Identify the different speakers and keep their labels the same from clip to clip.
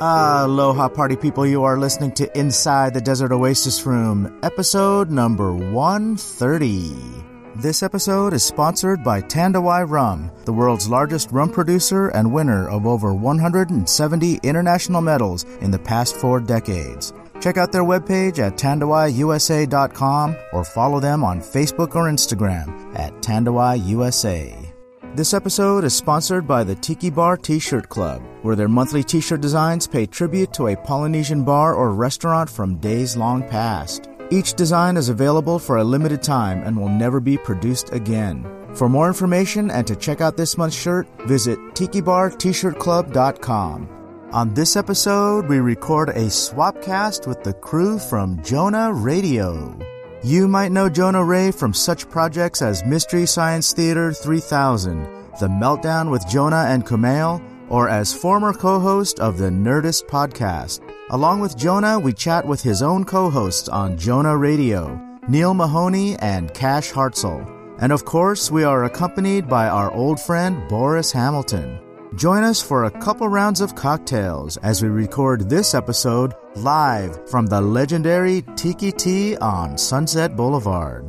Speaker 1: Ah, Aloha, party people. You are listening to Inside the Desert Oasis Room, episode number 130. This episode is sponsored by Tandawai Rum, the world's largest rum producer and winner of over 170 international medals in the past four decades. Check out their webpage at tandawaiusa.com or follow them on Facebook or Instagram at tandawaiusa. This episode is sponsored by the Tiki Bar T shirt club, where their monthly t shirt designs pay tribute to a Polynesian bar or restaurant from days long past. Each design is available for a limited time and will never be produced again. For more information and to check out this month's shirt, visit tikibartshirtclub.com. On this episode, we record a swapcast with the crew from Jonah Radio. You might know Jonah Ray from such projects as Mystery Science Theater 3000, The Meltdown with Jonah and Kumail, or as former co host of the Nerdist podcast. Along with Jonah, we chat with his own co hosts on Jonah Radio, Neil Mahoney and Cash Hartzell. And of course, we are accompanied by our old friend Boris Hamilton. Join us for a couple rounds of cocktails as we record this episode live from the legendary Tiki Tea on Sunset Boulevard.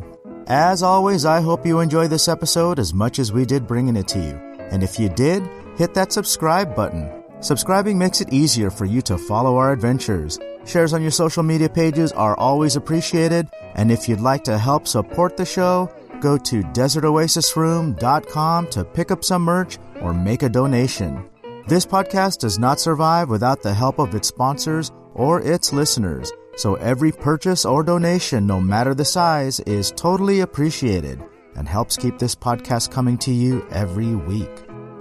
Speaker 1: As always, I hope you enjoy this episode as much as we did bringing it to you. And if you did, hit that subscribe button. Subscribing makes it easier for you to follow our adventures. Shares on your social media pages are always appreciated. And if you'd like to help support the show, go to desertoasisroom.com to pick up some merch or make a donation. This podcast does not survive without the help of its sponsors or its listeners, so every purchase or donation, no matter the size, is totally appreciated and helps keep this podcast coming to you every week.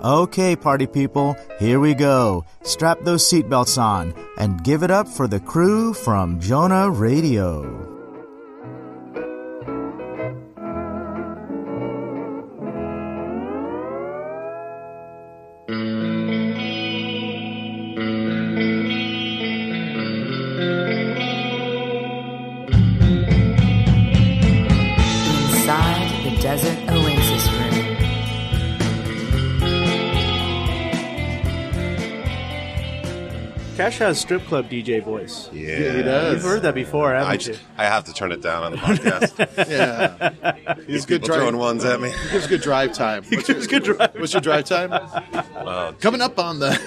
Speaker 1: Okay, party people, here we go. Strap those seatbelts on and give it up for the crew from Jonah Radio.
Speaker 2: Inside the Desert Oasis Room.
Speaker 3: Cash has strip club DJ voice.
Speaker 4: Yeah,
Speaker 5: He does.
Speaker 3: You've heard that before, haven't
Speaker 4: I,
Speaker 3: you?
Speaker 4: I have to turn it down on the podcast.
Speaker 5: Yeah, he's good
Speaker 4: People throwing
Speaker 5: drive.
Speaker 4: ones at me.
Speaker 5: He gives good drive time. What's your,
Speaker 3: gives good drive
Speaker 5: What's your drive time?
Speaker 6: Uh,
Speaker 5: Coming up on the.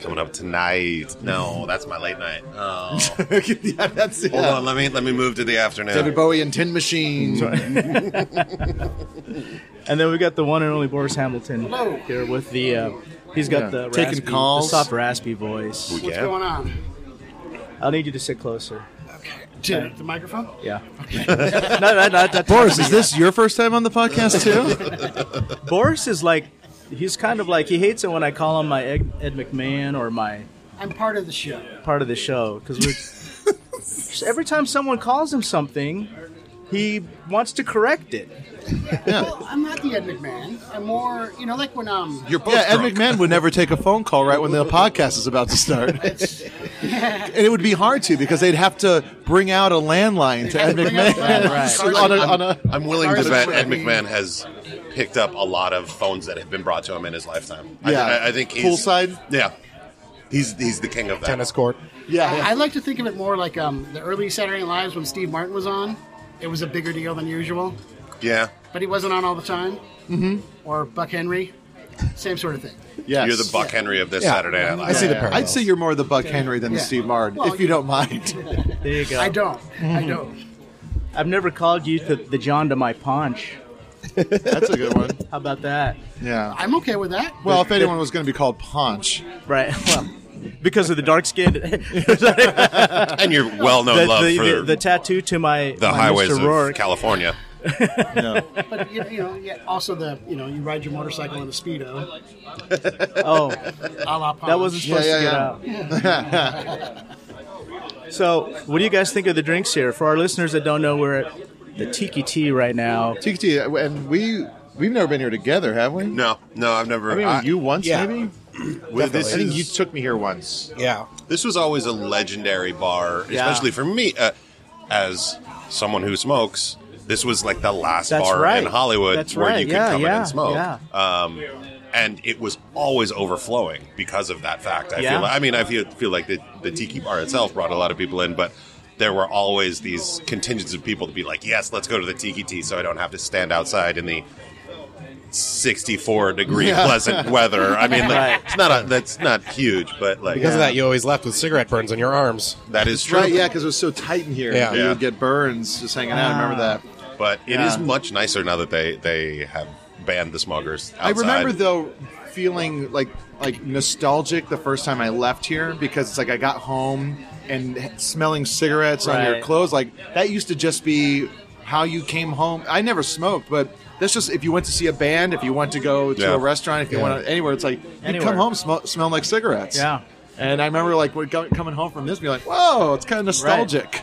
Speaker 4: Coming up tonight. No, that's my late night. Oh.
Speaker 5: yeah, that's it.
Speaker 4: Hold on, let me let me move to the
Speaker 5: David
Speaker 4: afternoon.
Speaker 5: Bowie and Tin Machine.
Speaker 3: And then we got the one and only Boris Hamilton here with the. Uh, he's got
Speaker 5: Yeah.
Speaker 3: the
Speaker 5: Taking
Speaker 3: raspy,
Speaker 5: calls.
Speaker 3: the soft raspy voice.
Speaker 4: Yeah.
Speaker 7: on?
Speaker 3: I'll need you to sit closer.
Speaker 7: To the microphone?
Speaker 3: Yeah. no, no, no, that-
Speaker 6: Boris, is this your first time on the podcast too?
Speaker 3: Boris is like, he's kind of like he hates it when I call him my Ed, Ed McMahon or my
Speaker 7: I'm part of the show.
Speaker 3: part of the show because we're. Just every time someone calls him something, he wants to correct it.
Speaker 7: Well, I'm not the Ed McMahon. I'm more, you know, like when um,
Speaker 4: You're both
Speaker 6: yeah, Ed
Speaker 4: drunk.
Speaker 6: McMahon would never take a phone call right when the podcast is about to start, and it would be hard to because they'd have to bring out a landline to Ed
Speaker 7: bring out a
Speaker 6: McMahon
Speaker 7: landline.
Speaker 6: on, a, on a.
Speaker 4: I'm willing to
Speaker 7: Sorry,
Speaker 4: bet
Speaker 7: sorry.
Speaker 4: Ed McMahon has picked up a lot of phones that have been brought to him in his lifetime. I-
Speaker 6: Yeah.
Speaker 4: I, I think he's,
Speaker 6: Poolside?
Speaker 4: Yeah, he's he's the king of that.
Speaker 8: tennis court.
Speaker 6: Yeah,
Speaker 7: I like to think of it more like um, the early Saturday Night Lives when Steve Martin was on. It was a bigger deal than usual,
Speaker 4: Yeah,
Speaker 7: but he wasn't on all the time. Mm-hmm. Or Buck Henry, same sort of thing.
Speaker 6: yes.
Speaker 4: you're the Buck Henry of this
Speaker 8: Yeah.
Speaker 4: Saturday Night
Speaker 8: I
Speaker 4: Live.
Speaker 8: see the parallels.
Speaker 6: I'd say you're more the Buck Henry than the
Speaker 7: Yeah.
Speaker 6: Steve Martin,
Speaker 7: Well,
Speaker 6: if you
Speaker 7: you-
Speaker 6: don't mind.
Speaker 3: There you go.
Speaker 7: I don't. I don't.
Speaker 3: I've never called you the, the John to my paunch.
Speaker 6: That's a good one.
Speaker 3: How about that?
Speaker 6: Yeah.
Speaker 7: I'm okay with that.
Speaker 6: Well, if anyone was going to be called Paunch,
Speaker 3: Right. Well, because of the dark skin, the,
Speaker 4: and your well-known love
Speaker 3: the,
Speaker 4: for
Speaker 3: the, the tattoo to my
Speaker 4: the
Speaker 3: my
Speaker 4: highways
Speaker 3: Mr.
Speaker 4: of
Speaker 3: Rourke.
Speaker 4: California.
Speaker 7: But you, you know, yeah, also the you know, you ride your motorcycle in a speedo.
Speaker 3: oh,
Speaker 7: A la Ponch.
Speaker 3: that wasn't supposed
Speaker 6: yeah,
Speaker 3: to get out. so, what do you guys think of the drinks here? For our listeners that don't know, we're at the Tiki Tea right now.
Speaker 6: TKT, and we we've never been here together, have we?
Speaker 4: No, no, I've never.
Speaker 6: I mean,
Speaker 4: I-
Speaker 6: you once
Speaker 8: yeah.
Speaker 6: maybe.
Speaker 4: well, this
Speaker 6: I think
Speaker 4: is-
Speaker 6: you took me here once.
Speaker 8: Yeah,
Speaker 4: This was always a legendary bar,
Speaker 3: Yeah.
Speaker 4: especially for me uh, as someone who smokes. This was like the last
Speaker 3: That's
Speaker 4: bar
Speaker 3: right.
Speaker 4: in Hollywood
Speaker 3: That's
Speaker 4: where
Speaker 3: right.
Speaker 4: you could
Speaker 3: Yeah,
Speaker 4: come in
Speaker 3: yeah,
Speaker 4: and smoke.
Speaker 3: yeah.
Speaker 4: Um, and it was always overflowing because of that fact. I
Speaker 3: Yeah.
Speaker 4: feel. I mean, I feel feel like the, the tiki bar itself brought a lot of people in, but there were always these contingents of people to be like, "Yes, let's go to the tiki tea," so I don't have to stand outside in the. 64 degree pleasant weather. I mean, like,
Speaker 3: Right.
Speaker 4: it's not a, that's not huge, but like
Speaker 8: Because of that, you always left with cigarette burns on your arms.
Speaker 4: that is true.
Speaker 6: Right, yeah, because it was so tight in here.
Speaker 8: Yeah.
Speaker 6: You
Speaker 4: Yeah.
Speaker 6: would get burns just hanging out. I remember that.
Speaker 4: But it is
Speaker 3: Yeah.
Speaker 4: much nicer now that they they have banned the smuggers. Outside.
Speaker 6: I remember though feeling like like nostalgic the first time I left here because it's like I got home and smelling cigarettes on your
Speaker 3: Right.
Speaker 6: clothes like that used to just be how you came home. I never smoked, but that's just if you went to see a band, if you went to go to
Speaker 4: Yeah.
Speaker 6: a restaurant, if you went anywhere, it's like you
Speaker 3: Anywhere.
Speaker 6: come home smell, smelling like cigarettes.
Speaker 3: Yeah.
Speaker 6: And I remember like we're go- coming home from this, being like, "Whoa, it's kind of nostalgic."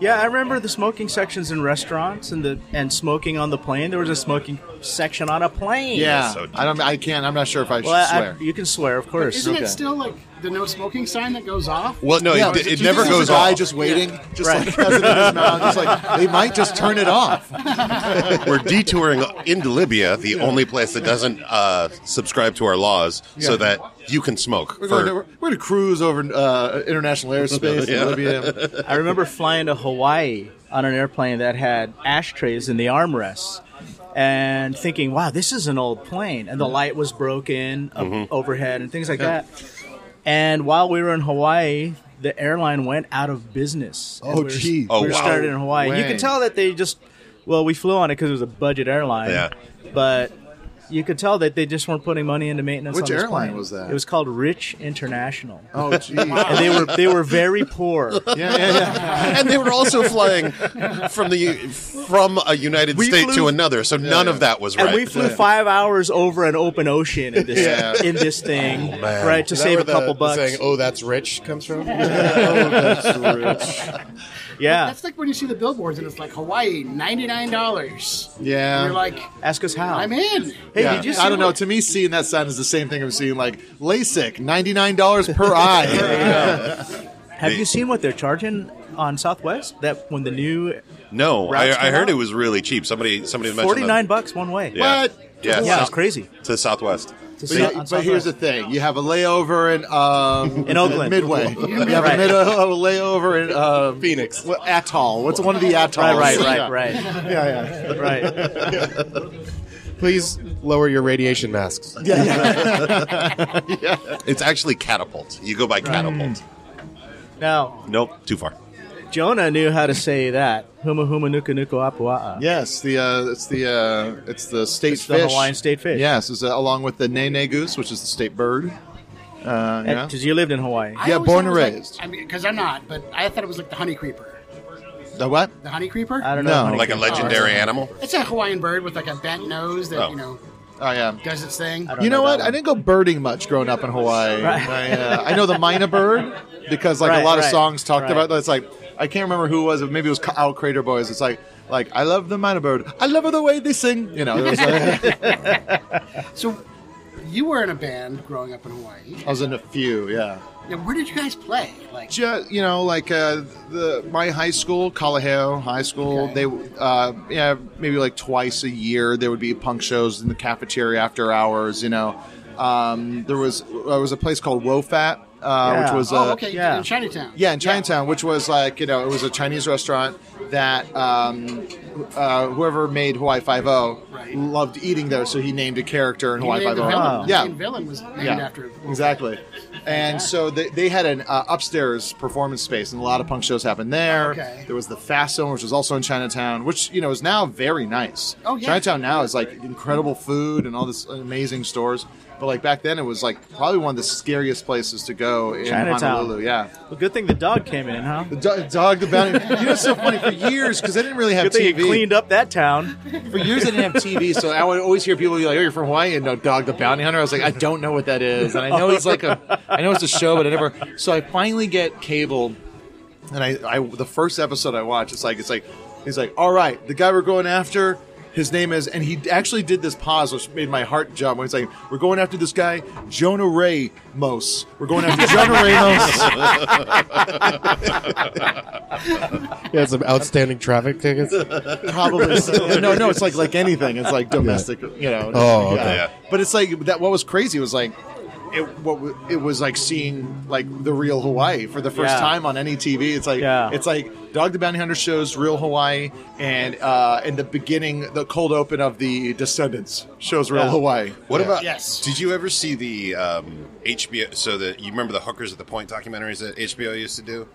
Speaker 3: Yeah, I remember the smoking sections in restaurants and the and smoking on the plane. There was a smoking section on a plane.
Speaker 6: Yeah,
Speaker 4: So-
Speaker 6: I don't. I can't. I'm not sure if I
Speaker 3: Well,
Speaker 6: should
Speaker 3: I,
Speaker 6: swear.
Speaker 3: I, you can swear, of course.
Speaker 7: Isn't it still like the no smoking sign that goes off?
Speaker 4: Well, no,
Speaker 6: Yeah,
Speaker 4: it, it
Speaker 6: just-
Speaker 4: never
Speaker 6: just a
Speaker 4: goes
Speaker 6: guy
Speaker 4: off.
Speaker 6: Just waiting, just
Speaker 3: Right.
Speaker 6: like has it in his mouth, just like they might just turn it off.
Speaker 4: We're detouring into Libya, the only place that doesn't uh, subscribe to our laws, so that you can smoke.
Speaker 6: We're
Speaker 4: for-
Speaker 6: going to, we're going to cruise over uh, international airspace
Speaker 4: Yeah.
Speaker 6: in Libya.
Speaker 3: I remember flying to Hawaii on an airplane that had ashtrays in the armrests and thinking, wow, this is an old plane. And the light was broken up
Speaker 4: Mm-hmm.
Speaker 3: overhead and things like that. And while we were in Hawaii, the airline went out of business. And
Speaker 6: Oh,
Speaker 3: we were-
Speaker 6: gee.
Speaker 4: Oh,
Speaker 3: we were
Speaker 4: wow.
Speaker 3: started in Hawaii. You
Speaker 6: Way.
Speaker 3: could tell that they just, well, we flew on it because it was a budget airline.
Speaker 4: Yeah.
Speaker 3: But you could tell that they just weren't putting money into maintenance.
Speaker 6: Which
Speaker 3: on this
Speaker 6: airline
Speaker 3: plane.
Speaker 6: was that?
Speaker 3: It was called Rich International.
Speaker 6: Oh, gee. Yeah,
Speaker 3: And they were they were very poor.
Speaker 6: yeah, yeah.
Speaker 4: and they were also flying from the from a United
Speaker 3: We
Speaker 4: state
Speaker 3: flew-
Speaker 4: to another, so none
Speaker 6: yeah.
Speaker 4: of that was
Speaker 3: And
Speaker 4: right.
Speaker 3: we flew five hours over an open ocean in this
Speaker 6: Yeah.
Speaker 3: in this thing,
Speaker 4: Oh,
Speaker 3: right? To save a couple bucks.
Speaker 8: Saying, "Oh, that's rich" comes from.
Speaker 3: yeah,
Speaker 7: That's like when you see the billboards and it's like Hawaii, ninety nine dollars.
Speaker 6: Yeah.
Speaker 7: You're like,
Speaker 3: ask us how.
Speaker 7: I'm in.
Speaker 3: hey,
Speaker 6: Yeah.
Speaker 3: did you see
Speaker 6: I don't know.
Speaker 3: what-
Speaker 6: To me, seeing that sign is the same thing I'm seeing like LASIK, ninety nine dollars per eye.
Speaker 3: have you seen what they're charging on Southwest? That when the new
Speaker 4: no,
Speaker 3: Routes
Speaker 4: I, I
Speaker 3: came
Speaker 4: heard
Speaker 3: out?
Speaker 4: it was really cheap. Somebody somebody mentioned
Speaker 3: forty nine
Speaker 4: that.
Speaker 3: bucks one way.
Speaker 4: Yeah.
Speaker 6: What?
Speaker 4: Yeah,
Speaker 3: Yeah, it's crazy.
Speaker 4: to Southwest.
Speaker 3: To
Speaker 6: But,
Speaker 3: see
Speaker 6: yeah,
Speaker 3: on
Speaker 6: but
Speaker 3: Southwest.
Speaker 6: here's the thing: you have a layover in um,
Speaker 3: In Oakland.
Speaker 6: Midway. You have
Speaker 3: Right.
Speaker 6: a, mid- a layover in um,
Speaker 8: Phoenix.
Speaker 6: What, atoll. What's one of the atolls?
Speaker 3: right, right,
Speaker 6: Yeah.
Speaker 3: right, right,
Speaker 6: Yeah, yeah.
Speaker 3: right.
Speaker 8: Please lower your radiation masks.
Speaker 4: It's actually catapult. You go by catapult.
Speaker 3: Now
Speaker 4: Nope, too far.
Speaker 3: Jonah knew how to say that. Huma huma nuka nuka apua'a.
Speaker 6: Yes, the uh, it's the uh, it's the state
Speaker 3: It's the
Speaker 6: fish.
Speaker 3: Hawaiian state fish.
Speaker 6: Yes, it's, uh, along with the nene goose, which is the state bird. Uh, yeah.
Speaker 3: Because you lived in Hawaii.
Speaker 7: I
Speaker 6: Yeah,
Speaker 7: always
Speaker 6: born and
Speaker 7: thought it was like-
Speaker 6: raised.
Speaker 7: I mean, because I'm not, but I thought it was like the honey creeper.
Speaker 6: The what?
Speaker 7: The honey creeper?
Speaker 3: I don't
Speaker 6: No.
Speaker 3: know. honey.
Speaker 4: Like a legendary animal.
Speaker 7: It's a Hawaiian bird with like a bent nose that
Speaker 4: Oh.
Speaker 7: you know
Speaker 6: Oh yeah.
Speaker 7: does its thing.
Speaker 3: don't
Speaker 6: You know
Speaker 3: know that
Speaker 6: what?
Speaker 3: one.
Speaker 6: I didn't go birding much growing up in Hawaii.
Speaker 3: Right.
Speaker 6: I, uh, I know the Mina bird because like
Speaker 3: Right,
Speaker 6: a lot
Speaker 3: right,
Speaker 6: of songs talked
Speaker 3: right.
Speaker 6: about that. It's like I can't remember who it was. Maybe it was Al Crater Boys. It's like like I love the Mina bird. I love the way they sing. You know, it was like,
Speaker 7: So you were in a band growing up in Hawaii.
Speaker 6: I was in a few. Yeah.
Speaker 3: Oh.
Speaker 7: Now, where did you guys play? Like,
Speaker 6: just you know like uh, the my high school Kalaheo High School they uh, yeah maybe like twice a year there would be punk shows in the cafeteria after hours you know um, there was there was a place called Wofat uh, which
Speaker 3: Yeah.
Speaker 6: was
Speaker 7: oh,
Speaker 6: uh,
Speaker 7: okay,
Speaker 3: yeah.
Speaker 7: in Chinatown.
Speaker 6: yeah, in Chinatown, which was like you know, it was a Chinese restaurant that um, uh, whoever made Hawaii Five O
Speaker 7: Right.
Speaker 6: loved eating there, so he named a character in
Speaker 7: You
Speaker 6: Hawaii
Speaker 7: named
Speaker 6: Five
Speaker 7: the
Speaker 6: O.
Speaker 7: villain. The
Speaker 6: Yeah,
Speaker 7: main villain was named after.
Speaker 6: exactly. And so they, they had an uh, upstairs performance space, and a lot of punk shows happened there.
Speaker 7: Okay.
Speaker 6: There was the Fast Zone, which was also in Chinatown, which you know is now very nice.
Speaker 7: Oh, yeah.
Speaker 6: Chinatown now is like incredible food and all this amazing stores. But like back then, it was like probably one of the scariest places to go in
Speaker 3: Chinatown.
Speaker 6: Honolulu. Yeah,
Speaker 3: Well, good thing the dog came in, huh?
Speaker 6: the dog, dog the bounty. You know, it's so funny for years because I didn't really have
Speaker 3: Good thing you
Speaker 6: TV.
Speaker 3: cleaned up that town.
Speaker 6: For years, I didn't have TV, so I would always hear people be like, "Oh, you're from Hawaii and no Dog the Bounty Hunter." I was like, "I don't know what that is," and I know it's like a, I know it's a show, but I never. So I finally get cable, and I, I the first episode I watch, it's like it's like he's like, "All right, the guy we're going after." His name is, and he actually did this pause, which made my heart jump. When he's like, "We're going after this guy, Jonah Ramos. We're going after Jonah Ramos."
Speaker 8: He had some outstanding traffic tickets.
Speaker 6: Probably so. no, no. It's like like anything. It's like domestic, you know.
Speaker 8: Oh,
Speaker 6: yeah.
Speaker 8: okay.
Speaker 4: Yeah.
Speaker 6: But it's like that. What was crazy was like. It, what w- it was like seeing like the real Hawaii for the first
Speaker 3: Yeah.
Speaker 6: time on any TV. It's like
Speaker 3: Yeah.
Speaker 6: it's like Dog the Bounty Hunter shows Real Hawaii, and uh, in the beginning, the cold open of the Descendants shows Real
Speaker 3: Yeah.
Speaker 6: Hawaii.
Speaker 4: What about?
Speaker 7: Yes.
Speaker 4: Did you ever see the um, HBO? So the you remember the hookers at the point documentaries that HBO used to do?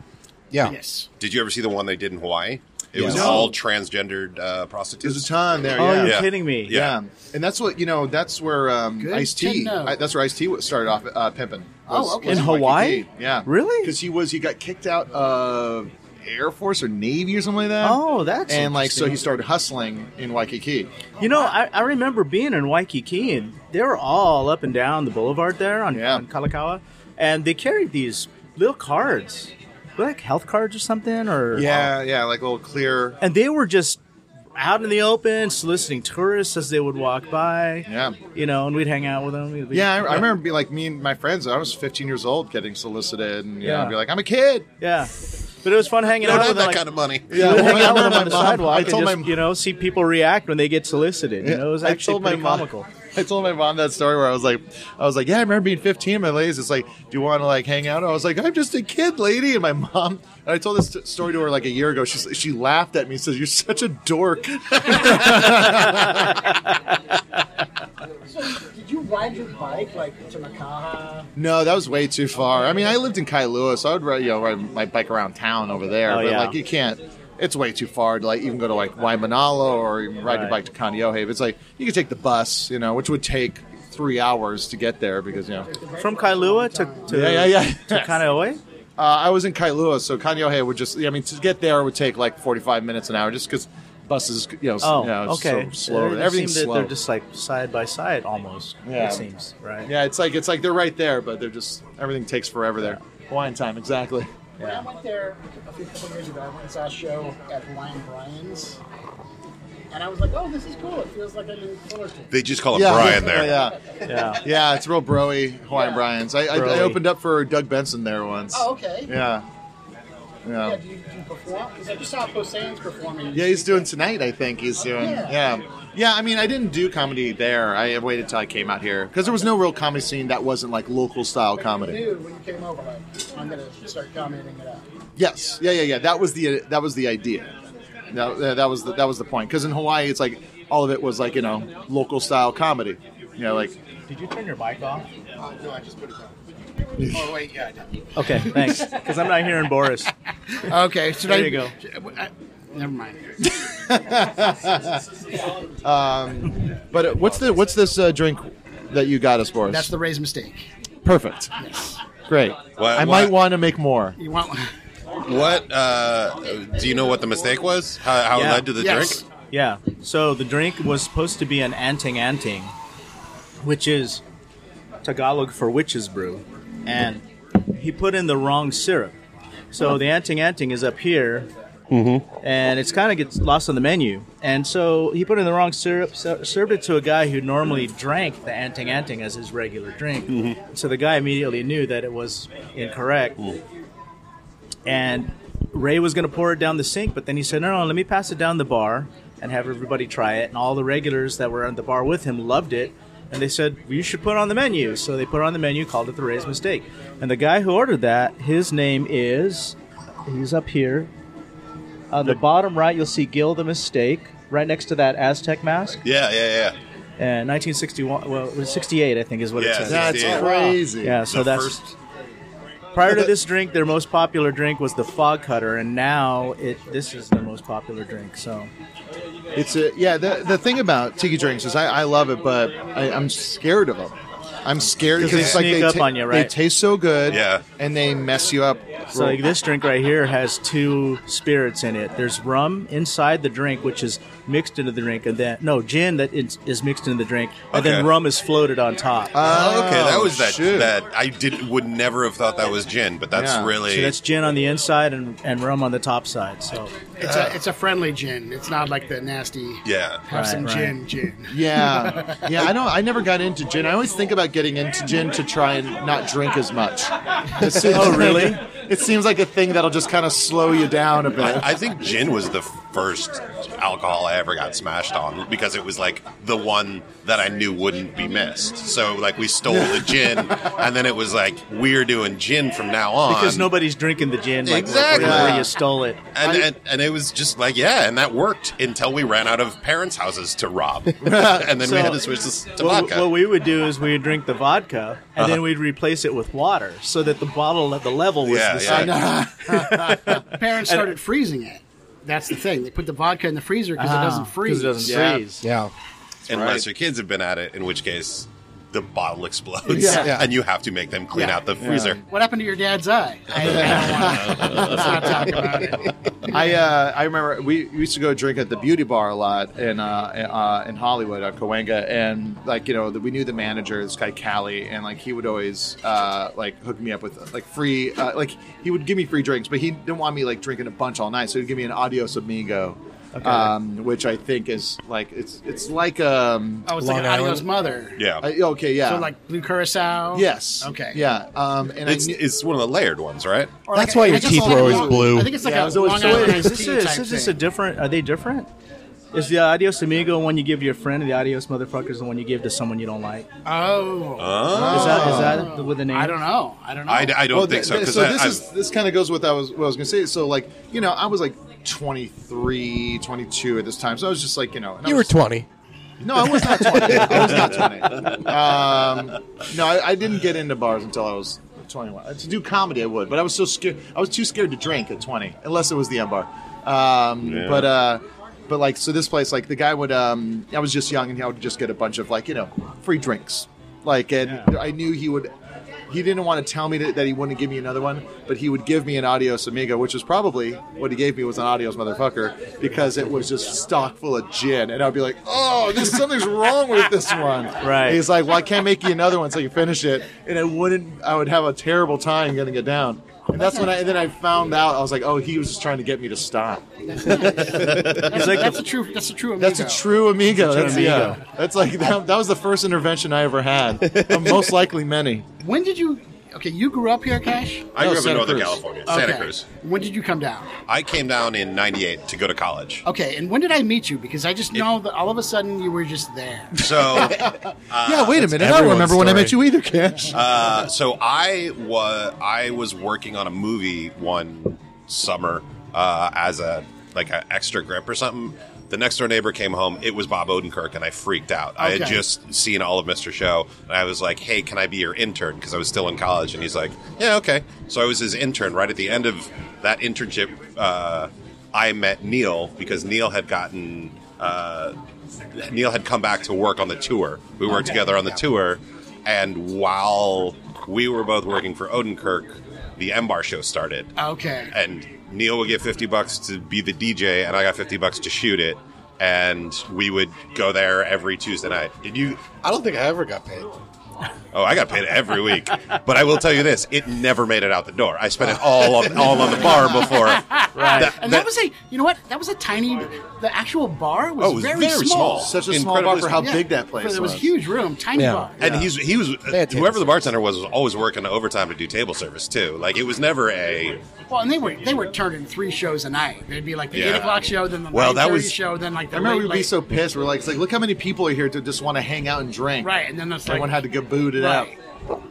Speaker 8: Yeah.
Speaker 7: Yes.
Speaker 4: Did you ever see the one they did in Hawaii? It was
Speaker 6: No.
Speaker 4: all transgendered uh, prostitutes.
Speaker 6: There's a ton there.
Speaker 3: Oh,
Speaker 6: yeah.
Speaker 3: you're
Speaker 4: Yeah.
Speaker 3: kidding me.
Speaker 4: Yeah.
Speaker 6: Yeah. and that's what you know. That's where um,
Speaker 7: Good
Speaker 6: Ice T.
Speaker 7: to know.
Speaker 6: That's where Ice T started off uh, pimping.
Speaker 7: Oh,
Speaker 6: Was-
Speaker 7: okay.
Speaker 6: was
Speaker 3: In
Speaker 6: Waikiki.
Speaker 3: Hawaii?
Speaker 6: Yeah,
Speaker 3: Really?
Speaker 6: Because he was he got kicked out of Air Force or Navy or something like that.
Speaker 3: Oh, that's
Speaker 6: and like so
Speaker 3: interesting.
Speaker 6: he started hustling in Waikiki.
Speaker 3: You know, I, I remember being in Waikiki, and they were all up and down the boulevard there on,
Speaker 6: Yeah.
Speaker 3: on Kalakaua, and they carried these little cards, like health cards or something, or
Speaker 6: Yeah, yeah, like a little clear.
Speaker 3: and they were just out in the open soliciting tourists as they would walk by.
Speaker 6: Yeah.
Speaker 3: you know, and we'd hang out with them. We'd be-
Speaker 6: Yeah, I, I remember being like me and my friends. I was 15 years old, getting solicited, and you know,
Speaker 3: Yeah.
Speaker 6: I'd be like, "I'm a kid."
Speaker 3: yeah. But it was fun hanging
Speaker 4: Don't
Speaker 3: out
Speaker 4: have
Speaker 3: with
Speaker 4: that
Speaker 3: them. Like,
Speaker 4: kind of money.
Speaker 6: Yeah,
Speaker 3: we'd hang out with them
Speaker 6: my
Speaker 3: on the
Speaker 6: mom-
Speaker 3: sidewalk
Speaker 6: I told
Speaker 3: and just,
Speaker 6: my
Speaker 3: you know, see people react when they get solicited. You know, it was
Speaker 6: I
Speaker 3: actually
Speaker 6: told my
Speaker 3: pretty
Speaker 6: mom.
Speaker 3: comical.
Speaker 6: I told my mom that story where I was like, I was like, yeah, I remember being 15. My lady's just like, do you want to like hang out? I was like, I'm just a kid, lady. And my mom, and I told this t- story to her like a year ago. She s- she laughed at me and says, "You're such a dork."
Speaker 7: Did you ride your bike like to Makaha?
Speaker 6: No, that was way too far. I mean, I lived in Kailua, so I would ride, you know, ride my bike around town over there.
Speaker 3: Oh,
Speaker 6: but
Speaker 3: yeah.
Speaker 6: like, you can't. It's way too far to like even go to like Waimanalo or even ride your
Speaker 3: Right.
Speaker 6: bike to Kaneohe. But It's like you could take the bus, you know, which would take three hours to get there because you know.
Speaker 3: From Kailua to, to,
Speaker 6: Yeah, yeah, yeah.
Speaker 3: to Kaneohe?
Speaker 6: Uh, I was in Kailua, so Kaneohe would just, I mean, to get there would take like 45 minutes an hour just because buses, you know, s-
Speaker 3: Oh,
Speaker 6: you know, it's
Speaker 3: okay.
Speaker 6: so slow.
Speaker 3: It
Speaker 6: Everything's
Speaker 3: seemed that
Speaker 6: slow.
Speaker 3: They're just like side by side almost.
Speaker 6: Yeah.
Speaker 3: It seems right.
Speaker 6: yeah, it's like, it's like they're right there, but they're just, everything takes forever there. Hawaiian time, exactly.
Speaker 7: When I went there a few couple years ago, I went and saw a show at Hawaiian Brian's. And I was like, oh, this is cool. It feels like I'm in Fullerton.
Speaker 4: They just call him Brian there.
Speaker 6: Yeah,
Speaker 3: Oh, Yeah.
Speaker 6: yeah, it's real broy Hawaiian
Speaker 7: Yeah.
Speaker 6: Brian's. I, I, I
Speaker 3: Broy.
Speaker 6: opened up for Doug Benson there once.
Speaker 7: Oh, okay.
Speaker 6: Yeah.
Speaker 7: Yeah,
Speaker 6: Yeah.
Speaker 7: do you, do you perform? Because I just saw Poseidon's performing.
Speaker 6: Yeah, he's doing tonight. I think he's doing.
Speaker 7: Yeah.
Speaker 6: Yeah, yeah. I mean, I didn't do comedy there. I waited till I came out here because there was no real comedy scene that wasn't like local style comedy.
Speaker 7: You knew when you came over, like, I'm going to start commenting it out.
Speaker 6: Yes. Yeah, yeah, yeah. That was the that was the idea. That, that that was the, that was the point. Because in Hawaii, it's like all of it was like you know local style comedy. You know, like
Speaker 3: Did you turn your mic off?
Speaker 7: no, I just put it down. oh, wait, yeah, I did.
Speaker 3: Okay, thanks. Because I'm not hearing Boris.
Speaker 7: Okay, should
Speaker 3: There
Speaker 7: I?
Speaker 3: you go.
Speaker 7: I- never mind.
Speaker 6: but uh, what's the what's this uh, drink that you got us, Boris?
Speaker 7: That's the raised mistake.
Speaker 6: perfect. Great.
Speaker 4: What-
Speaker 6: I
Speaker 4: what-
Speaker 6: might want to make more.
Speaker 7: You want?
Speaker 4: What uh, do you know? What the mistake was? How, how it
Speaker 3: Yeah.
Speaker 4: led to the
Speaker 7: Yes.
Speaker 4: drink?
Speaker 3: Yeah. So the drink was supposed to be an anting anting, which is Tagalog for witch's brew, and he put in the wrong syrup. So the anting anting is up here, and it's kind of gets lost on the menu. And so he put in the wrong syrup, so served it to a guy who normally drank the anting anting as his regular drink. So the guy immediately knew that it was incorrect, and Ray was going to pour it down the sink, but then he said, "No, no, let me pass it down the bar and have everybody try it." And all the regulars that were at the bar with him loved it, and they said, "You should put it on the menu." So they put it on the menu, called it the Ray's mistake. And the guy who ordered that, his name is, he's up here. On the bottom right, you'll see Gil the Mistake, right next to that Aztec mask.
Speaker 4: Yeah, yeah, yeah.
Speaker 3: And 1961, well, it was 68, I think, is what
Speaker 4: Yeah,
Speaker 3: it says.
Speaker 4: yeah.
Speaker 6: That's
Speaker 4: Yeah.
Speaker 6: crazy.
Speaker 3: Yeah, so
Speaker 4: The
Speaker 3: that's
Speaker 4: first-
Speaker 3: prior to this drink, their most popular drink was the fog cutter, and now it this is their most popular drink. So
Speaker 6: It's a yeah. The, the thing about tiki drinks is I, I love it, but I, I'm scared of them. I'm scared
Speaker 3: 'Cause
Speaker 6: because
Speaker 3: they
Speaker 6: it's like
Speaker 3: sneak
Speaker 6: they,
Speaker 3: up
Speaker 6: ta-
Speaker 3: on you, right?
Speaker 6: they taste so good,
Speaker 4: Yeah.
Speaker 6: and they mess you up.
Speaker 3: So like this drink right here has two spirits in it. There's rum inside the drink, which is mixed into the drink, and then no gin that is, is mixed into the drink, and then
Speaker 4: Okay.
Speaker 3: rum is floated on top.
Speaker 4: Oh, okay, that was that.
Speaker 6: shoot.
Speaker 4: That I did would never have thought that was gin, but that's
Speaker 6: Yeah.
Speaker 4: really
Speaker 3: so that's gin on the inside and, and rum on the top side. So
Speaker 7: It's a it's a friendly gin. It's not like the nasty.
Speaker 4: yeah.
Speaker 7: Have some
Speaker 3: Right,
Speaker 7: gin, gin.
Speaker 6: Yeah, yeah. I don't. I never got into gin. I always think about getting into gin to try and not drink as much. It seems
Speaker 3: Oh,
Speaker 6: like-
Speaker 3: really?
Speaker 6: it seems like a thing that'll just kind of slow you down a bit.
Speaker 4: I think gin was the first alcohol I ever got smashed on because it was like the one that I knew wouldn't be missed. So like we stole the gin, and then it was like we're doing gin from now on
Speaker 3: because nobody's drinking the gin like
Speaker 4: Exactly.
Speaker 3: where, where you stole it.
Speaker 4: And, and and it was just like yeah, and that worked until we ran out of parents' houses to rob, and then
Speaker 3: So-
Speaker 4: we had to switch this to
Speaker 3: what,
Speaker 4: vodka. Uh-huh.
Speaker 3: what we would do is we would drink the vodka and then we'd replace it with water so that the bottle at the level was
Speaker 4: yeah,
Speaker 3: the
Speaker 4: yeah.
Speaker 3: same.
Speaker 7: Parents started freezing it. That's the thing. They put the vodka in the freezer because it doesn't freeze.
Speaker 3: Because Ah. it doesn't
Speaker 6: Yeah.
Speaker 3: freeze.
Speaker 8: Yeah.
Speaker 4: unless
Speaker 6: right.
Speaker 4: your kids have been at it, in which case the bottle explodes,
Speaker 6: Yeah.
Speaker 8: Yeah.
Speaker 4: and you have to make them clean
Speaker 7: Yeah.
Speaker 4: out the freezer.
Speaker 7: What happened to your dad's eye? I, I don't want to. Let's not talk about it.
Speaker 6: I uh, I remember we we used to go drink at the beauty bar a lot in uh, uh, in Hollywood on Cahuenga, and like you know we knew the manager, this guy Callie, and like he would always uh, like hook me up with like free uh, like he would give me free drinks, but he didn't want me like drinking a bunch all night, so he'd give me an Adios Amigo. Um, which I think is like it's it's like um
Speaker 7: Oh, it's
Speaker 8: Long
Speaker 7: like Adio's
Speaker 8: Island.
Speaker 7: mother.
Speaker 4: Yeah,
Speaker 6: I- okay yeah
Speaker 7: So like blue curacao.
Speaker 6: yes
Speaker 7: Okay.
Speaker 6: yeah um and I
Speaker 4: it's
Speaker 6: knew-
Speaker 4: it's one of the layered ones, right?
Speaker 7: Or
Speaker 8: That's
Speaker 7: like-
Speaker 8: why
Speaker 7: I
Speaker 8: your
Speaker 7: think
Speaker 8: teeth
Speaker 7: it's
Speaker 8: were
Speaker 7: like a
Speaker 8: always
Speaker 7: Long-
Speaker 8: blue.
Speaker 7: I think it's like
Speaker 6: Yeah,
Speaker 7: a
Speaker 6: it was always
Speaker 7: Long
Speaker 6: blue.
Speaker 7: Island
Speaker 3: Is
Speaker 7: iced
Speaker 3: this,
Speaker 7: tea
Speaker 3: is,
Speaker 7: type
Speaker 3: is this a
Speaker 7: thing.
Speaker 3: different? Are they different? Is the adios amigo one you give your friend, and the adios motherfucker is the one you give to someone you don't like? Is
Speaker 7: Oh,
Speaker 3: that is that the, with the name?
Speaker 7: I don't know. I don't know.
Speaker 4: I, I don't
Speaker 6: Well,
Speaker 4: think
Speaker 6: Oh, th-
Speaker 4: so
Speaker 6: th-
Speaker 4: because
Speaker 6: this is this kind of goes with I was what I was gonna say. So like you know I was like 23, 22 at this time. So I was just like you know and I
Speaker 8: You were
Speaker 6: was,
Speaker 8: 20.
Speaker 6: no I was not twenty. I was not twenty. Um, no, I, I didn't get into bars until I was twenty one. To do comedy I would, but I was so scared. I was too scared to drink at twenty, unless it was the M bar. Um,
Speaker 4: Yeah.
Speaker 6: But uh, but like so this place like the guy would um, I was just young and I would just get a bunch of like you know free drinks. Like and I knew he would he didn't want to tell me that, that he wouldn't give me another one, but he would give me an Adios Amigo, which was probably what he gave me was an Adios motherfucker because it was just stock full of gin, and I'd be like, "Oh, there's something's wrong with this one."
Speaker 3: Right.
Speaker 6: He's like, "Well, I can't make you another one so you can finish it," and I wouldn't. I would have a terrible time getting it down, and that's when I. And then I found out I was like, "Oh, he was just trying to get me to stop."
Speaker 7: That's, that's a true. That's a true. Amigo.
Speaker 6: That's a true amigo. That's,
Speaker 3: amigo.
Speaker 6: yeah. That's like that, that was the first intervention I ever had, but most likely many.
Speaker 7: When did you? Okay, you grew up here, Cash.
Speaker 4: I grew up
Speaker 6: No,
Speaker 4: in
Speaker 6: Santa
Speaker 4: Northern
Speaker 6: Cruz.
Speaker 4: California, Santa
Speaker 7: Okay.
Speaker 4: Cruz.
Speaker 7: When did you come down?
Speaker 4: I came down in '98 to go to college.
Speaker 7: Okay, and when did I meet you? Because I just know that all of a sudden you were just there.
Speaker 4: So
Speaker 6: yeah, wait a minute. I don't
Speaker 8: everyone's
Speaker 6: remember when I
Speaker 8: story.
Speaker 6: met you either, Cash.
Speaker 4: Uh, so I was I was working on a movie one summer uh, as a like an extra grip or something. The next door neighbor came home. It was Bob Odenkirk, and I freaked out. I had
Speaker 7: Okay.
Speaker 4: just seen all of Mr. Show, and I was like, "Hey, can I be your intern?" Because I was still in college, and he's like, "Yeah, okay." So I was his intern. Right at the end of that internship, uh, I met Neil because Neil had gotten uh, Neil had come back to work on the tour. We worked together on the tour, and while we were both working for Odenkirk, the M Bar show started.
Speaker 7: Okay.
Speaker 4: And Neil would get 50 bucks to be the DJ, and I got 50 bucks to shoot it. And we would go there every Tuesday night. Did you?
Speaker 8: I don't think I ever got paid.
Speaker 4: Oh, I got paid every week. But I will tell you this: it never made it out the door. I spent it all on, all on the bar before. Right.
Speaker 7: And that, was a, you know what? That was a tiny. The actual bar was,
Speaker 4: Oh, it was
Speaker 7: very,
Speaker 4: very small.
Speaker 7: small.
Speaker 6: Such a small
Speaker 4: Incredibly
Speaker 6: bar for how
Speaker 4: small.
Speaker 6: big that place
Speaker 7: It
Speaker 6: was.
Speaker 7: was a huge room, tiny
Speaker 8: Yeah.
Speaker 7: bar.
Speaker 4: And he's he was
Speaker 8: had table
Speaker 4: whoever the bartender was was always working overtime to do table service too. Like it was never a
Speaker 7: Well, and they were they were turning three shows a night. They'd be like the
Speaker 4: Yeah.
Speaker 7: eight o'clock show, then the
Speaker 4: Well,
Speaker 7: well,
Speaker 4: that was-
Speaker 7: show, then like the
Speaker 6: I remember
Speaker 7: late,
Speaker 6: we'd be
Speaker 7: late-
Speaker 6: so pissed. We're like, it's like, look how many people are here to just want to hang out and drink.
Speaker 7: right, and then that's like
Speaker 6: Everyone had to get booted
Speaker 7: right.
Speaker 6: out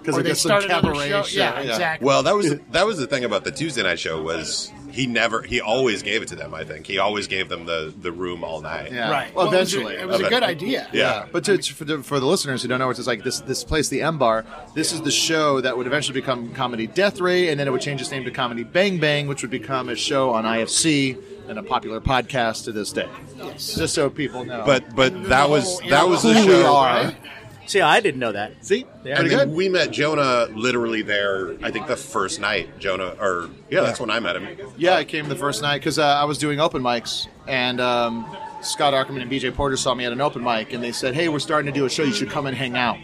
Speaker 6: because
Speaker 7: Or
Speaker 6: they
Speaker 7: they
Speaker 6: got some
Speaker 7: started another
Speaker 6: cabaret
Speaker 7: show.
Speaker 6: shit.
Speaker 7: Yeah, exactly.
Speaker 4: well. That was that was the thing about the Tuesday night show was he never he always gave it to them. I think he always gave them the the room all night.
Speaker 6: Yeah.
Speaker 7: right.
Speaker 6: Well,
Speaker 7: Well, it was a-
Speaker 6: eventually.
Speaker 7: it was a good idea.
Speaker 4: Yeah.
Speaker 6: But to, for, the, for the listeners who don't know, it's just like this this place, the M Bar. This is the show that would eventually become Comedy Death Ray, and then it would change its name to Comedy Bang Bang, which would become a show on IFC and a popular podcast to this day. Yes. Just so people know.
Speaker 4: But but that was
Speaker 7: whole
Speaker 4: that was the
Speaker 6: who we
Speaker 4: show.
Speaker 6: are.
Speaker 3: See, I didn't know that.
Speaker 6: See,
Speaker 3: Yeah.
Speaker 4: And
Speaker 6: pretty
Speaker 4: then
Speaker 6: good.
Speaker 4: we met Jonah literally there. I think the first night Jonah or yeah, that's when I met him.
Speaker 6: Yeah, I came the first night because uh, I was doing open mics, and um, Scott Ackerman and BJ Porter saw me at an open mic, and they said, "Hey, we're starting to do a show. You should come and hang out."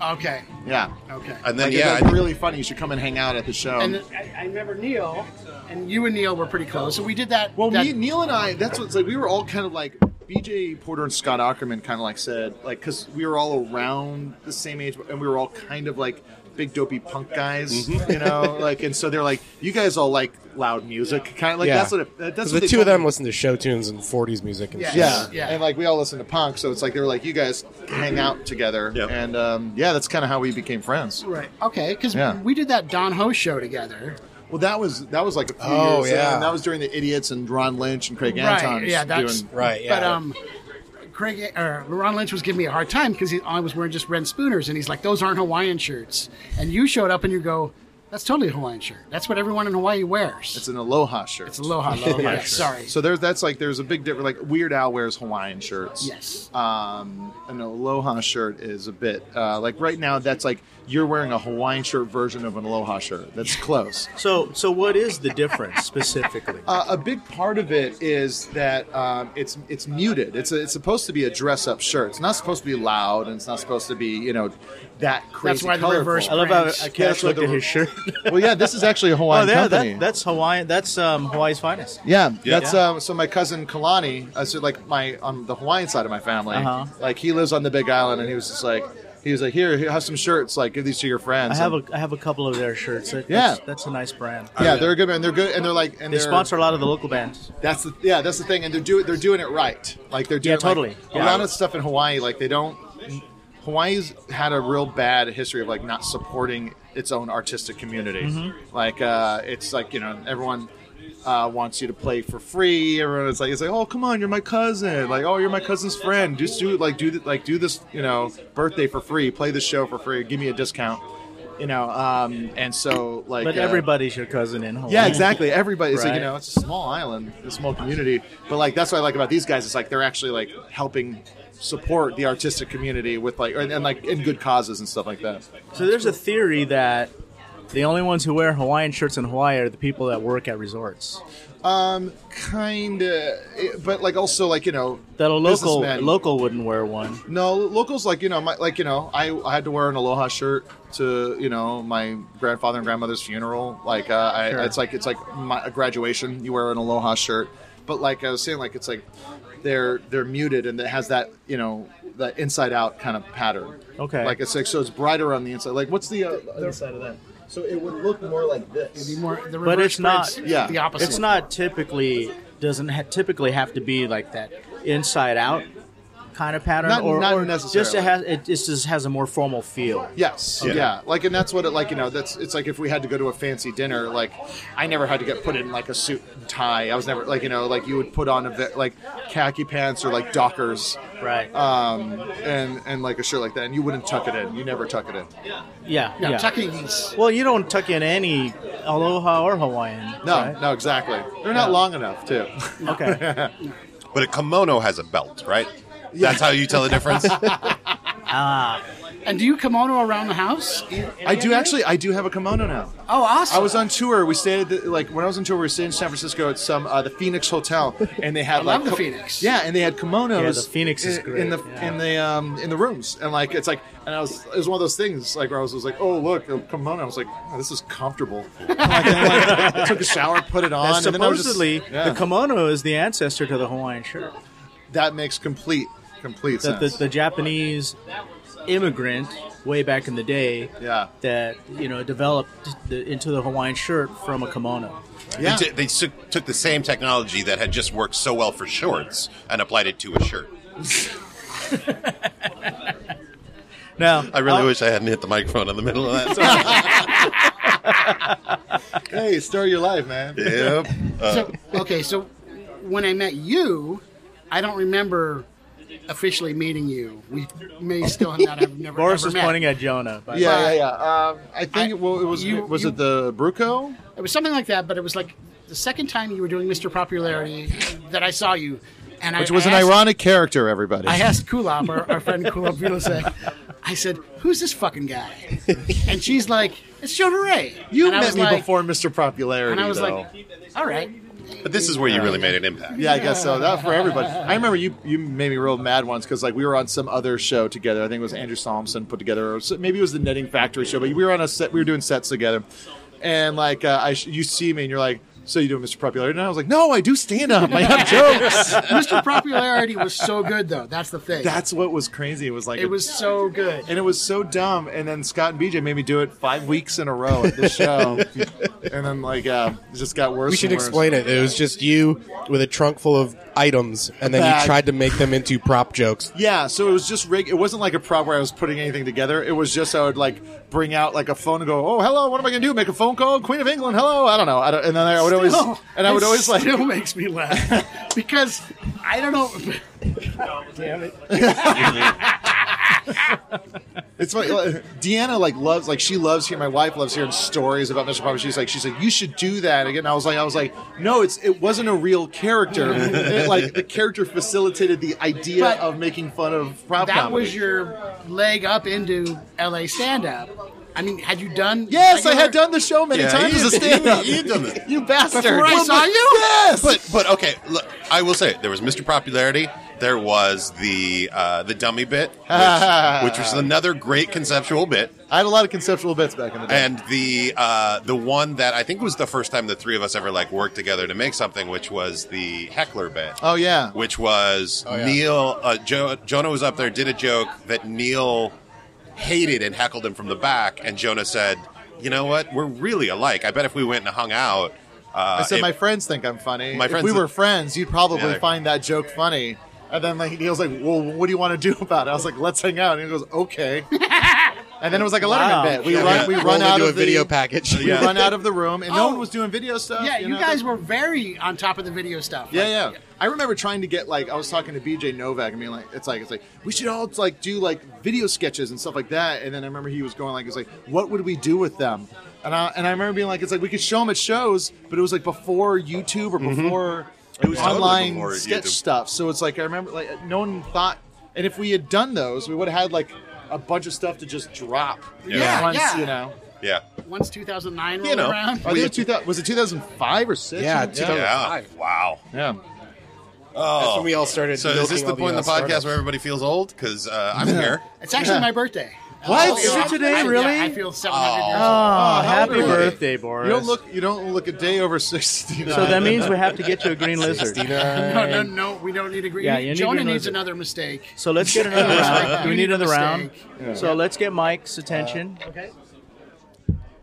Speaker 7: Okay.
Speaker 6: Yeah.
Speaker 7: Okay.
Speaker 4: And then
Speaker 6: Like,
Speaker 4: yeah,
Speaker 6: it's
Speaker 4: I-
Speaker 6: like, really funny. You should come and hang out at the show.
Speaker 7: and I, I remember Neil, and you and Neil were pretty close. So we did that.
Speaker 6: Well,
Speaker 7: that,
Speaker 6: me, Neil and I, that's what's like. We were all kind of like BJ Porter and Scott Ackerman, kind of like said, like, because we were all around the same age, and we were all kind of like big dopey punk guys,
Speaker 8: Mm-hmm.
Speaker 6: you know, like, and so they're like, you guys all like loud music, kind of like that's what it, that's
Speaker 8: 'Cause
Speaker 6: what they
Speaker 8: the two of
Speaker 6: told
Speaker 8: them
Speaker 6: me.
Speaker 8: listen to show tunes and 40s music and
Speaker 7: Yeah.
Speaker 8: shit.
Speaker 6: Yeah.
Speaker 7: Yeah.
Speaker 6: and like we all listen to punk, so it's like they were like, you guys hang out together,
Speaker 4: Yep.
Speaker 6: and um, yeah, that's kind of how we became friends.
Speaker 7: Right. Okay. Because
Speaker 6: Yeah.
Speaker 7: we did that Don Ho show together.
Speaker 6: Well, that was that was like a few
Speaker 8: Oh,
Speaker 6: years,
Speaker 8: yeah.
Speaker 6: and that was during the Idiots and Ron Lynch and Craig
Speaker 7: Right,
Speaker 6: Anton.
Speaker 7: yeah, that's-
Speaker 6: doing,
Speaker 8: Right, yeah.
Speaker 7: But um, Craig or Ron Lynch was giving me a hard time because I was wearing just red spooners, and he's like, "Those aren't Hawaiian shirts." And you showed up, and you go, "That's totally a Hawaiian shirt. That's what everyone in Hawaii wears."
Speaker 6: it's an Aloha shirt.
Speaker 7: It's aloha, aloha. yeah, sorry.
Speaker 6: So there's that's like there's a big difference. Like Weird Al wears Hawaiian shirts.
Speaker 7: yes.
Speaker 3: uh,
Speaker 6: Um, an Aloha shirt is a bit uh, like right now. That's like you're wearing a Hawaiian shirt version of an Aloha shirt. That's close.
Speaker 3: So, so what is the difference specifically?
Speaker 6: Uh, a big part of it is that um, it's it's muted. It's a, it's supposed to be a dress up shirt. It's not supposed to be loud, and it's not supposed to be you know that crazy.
Speaker 7: why the
Speaker 6: colorful.
Speaker 7: reverse-
Speaker 3: I love how
Speaker 7: Prince.
Speaker 3: I
Speaker 6: Yeah,
Speaker 3: can't
Speaker 6: that's what
Speaker 3: look
Speaker 6: the-
Speaker 3: at his shirt.
Speaker 6: well, yeah, this is actually a
Speaker 3: oh,
Speaker 6: Hawaiian
Speaker 3: yeah,
Speaker 6: company.
Speaker 3: that, that's Hawaiian. That's um, Hawaii's finest.
Speaker 6: Yeah,
Speaker 4: Yeah.
Speaker 6: that's um. So my cousin Kalani, uh, so like my on the Hawaiian side of my family,
Speaker 3: Uh-huh.
Speaker 6: like he lives on the Big Island, and he was just like, he was like, here, here, have some shirts, like give these to your friends.
Speaker 3: I have a
Speaker 6: And-
Speaker 3: I have a couple of their shirts. That,
Speaker 6: Yeah.
Speaker 3: that's, that's a nice brand.
Speaker 6: yeah, they're good man. They're good, and they're like, and
Speaker 3: They
Speaker 6: are
Speaker 3: sponsor a lot of the local bands.
Speaker 6: That's the yeah, that's the thing, and they're doing they're doing it right. Like they're doing
Speaker 3: Yeah, totally.
Speaker 6: like,
Speaker 3: Yeah.
Speaker 6: a lot of stuff in Hawaii. Like they don't. Hawaii's had a real bad history of like not supporting its own artistic community.
Speaker 3: Mm-hmm.
Speaker 6: Like uh, it's like you know everyone. Uh, wants you to play for free. Everyone is like, it's like, oh come on, you're my cousin. Like, oh, you're my cousin's friend. Just do like do th- like do this, you know, birthday for free. Play the show for free. Give me a discount, you know. Um, and so like,
Speaker 3: But
Speaker 6: uh,
Speaker 3: everybody's your cousin in Hawaii.
Speaker 6: yeah, exactly. Everybody, it's like
Speaker 3: Right.
Speaker 6: you know, it's a small island, a small community. But like that's what I like about these guys. It's like they're actually like helping support the artistic community with like and, and like in good causes and stuff like that.
Speaker 3: So there's a theory that the only ones who wear Hawaiian shirts in Hawaii are the people that work at resorts.
Speaker 6: Um, kind of, but like also like you know
Speaker 3: That a local
Speaker 6: businessmen-
Speaker 3: local wouldn't wear one.
Speaker 6: No, locals like you know, my, like you know, I, I had to wear an aloha shirt to you know my grandfather and grandmother's funeral. Like uh, I, it's like it's like my a graduation. You wear an aloha shirt, but like I was saying, like it's like they're they're muted and it has that you know that inside out kind of pattern.
Speaker 3: Okay.
Speaker 6: like it's like so it's brighter on the inside. Like what's the, uh, inside of that?
Speaker 9: So it would look more like this.
Speaker 7: More- the
Speaker 3: But
Speaker 7: reverse
Speaker 3: it's not-
Speaker 7: Prince,
Speaker 6: yeah,
Speaker 7: The opposite.
Speaker 3: It's not typically doesn't ha- typically have to be like that inside out kind of pattern,
Speaker 6: Not-
Speaker 3: or,
Speaker 6: not
Speaker 3: or just it
Speaker 6: necessarily.
Speaker 3: has it just just has a more formal feel.
Speaker 6: Yes.
Speaker 4: Okay.
Speaker 6: Yeah. Like, and that's what it like. You know, that's it's like if we had to go to a fancy dinner. Like, I never had to get put in like a suit and tie. I was never like you know like you would put on a ve- like khaki pants or like Dockers
Speaker 3: Right.
Speaker 6: um, and and like a shirt like that, and you wouldn't tuck it in. You never tuck it in.
Speaker 3: yeah.
Speaker 7: No,
Speaker 3: yeah.
Speaker 6: E.
Speaker 7: tucking is
Speaker 3: well, you don't tuck in any aloha or Hawaiian.
Speaker 6: No,
Speaker 3: right?
Speaker 6: no, exactly. They're not long enough too.
Speaker 3: Okay.
Speaker 4: but a kimono has a belt, right? That's how you tell the difference.
Speaker 7: And do you kimono around the house?
Speaker 6: I do actually. I do have a kimono now.
Speaker 7: Oh, awesome.
Speaker 6: I was on tour. We stayed at the, like when I was on tour. We were staying in San Francisco at some uh, the Phoenix Hotel, and they had
Speaker 7: I
Speaker 6: like
Speaker 7: love the
Speaker 6: ki-
Speaker 7: Phoenix.
Speaker 6: Yeah, and they had kimonos.
Speaker 3: Yeah, the Phoenix is
Speaker 6: in,
Speaker 3: great,
Speaker 6: in the
Speaker 3: yeah.
Speaker 6: in the um, in the rooms, and like it's like, and I was it was one of those things like where I was, was like, oh look, a kimono. I was like, oh, this is comfortable. like, I, like, took a shower, put it on,
Speaker 3: And
Speaker 6: and then I was just-
Speaker 3: supposedly,
Speaker 6: yeah.
Speaker 3: the kimono is the ancestor to the Hawaiian shirt.
Speaker 6: that makes complete complete
Speaker 3: That the,
Speaker 6: sense.
Speaker 3: the Japanese immigrant way back in the day,
Speaker 6: Yeah.
Speaker 3: that you know developed the, into the Hawaiian shirt from a kimono.
Speaker 6: yeah.
Speaker 4: They, t- they took, took the same technology that had just worked so well for shorts and applied it to a shirt.
Speaker 3: Now,
Speaker 4: I really
Speaker 3: I'll-
Speaker 4: wish I hadn't hit the microphone in the middle of that.
Speaker 6: hey, story of your life, man.
Speaker 4: yep.
Speaker 7: So, okay, so when I met you, I don't remember officially meeting you. We may still have not have never.
Speaker 3: Boris
Speaker 7: ever
Speaker 3: is
Speaker 7: met.
Speaker 3: pointing at Jonah. But
Speaker 6: Yeah, yeah, yeah. Um, I think
Speaker 7: I-
Speaker 6: it, well, it was
Speaker 7: you-
Speaker 6: was
Speaker 7: you-
Speaker 6: it the Bruco?
Speaker 7: It was something like that, but it was like the second time you were doing Mr. Popularity that I saw you, and I
Speaker 6: Which was an
Speaker 7: asked-
Speaker 6: ironic character, everybody.
Speaker 7: I asked Kulop, our, our friend Kulop Vilase, I said, "Who's this fucking guy?" And she's like, "It's Jonah Ray."
Speaker 6: You
Speaker 7: And I
Speaker 6: met
Speaker 7: was
Speaker 6: me
Speaker 7: like-
Speaker 6: before Mr. Popularity,
Speaker 7: and I was
Speaker 6: though.
Speaker 7: like, "All right."
Speaker 4: But this is where you really made an impact.
Speaker 6: Yeah, I guess so. That for everybody. I remember you you made me real mad once because like we were on some other show together. I think it was Andrew Solomson put together, or so- maybe it was the Netting Factory show. But we were on a set. We were doing sets together, and like uh, I, sh- you see me and you're like. So you doing Mr. Popularity? And I was like, no, I do stand up. I have jokes.
Speaker 7: Mr. Popularity was so good, though. That's the thing.
Speaker 6: That's what was crazy. It was like
Speaker 7: it was so good.
Speaker 6: and it was so dumb. And then Scott and BJ made me do it five weeks in a row at this show, and then like uh, it just got worse.
Speaker 8: We should
Speaker 6: and worse.
Speaker 8: explain it. It was just you with a trunk full of items, and then
Speaker 6: Bag.
Speaker 8: you tried to make them into prop jokes.
Speaker 6: Yeah, so it was just rig. It wasn't like a prop where I was putting anything together. It was just I would like bring out like a phone and go, "Oh, hello, what am I going to do? Make a phone call, Queen of England, hello." I don't know. I don't, and then I would always and I would
Speaker 7: It
Speaker 6: always like
Speaker 7: still makes me laugh because I don't know.
Speaker 6: it's funny. like, Deanna like loves like she loves hearing my wife loves hearing stories about Mr. Popper. She's like she's like you should do that again. And I was like I was like no, it's it wasn't a real character. It, like the character facilitated the idea
Speaker 7: But
Speaker 6: of making fun of prop
Speaker 7: that
Speaker 6: comedy.
Speaker 7: was your leg up into LA stand up. I mean, had you done?
Speaker 6: Yes, I
Speaker 7: regular-
Speaker 6: had done the show many
Speaker 4: Yeah,
Speaker 6: times
Speaker 4: you-
Speaker 6: as a stand-up.
Speaker 4: you- you've done it.
Speaker 6: You bastard.
Speaker 7: Before I
Speaker 6: Well,
Speaker 7: saw
Speaker 6: but-
Speaker 7: you?
Speaker 6: Yes.
Speaker 4: But but okay, look, I will say there was Mr. Popularity. There was the uh, the dummy bit, which, which was another great conceptual bit,
Speaker 6: I had a lot of conceptual bits back in the day.
Speaker 4: and the uh, the one that I think was the first time the three of us ever like worked together to make something, which was the heckler bit.
Speaker 6: oh yeah. Oh,
Speaker 4: which was Neil. Uh, jo- Jonah was up there, did a joke that Neil hated and heckled him from the back, and Jonah said, "You know what? We're really alike. I bet if we went and hung out." Uh,
Speaker 6: I said
Speaker 4: it-
Speaker 6: my friends think I'm funny.
Speaker 4: My
Speaker 6: if
Speaker 4: friends
Speaker 6: we
Speaker 4: th-
Speaker 6: were friends, you'd probably
Speaker 4: Yeah.
Speaker 6: find that joke funny. And then like Neil's like, "Well, what do you want to do about it?" I was like, "Let's hang out." And he goes, "Okay." and then it was like a Letterman
Speaker 3: Wow.
Speaker 6: bit. We
Speaker 8: Yeah.
Speaker 6: run, we
Speaker 8: Rolled
Speaker 6: run out
Speaker 8: into
Speaker 6: of
Speaker 8: a video
Speaker 6: the,
Speaker 8: package.
Speaker 6: We run out of the room, and no
Speaker 7: Oh.
Speaker 6: one was doing video stuff.
Speaker 7: Yeah, you
Speaker 6: know?
Speaker 7: guys were very on top of the video stuff.
Speaker 6: Yeah,
Speaker 7: Like,
Speaker 6: yeah. I remember trying to get like I was talking to BJ Novak and being like, it's like it's like we should all like do like video sketches and stuff like that. And then I remember he was going like, it's like what would we do with them? And I and I remember being like, it's like we could show them at shows, but it was like before YouTube or before Mm-hmm. it was
Speaker 4: totally
Speaker 6: online
Speaker 4: before
Speaker 6: sketch
Speaker 4: YouTube.
Speaker 6: stuff. So it's like I remember like no one thought, and if we had done those, we would have had like a bunch of stuff to just drop.
Speaker 7: Yeah,
Speaker 6: once,
Speaker 7: yeah.
Speaker 6: you know.
Speaker 4: yeah,
Speaker 7: Once 2009 rolled
Speaker 4: You know.
Speaker 7: around,
Speaker 6: I think it was 2000 was it 2005 or six?
Speaker 8: Yeah,
Speaker 4: yeah. Wow.
Speaker 6: yeah.
Speaker 4: Oh.
Speaker 8: That's when we all started.
Speaker 4: so is this
Speaker 8: milking
Speaker 4: the
Speaker 8: all
Speaker 4: point in the
Speaker 8: uh,
Speaker 4: podcast where everybody feels old? Because uh, I'm here.
Speaker 7: it's actually my birthday.
Speaker 6: What?
Speaker 7: I feel-
Speaker 6: Is it
Speaker 3: today,
Speaker 7: I- yeah,
Speaker 3: really?
Speaker 7: I feel 700 years
Speaker 3: Oh,
Speaker 7: old.
Speaker 3: happy
Speaker 6: old are you?
Speaker 3: birthday, Boris.
Speaker 6: You don't look. You don't look a day over sixty.
Speaker 3: so that means we have to get you a green lizard.
Speaker 8: 69.
Speaker 7: No, no, no. We don't need a green.
Speaker 3: Yeah, you need
Speaker 7: Jonah
Speaker 3: green
Speaker 7: needs
Speaker 3: lizard.
Speaker 7: another mistake.
Speaker 3: So let's get another round.
Speaker 7: You
Speaker 3: We
Speaker 7: need
Speaker 3: need another
Speaker 7: a
Speaker 3: round.
Speaker 7: mistake.
Speaker 3: So let's get Mike's attention,
Speaker 7: Uh, Okay.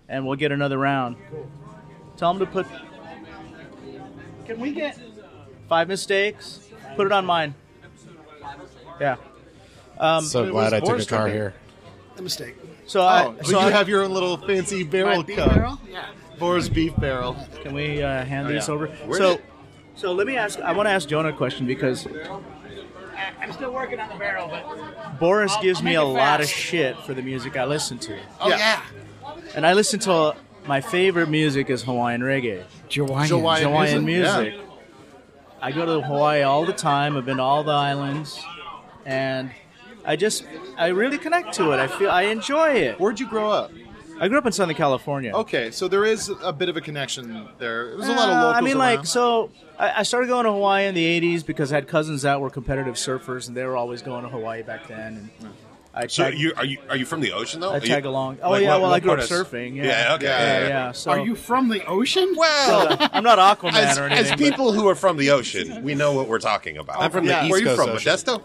Speaker 3: and we'll get another round. Tell him to put
Speaker 7: Can we get?
Speaker 3: five mistakes. Put it on mine. Yeah.
Speaker 6: it
Speaker 8: so
Speaker 6: was
Speaker 8: glad I took
Speaker 6: Boris
Speaker 8: a car
Speaker 6: Becker.
Speaker 8: here.
Speaker 7: A mistake.
Speaker 3: So
Speaker 6: Oh,
Speaker 3: I,
Speaker 6: but
Speaker 3: so
Speaker 6: you
Speaker 3: I,
Speaker 6: have your own little fancy
Speaker 7: My
Speaker 6: barrel
Speaker 7: beef
Speaker 6: cup.
Speaker 7: barrel? Yeah.
Speaker 6: Boar's beef barrel.
Speaker 3: Can we uh, hand these
Speaker 6: yeah.
Speaker 3: over?
Speaker 4: Where
Speaker 3: so,
Speaker 4: did-
Speaker 3: so let me ask. I want to ask Jonah a question because
Speaker 7: I- I'm still working on the barrel, but
Speaker 3: Boris
Speaker 7: I'll-
Speaker 3: gives
Speaker 7: I'll
Speaker 3: me
Speaker 7: make
Speaker 3: a
Speaker 7: it
Speaker 3: lot of
Speaker 7: fast.
Speaker 3: shit for the music I listen to,
Speaker 7: oh
Speaker 6: Yeah.
Speaker 7: yeah.
Speaker 3: and I listen to uh, my favorite music is Hawaiian reggae,
Speaker 7: Jawaian.
Speaker 6: Hawaiian
Speaker 3: Hawaiian
Speaker 6: music,
Speaker 3: music. I go to Hawaii all the time. I've been to all the islands, and I just I really connect to it. I feel I enjoy it.
Speaker 6: Where'd you grow up?
Speaker 3: I grew up in Southern California.
Speaker 6: Okay, so there is a bit of a connection there. There's a lot of
Speaker 3: Uh,
Speaker 6: locals.
Speaker 3: I mean,
Speaker 6: around.
Speaker 3: like, so I, I started going to Hawaii in the '80s because I had cousins that were competitive surfers, and they were always going to Hawaii back then. And I
Speaker 4: So
Speaker 3: tagged-
Speaker 4: you are you are you from the ocean though?
Speaker 3: I
Speaker 4: Are you-
Speaker 3: tag along. Oh
Speaker 4: like,
Speaker 3: yeah,
Speaker 4: what-
Speaker 3: well
Speaker 4: what
Speaker 3: I grew up
Speaker 4: part is-
Speaker 3: surfing. Yeah,
Speaker 4: Yeah, okay, yeah,
Speaker 3: yeah.
Speaker 4: yeah.
Speaker 3: So
Speaker 7: Are you from the ocean?
Speaker 4: Well,
Speaker 3: I'm not Aquaman
Speaker 4: as,
Speaker 3: or
Speaker 4: as
Speaker 3: anything. but-
Speaker 4: people who are from the ocean, we know what we're talking about.
Speaker 8: I'm from the East
Speaker 4: Where are you
Speaker 8: Coast
Speaker 4: from,
Speaker 8: ocean.
Speaker 4: Modesto?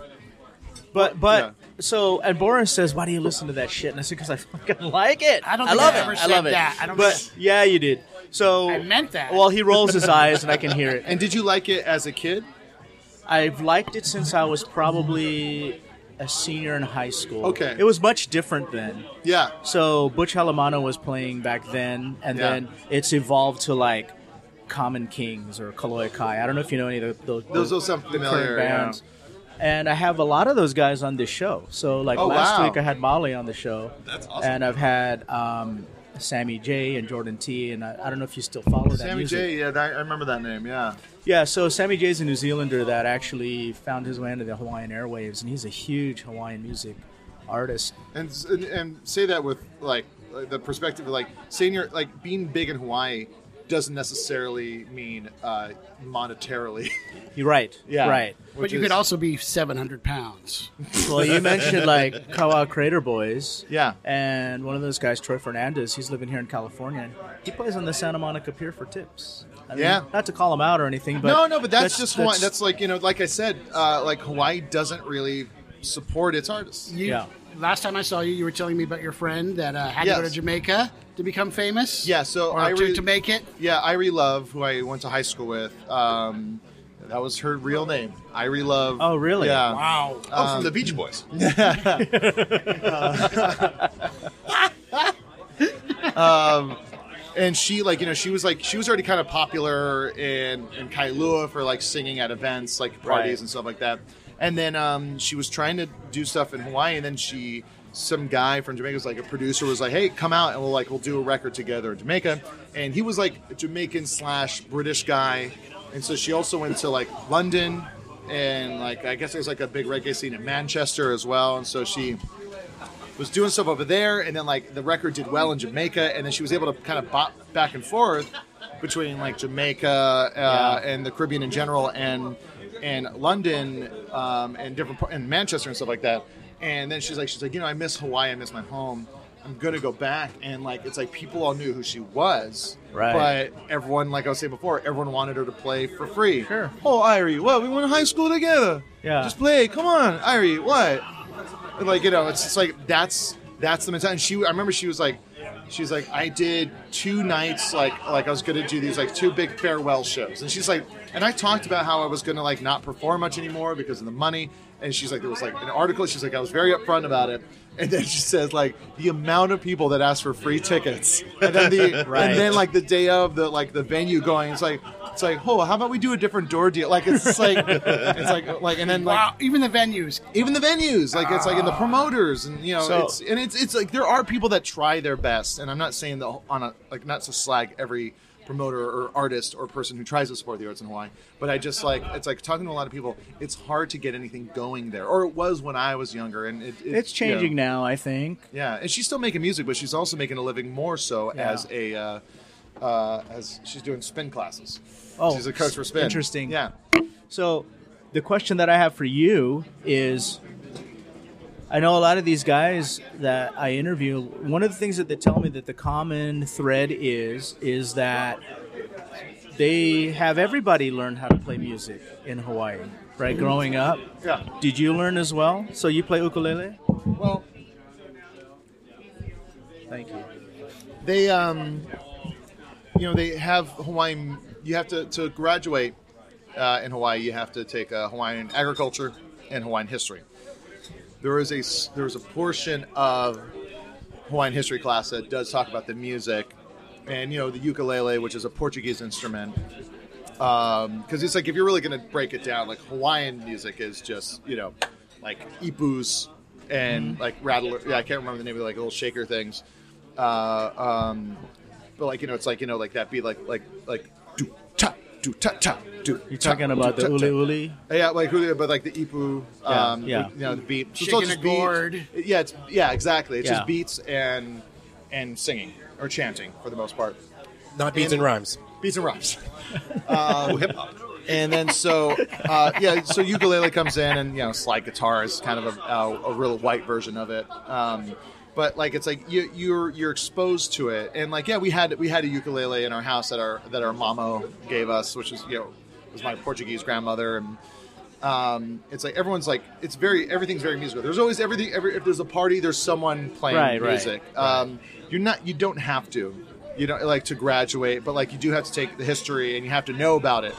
Speaker 3: but but
Speaker 6: Yeah.
Speaker 3: so and Boris says, "Why do you listen to that shit?" And I said, "Because I fucking like it.
Speaker 7: I don't
Speaker 3: I
Speaker 7: think
Speaker 3: love
Speaker 7: I
Speaker 3: it.
Speaker 7: ever
Speaker 3: I
Speaker 7: said
Speaker 3: love it.
Speaker 7: that. I don't
Speaker 3: but
Speaker 7: think-
Speaker 3: yeah, you did. So
Speaker 7: I meant that.
Speaker 3: Well, he rolls his eyes, and I can hear it.
Speaker 6: and did you like it as a kid?
Speaker 3: I've liked it since I was probably a senior in high school.
Speaker 6: Okay.
Speaker 3: It was much different then.
Speaker 6: Yeah.
Speaker 3: So Butch Halamano was playing back then, and
Speaker 6: Yeah.
Speaker 3: then it's evolved to like Common Kings or Kaloi Kai. I don't know if you know any of those.
Speaker 6: Those
Speaker 3: the-
Speaker 6: will sound
Speaker 3: the current
Speaker 6: familiar, yeah.
Speaker 3: bands. And I have a lot of those guys on this show. So like
Speaker 6: Oh,
Speaker 3: last
Speaker 6: wow.
Speaker 3: week, I had Molly on the show.
Speaker 4: That's awesome.
Speaker 3: And I've had um, Sammy J and Jordan T. And I, I don't know if you still follow that
Speaker 6: Sammy
Speaker 3: music.
Speaker 6: J. Yeah, that, I remember that name. Yeah.
Speaker 3: Yeah, so Sammy J's a New Zealander that actually found his way into the Hawaiian airwaves, and he's a huge Hawaiian music artist.
Speaker 6: and, s- and and say that with like like, the perspective of like saying you're like being big in Hawaii doesn't necessarily mean uh, monetarily.
Speaker 3: You're right. Right.
Speaker 7: but you could also be 700 pounds.
Speaker 3: Well, you mentioned like Kawa Crater Boys.
Speaker 6: Yeah.
Speaker 3: And one of those guys, Troy Fernandez, he's living here in California. And he plays on the Santa Monica Pier for tips. I mean,
Speaker 6: Yeah.
Speaker 3: Not to call him out or anything, but
Speaker 6: no, no, but that's, just Hawaii. That's like you know, like I said, uh, like Hawaii doesn't really support its artists.
Speaker 7: You,
Speaker 3: Yeah.
Speaker 7: Last time I saw you, you were telling me about your friend that uh, had to go
Speaker 6: Yes.
Speaker 7: to Jamaica to become famous.
Speaker 6: Yeah, so
Speaker 7: or
Speaker 6: I
Speaker 7: to,
Speaker 6: re-
Speaker 7: to make it.
Speaker 6: Yeah, Irie Love, who I went to high school with, um, that was her real name, Irie Love.
Speaker 3: Oh, really?
Speaker 6: Yeah. Um,
Speaker 7: Wow.
Speaker 4: Oh, from the Beach Boys.
Speaker 6: and she like you know she was like she was already kind of popular in in Kailua for like singing at events like parties
Speaker 3: Right.
Speaker 6: and stuff like that and then um, she was trying to do stuff in Hawaii and then she some guy from Jamaica was like a producer was like hey come out and we'll like we'll do a record together in Jamaica and he was like a Jamaican slash British guy and so she also went to like London and like I guess there's like a big reggae scene in Manchester as well and so she was doing stuff over there, and then like the record did well in Jamaica, and then she was able to kind of bop back and forth between like Jamaica uh, and the Caribbean in general, and and London um, and different par- and Manchester and stuff like that. And then she's like, she's like, you know, I miss Hawaii, I miss my home. I'm gonna go back, and like it's like people all knew who she was,
Speaker 3: Right.
Speaker 6: But but everyone, like I was saying before, everyone wanted her to play for free. Sure. Oh, Irie, what? We went to high school together.
Speaker 3: Yeah.
Speaker 6: Just play. Come on, Irie, what? And, like you know, it's just like that's that's the mentality. And she, I remember she was like, she was like, I did two nights, like like I was gonna do these like two big farewell shows, and she's like, and I talked about how I was gonna like not perform much anymore because of the money, and she's like, there was like an article. She's like, I was very upfront about it. And then she says, like, the amount of people that asked for free tickets. And then the
Speaker 3: Right.
Speaker 6: and then like the day of the like the venue going, it's like it's like, oh, how about we do a different door deal? Like it's like it's like like and then like
Speaker 7: Wow. Even the venues.
Speaker 6: even the venues, like it's like in the promoters, and you know,
Speaker 3: Ah. So-
Speaker 6: it's and it's it's like there are people that try their best, and I'm not saying that on a like not to slag every promoter or artist or person who tries to support the arts in Hawaii, but I just like it's like talking to a lot of people, it's hard to get anything going there, or it was when I was younger, and it, it-
Speaker 3: It's changing
Speaker 6: yeah.
Speaker 3: now, I think.
Speaker 6: Yeah, and she's still making music, but she's also making a living more so
Speaker 3: Yeah.
Speaker 6: as a uh, uh, as she's doing spin classes.
Speaker 3: Oh,
Speaker 6: she's a coach for spin.
Speaker 3: interesting.
Speaker 6: Yeah.
Speaker 3: So, the question that I have for you is I know a lot of these guys that I interview, one of the things that they tell me that the common thread is is that they have everybody learn how to play music in Hawaii, right? Growing up.
Speaker 6: Yeah.
Speaker 3: Did you learn as well? So you play ukulele?
Speaker 6: Well,
Speaker 3: Thank you.
Speaker 6: they um you know they have hawaiian you have to to graduate uh, in hawaii you have to take uh, hawaiian agriculture and hawaiian history there is a s- there is a portion of hawaiian history class that does talk about the music and you know the ukulele which is a portuguese instrument because it's like if you're really going to break it down, like Hawaiian music is just you know, like ipus and
Speaker 3: Mm-hmm.
Speaker 6: like rattler. Yeah, I can't remember the name of the, like little shaker things. Uh, um, but like you know, it's like you know, like that beat, like like like do ta do ta ta do.
Speaker 3: You're talking about the uli uli?
Speaker 6: Yeah, like who- but like the ipu. Um,
Speaker 3: Yeah, yeah.
Speaker 6: You know the beat. So
Speaker 7: Shaking a
Speaker 6: beats.
Speaker 7: gourd.
Speaker 6: Yeah, it's yeah, exactly. It's
Speaker 3: Yeah.
Speaker 6: just beats and and singing or chanting for the most part.
Speaker 8: Not beats and rhymes.
Speaker 6: Beats and rhymes. uh,
Speaker 4: Oh, hip hop.
Speaker 6: and then so uh, yeah, so ukulele comes in, and you know, slide guitar is kind of a, uh, a, a real white version of it. Um, but like it's like you, you're you're exposed to it, and like yeah, we had we had a ukulele in our house that our that our mamo gave us, which is you know was my Portuguese grandmother, and um, it's like everyone's like it's very everything's very musical. There's always everything. Every, if there's a party, there's someone playing
Speaker 3: Right, right,
Speaker 6: music. Um, you're not you don't have to you don't like to graduate, but like you do have to take the history and you have to know about it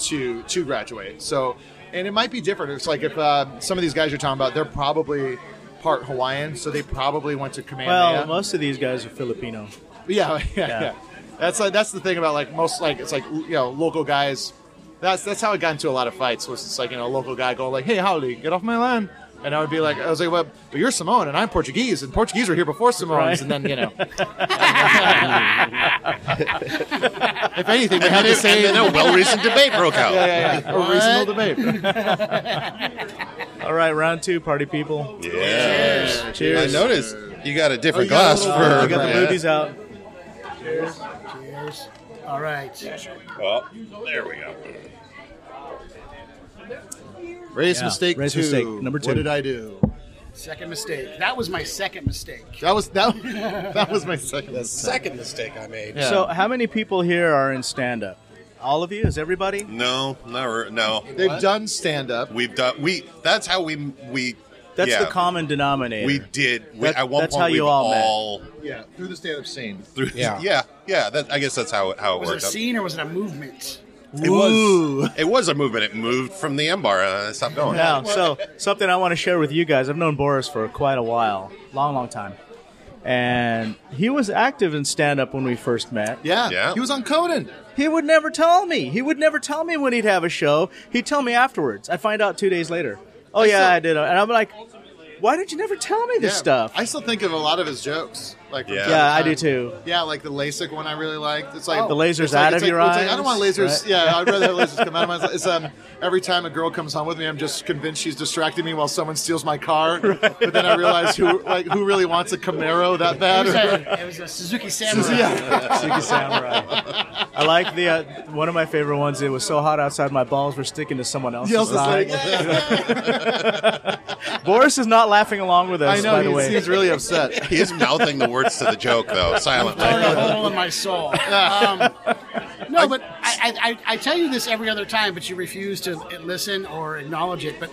Speaker 6: to to graduate. So and it might be different. It's like if uh, some of these guys you're talking about, they're probably part Hawaiian, so they probably went to command.
Speaker 3: Well,
Speaker 6: Maya.
Speaker 3: most of these guys are Filipino.
Speaker 6: Yeah, yeah,
Speaker 3: Yeah.
Speaker 6: yeah. That's like, that's the thing about like most like it's like you know local guys. That's that's how I got into a lot of fights was it's like you know a local guy going like, "Hey, howdy, get off my land," and I would be like, "I was like, well, but you're Samoan and I'm Portuguese, and Portuguese were here before Samoans,
Speaker 3: Right.
Speaker 6: and then you know." if anything, they had the
Speaker 4: And
Speaker 6: same
Speaker 4: then a well reasoned debate broke out.
Speaker 6: yeah, yeah, yeah. a reasonable debate.
Speaker 3: All right, round two, party people.
Speaker 4: Yeah. I
Speaker 3: Cheers.
Speaker 4: noticed you got a different
Speaker 6: Oh, you got a
Speaker 4: glass
Speaker 6: little-
Speaker 4: for.
Speaker 3: I got the
Speaker 4: Yeah.
Speaker 3: boobies out.
Speaker 7: Cheers. All right.
Speaker 4: Oh, there we go.
Speaker 6: Race
Speaker 3: Yeah,
Speaker 6: mistake
Speaker 3: race
Speaker 6: two.
Speaker 3: mistake number two.
Speaker 6: What did I do?
Speaker 7: Second mistake. That was my second mistake.
Speaker 6: That was that. that was my second.
Speaker 8: The second mistake I made.
Speaker 6: Yeah.
Speaker 3: So, how many people here are in stand up? All of you? Is everybody?
Speaker 4: No, not re- no.
Speaker 6: They've done stand up.
Speaker 4: We've done we. That's how we we.
Speaker 3: That's
Speaker 4: yeah,
Speaker 3: the common denominator.
Speaker 4: We did. We,
Speaker 3: That-
Speaker 4: at one
Speaker 3: that's
Speaker 4: point,
Speaker 3: how you
Speaker 4: we've
Speaker 3: all met.
Speaker 4: all
Speaker 6: Yeah, through the stand up scene.
Speaker 4: through.
Speaker 8: Yeah.
Speaker 4: Yeah, yeah. that, I guess that's how it, how it
Speaker 7: Was it a
Speaker 4: worked. out.
Speaker 7: scene or was it a movement?
Speaker 4: It was. It was a movement. It moved from the M bar and it stopped going.
Speaker 3: Now, so something I want to share with you guys. I've known Boris for quite a while, long, long time, and he was active in stand up when we first met.
Speaker 6: Yeah.
Speaker 4: Yeah.
Speaker 6: He was on Conan.
Speaker 3: He would never tell me. He would never tell me when he'd have a show. He'd tell me afterwards. I'd find out two days later. Oh yeah, I did. And I'm like, why did you never tell me this
Speaker 6: Yeah.
Speaker 3: stuff?
Speaker 6: I still think of a lot of his jokes. Like from
Speaker 4: Yeah.
Speaker 6: time
Speaker 3: yeah,
Speaker 6: to
Speaker 3: I do
Speaker 6: time.
Speaker 3: too.
Speaker 6: Yeah, like the LASIK one I really liked. It's like
Speaker 3: The lasers
Speaker 6: it's like-
Speaker 3: out
Speaker 6: it's
Speaker 3: of
Speaker 6: like-
Speaker 3: your
Speaker 6: it's like, I don't
Speaker 3: eyes,
Speaker 6: want lasers.
Speaker 3: right?
Speaker 6: Yeah, I'd rather have lasers come out of my eyes. It's um every time a girl comes home with me, I'm just convinced she's distracting me while someone steals my car. But then I realize who like who really wants a Camaro that
Speaker 7: It was
Speaker 6: bad.
Speaker 7: a, it was a Suzuki Samurai.
Speaker 3: Suki Samurai. I like the uh, one of my favorite ones. It was so hot outside, my balls were sticking to someone else's.
Speaker 6: He else is
Speaker 3: eye.
Speaker 6: like,
Speaker 3: Boris is not laughing along with us.
Speaker 6: I know
Speaker 3: by the
Speaker 6: he's,
Speaker 3: way,
Speaker 6: he's really upset.
Speaker 4: He is mouthing the words to the joke though silently.
Speaker 3: Oh,
Speaker 7: burn a hole in my soul. Um, no, but I, I, I, I tell you this every other time, but you refuse to listen or acknowledge it. But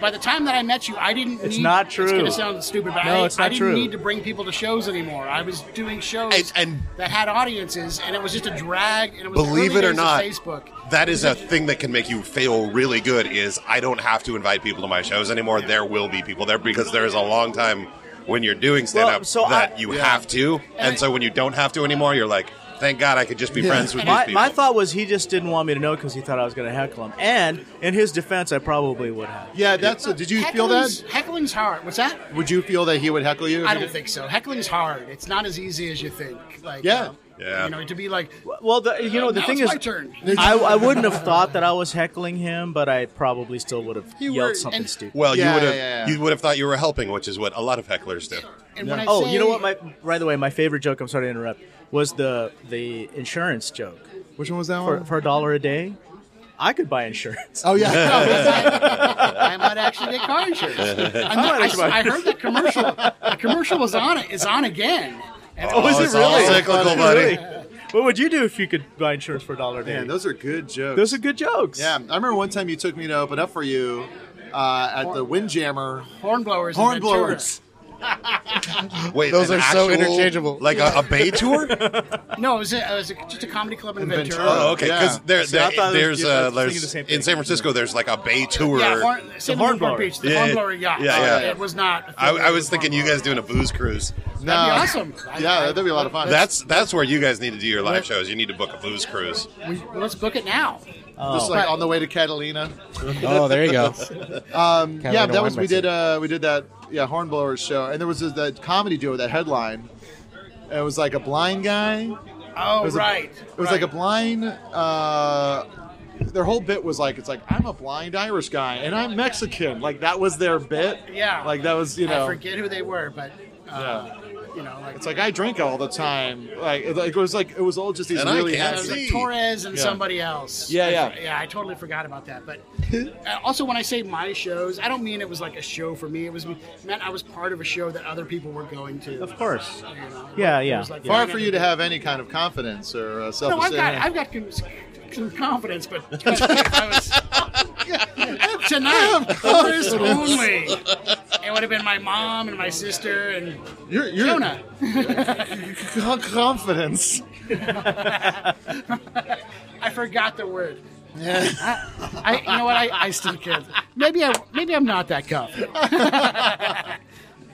Speaker 7: by the time that I met you, I didn't.
Speaker 3: It's
Speaker 7: need,
Speaker 3: not
Speaker 7: It's
Speaker 3: true.
Speaker 7: going to sound stupid, but
Speaker 3: No,
Speaker 7: I,
Speaker 3: it's not
Speaker 7: I didn't
Speaker 3: true.
Speaker 7: need to bring people to shows anymore. I was doing shows
Speaker 4: And- and-
Speaker 7: that had audiences, and it was just a drag. And it was
Speaker 4: Believe
Speaker 7: early
Speaker 4: it or
Speaker 7: days of
Speaker 4: not,
Speaker 7: Facebook.
Speaker 4: that is a thing that can make you feel really good. Is I don't have to invite people to my shows anymore. There will be people there because there is a long time when you're doing stand up
Speaker 3: Well, so
Speaker 4: that
Speaker 3: I-
Speaker 4: you
Speaker 3: yeah.
Speaker 4: have to, and so when you don't have to anymore, you're like, thank God I could just be friends with
Speaker 3: my,
Speaker 4: these people.
Speaker 3: my thought was he just didn't want me to know because he thought I was going to heckle him. And in his defense, I probably would have.
Speaker 6: Yeah, that's. uh, did you feel
Speaker 7: Heckling's-
Speaker 6: that?
Speaker 7: Heckling's hard. What's that?
Speaker 6: Would you feel that he would heckle you? if
Speaker 7: I
Speaker 6: you
Speaker 7: don't
Speaker 6: did-
Speaker 7: think so. Heckling's hard. It's not as easy as you think. Like,
Speaker 6: Yeah.
Speaker 7: um,
Speaker 4: Yeah.
Speaker 7: You know, to be like,
Speaker 3: Well, the, you know the
Speaker 7: now
Speaker 3: thing
Speaker 7: it's
Speaker 3: is,
Speaker 7: my turn.
Speaker 3: I, I wouldn't have thought that I was heckling him, but I probably still would have
Speaker 6: You
Speaker 3: yelled
Speaker 6: were-
Speaker 3: something
Speaker 7: and-
Speaker 3: stupid.
Speaker 4: well, you
Speaker 6: Yeah,
Speaker 4: would have
Speaker 6: yeah, yeah.
Speaker 4: you would have thought you were helping, which is what a lot of hecklers do.
Speaker 7: And when I
Speaker 3: Oh,
Speaker 7: say-
Speaker 3: you know what? My by the way, my favorite joke. I'm sorry to interrupt. Was the the insurance joke
Speaker 6: Which one was that
Speaker 3: for
Speaker 6: one?
Speaker 3: for a dollar a day? I could buy insurance.
Speaker 6: oh yeah.
Speaker 7: I might actually get car insurance. I, know-
Speaker 3: might
Speaker 7: I-
Speaker 3: actually buy-
Speaker 7: I heard that commercial. The commercial was on. It's on again. And
Speaker 4: Oh,
Speaker 3: is it
Speaker 4: it's all
Speaker 3: really?
Speaker 4: cyclical, buddy.
Speaker 3: What would you do if you could buy insurance for a dollar a day?
Speaker 6: Man, those are good jokes.
Speaker 3: Those are good jokes.
Speaker 6: Yeah, I remember one time you took me to open up for you uh, at the Windjammer
Speaker 7: hornblowers. in
Speaker 6: Hornblowers.
Speaker 4: Wait,
Speaker 8: Those
Speaker 4: an
Speaker 8: are so
Speaker 4: actual-
Speaker 8: interchangeable.
Speaker 4: Like a, a bay tour?
Speaker 6: Oh,
Speaker 7: Ventura. No, it was, a, it was a, just a comedy club in
Speaker 6: In
Speaker 7: Ventura.
Speaker 6: Ventura.
Speaker 4: Oh, okay. Because
Speaker 6: Yeah.
Speaker 4: there,
Speaker 3: See, I
Speaker 4: there-
Speaker 3: thought it was-
Speaker 4: there's,
Speaker 3: yeah, I
Speaker 4: uh,
Speaker 3: was thinking the
Speaker 4: there's
Speaker 3: same thing.
Speaker 4: in San Francisco. There's like a bay tour.
Speaker 7: Yeah, horn, the
Speaker 3: hornblower.
Speaker 7: hornblower beach. The
Speaker 4: Yeah, yeah.
Speaker 7: hornblower yacht.
Speaker 4: Yeah, yeah.
Speaker 7: It was not.
Speaker 4: I, I was thinking you guys doing a booze cruise.
Speaker 6: No.
Speaker 7: That'd be awesome. I-
Speaker 6: Yeah,
Speaker 7: I-
Speaker 6: that'd be a lot of fun.
Speaker 4: That's that's where you guys need to do your live shows. You need to book a booze cruise.
Speaker 7: We, let's book it now. Oh.
Speaker 6: just like on the way to Catalina.
Speaker 8: Oh, there you go. um,
Speaker 6: yeah, that was we did. Uh, we did that. Yeah, Hornblowers show, and there was this, that comedy duo that headline. And it was like a blind guy.
Speaker 7: Oh,
Speaker 6: It was a-
Speaker 7: right.
Speaker 6: it was like a blind. Uh, their whole bit was like it's like I'm a blind Irish guy and I'm Mexican. Like that was their bit.
Speaker 7: Yeah.
Speaker 6: Like that was you know.
Speaker 7: I forget who they were, but uh, you know, like
Speaker 6: It's like I drink all the time. Like it, like, it was like it was all just these
Speaker 4: And I
Speaker 6: really.
Speaker 4: can't
Speaker 7: It was
Speaker 6: happy-
Speaker 7: like
Speaker 4: See.
Speaker 7: Torres and
Speaker 6: Yeah.
Speaker 7: somebody else.
Speaker 6: Yeah,
Speaker 7: I-
Speaker 6: yeah.
Speaker 7: yeah. I totally forgot about that. But uh, also, when I say my shows, I don't mean it was like a show for me. It was meant I was part of a show that other people were going to.
Speaker 3: Of course.
Speaker 7: You know?
Speaker 3: Yeah,
Speaker 7: It
Speaker 3: yeah.
Speaker 7: was like-
Speaker 6: Hard for you to have any kind of confidence or uh,
Speaker 7: No, I've
Speaker 6: self-esteem.
Speaker 7: got I've got con- some confidence, but I was, tonight first only. It would have been my mom and my sister and
Speaker 6: You're, you're
Speaker 7: Jonah.
Speaker 6: Con- confidence.
Speaker 7: I forgot the word. I, I, you know what? I, I still can't. Maybe I, maybe I'm not that confident.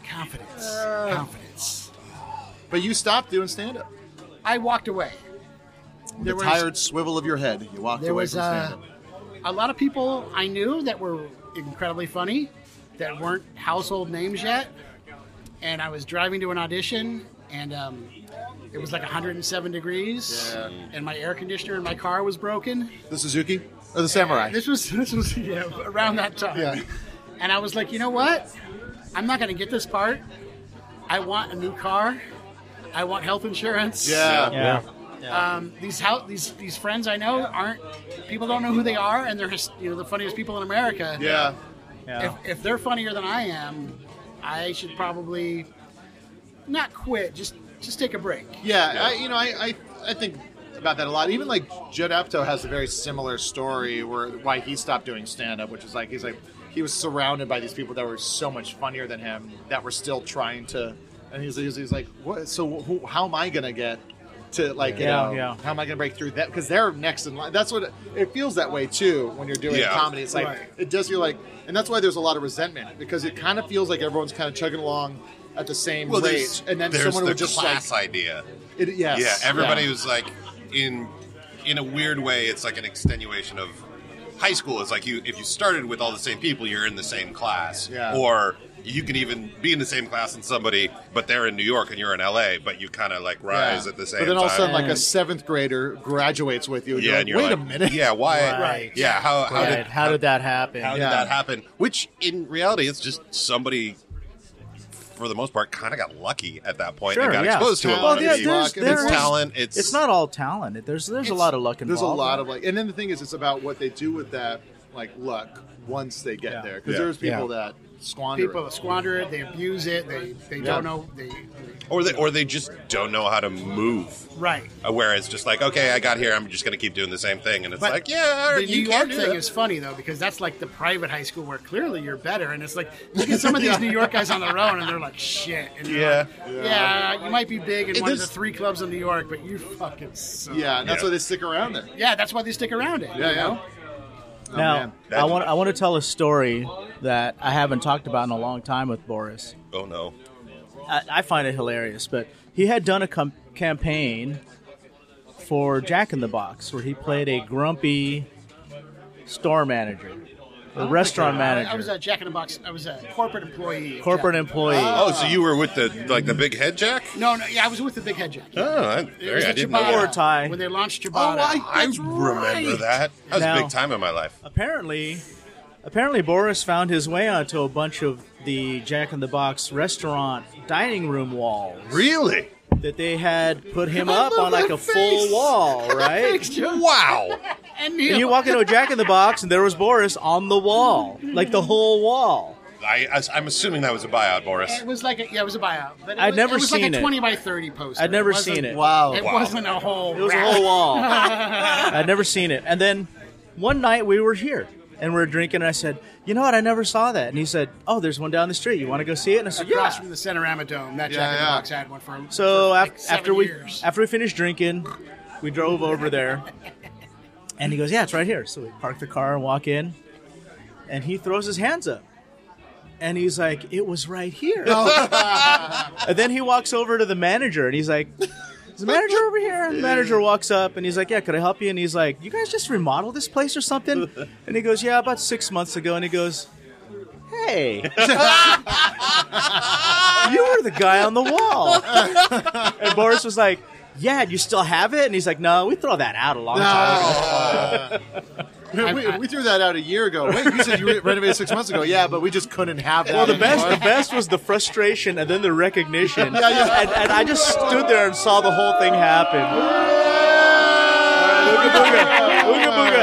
Speaker 7: confidence, confidence.
Speaker 6: But you stopped doing stand-up.
Speaker 7: I walked away.
Speaker 6: The
Speaker 7: was-
Speaker 6: tired swivel of your head. You walked
Speaker 7: There
Speaker 6: away
Speaker 7: was
Speaker 6: from
Speaker 7: uh,
Speaker 6: stand-up.
Speaker 7: a lot of people I knew that were incredibly funny, that weren't household names yet, and I was driving to an audition, and um, it was like 107 degrees,
Speaker 6: Yeah.
Speaker 7: and my air conditioner in my car was broken.
Speaker 6: the Suzuki or the Samurai.
Speaker 7: This was this was yeah, around that time.
Speaker 6: Yeah.
Speaker 7: And I was like, you know what? I'm not going to get this part. I want a new car. I want health insurance.
Speaker 6: Yeah.
Speaker 3: Yeah.
Speaker 7: Um, these how these these friends I know aren't people don't know who they are, and they're his, you know the funniest people in America.
Speaker 6: Yeah.
Speaker 3: Yeah.
Speaker 7: If, if they're funnier than I am, I should probably not quit. Just just take a break.
Speaker 6: Yeah, I, you know, I, I I think about that a lot. Even like Judd Apatow has a very similar story where why he stopped doing stand up, which is like he's like he was surrounded by these people that were so much funnier than him that were still trying to, and he's he's, he's like, what? So who, how am I gonna get? To like, you
Speaker 3: Yeah,
Speaker 6: know,
Speaker 3: yeah.
Speaker 6: how am I going to break through that? Because they're next in line. That's what it, it feels that way too when you're doing
Speaker 4: Yeah.
Speaker 6: comedy. It's like it does feel like, and that's why there's a lot of resentment because it kind of feels like everyone's kind of chugging along at the same
Speaker 4: Well,
Speaker 6: rate,
Speaker 4: there's,
Speaker 6: and then
Speaker 4: there's
Speaker 6: someone
Speaker 4: the
Speaker 6: would just like
Speaker 4: class idea.
Speaker 6: it, yes.
Speaker 4: Yeah, everybody was like, in in a weird way, it's like an extenuation of high school. It's like you if you started with all the same people, you're in the same class,
Speaker 6: Yeah.
Speaker 4: or you can even be in the same class as somebody, but they're in New York and you're in LA, but you kind of like
Speaker 6: Yeah.
Speaker 4: rise at the same.
Speaker 6: But then all of a
Speaker 4: time.
Speaker 6: sudden, like a seventh grader graduates with you. And
Speaker 4: yeah, and
Speaker 6: you're
Speaker 4: you're
Speaker 6: like, wait
Speaker 4: like,
Speaker 6: a minute.
Speaker 4: yeah, why,
Speaker 3: Right.
Speaker 4: yeah, how how
Speaker 3: Right.
Speaker 4: did
Speaker 3: how did that happen?
Speaker 4: how
Speaker 6: Yeah.
Speaker 4: did that happen? Which in reality, it's just somebody. For the most part, kind of got lucky at that point.
Speaker 3: Sure,
Speaker 4: and got
Speaker 3: yeah.
Speaker 4: exposed to a
Speaker 6: Well,
Speaker 4: lot
Speaker 6: yeah,
Speaker 4: of people.
Speaker 6: there's-
Speaker 4: It's
Speaker 6: there's-
Speaker 4: talent. It's
Speaker 3: It's not all talent. It- There's there's a lot of luck involved.
Speaker 6: There's a lot of like, and then the thing is, it's about what they do with that like luck once they get
Speaker 3: Yeah.
Speaker 6: there. Because
Speaker 4: Yeah.
Speaker 6: there's people that squander.
Speaker 7: People
Speaker 6: it.
Speaker 7: squander it. They abuse it. They they don't know. They,
Speaker 4: or they or they just don't know how to move.
Speaker 7: right.
Speaker 4: Uh, Where it's just like, okay, I got here, I'm just gonna keep doing the same thing, and it's
Speaker 7: But
Speaker 4: like, yeah, all right,
Speaker 7: the
Speaker 4: you
Speaker 7: New
Speaker 4: can
Speaker 7: York
Speaker 4: do
Speaker 7: thing
Speaker 4: that.
Speaker 7: is funny though because that's like the private high school where clearly you're better, and it's like look at some of these New York guys on their own, and they're like shit. And you're
Speaker 4: Yeah.
Speaker 7: like, yeah, You might be big in
Speaker 6: It
Speaker 7: one of the
Speaker 6: is-
Speaker 7: three clubs in New York, but you fucking suck.
Speaker 6: Yeah, and that's
Speaker 4: Yeah.
Speaker 6: why they stick around there.
Speaker 7: yeah. That's why they stick around it.
Speaker 6: Yeah,
Speaker 7: you know?
Speaker 6: yeah. Oh,
Speaker 3: Now,
Speaker 6: man.
Speaker 4: That-
Speaker 3: I want I want to tell a story that I haven't talked about in a long time with Boris.
Speaker 4: Oh no,
Speaker 3: I, I find it hilarious, but he had done a com- campaign for Jack in the Box where he played a grumpy store manager, a restaurant
Speaker 7: Oh, I,
Speaker 3: manager,
Speaker 7: I was a Jack in the Box. I was a corporate employee. at
Speaker 3: corporate
Speaker 7: Jack-
Speaker 3: employee.
Speaker 4: oh, so you were with the like the big head jack?
Speaker 7: No, no. Yeah, I was with the big head Jack.
Speaker 4: Oh, I,
Speaker 7: It was
Speaker 4: I
Speaker 7: the
Speaker 4: didn't
Speaker 7: Ciabatta,
Speaker 4: know.
Speaker 3: Or a
Speaker 4: That. Oh,
Speaker 3: tie. Oh,
Speaker 7: when they launched Ciabatta.
Speaker 4: I remember that. That was a
Speaker 3: Now-
Speaker 4: big time in my life.
Speaker 3: apparently apparently boris found his way onto a bunch of the jack-in-the-box restaurant dining room walls
Speaker 4: Really?
Speaker 3: that they had put him up on like a full wall right
Speaker 4: Wow.
Speaker 7: and
Speaker 3: and you
Speaker 7: Neil.
Speaker 3: walk into a jack-in-the-box and there was boris on the wall like the whole wall
Speaker 4: I, I am assuming that was a buyout, Boris.
Speaker 7: It was like a, yeah, it was a buyout. But it
Speaker 3: I'd
Speaker 7: was,
Speaker 3: never
Speaker 7: it was
Speaker 3: seen
Speaker 7: like
Speaker 3: it.
Speaker 7: a twenty by thirty poster.
Speaker 3: i'd never
Speaker 7: wasn't-
Speaker 3: seen it
Speaker 6: Wow.
Speaker 7: It wasn't a whole.
Speaker 3: it was a whole wall i'd never seen it and then one night we were here and we were drinking and i said you know what i never saw that and he said oh there's one down the street you want to go see it and i said
Speaker 7: across
Speaker 3: yeah
Speaker 7: from the Cinerama Dome. That
Speaker 6: Yeah,
Speaker 7: Jack in the
Speaker 6: yeah.
Speaker 7: Box had one for
Speaker 3: So
Speaker 7: for
Speaker 3: af-
Speaker 7: like seven
Speaker 3: after we
Speaker 7: years.
Speaker 3: after we finished drinking, we drove over there, and he goes, "Yeah, it's right here." So we park the car and walk in, and he throws his hands up, and he's like, "It was right here." and then he walks over to the manager, and he's like. Is the manager over here? And the manager walks up and he's like, Yeah, could I help you? And he's like, You guys just remodeled this place or something? And he goes, Yeah, about six months ago. And he goes, Hey, you were the guy on the wall. And Boris was like, "Yeah, you still have it?" And he's like, "No, we throw that out a long time ago."
Speaker 6: we, we threw that out a year ago. Wait, you said you re- renovated six months ago. Yeah, but we just couldn't have that.
Speaker 3: Well, the best,
Speaker 6: anymore.
Speaker 3: the best was the frustration and then the recognition. And, and I just stood there and saw the whole thing happen. Booga booga,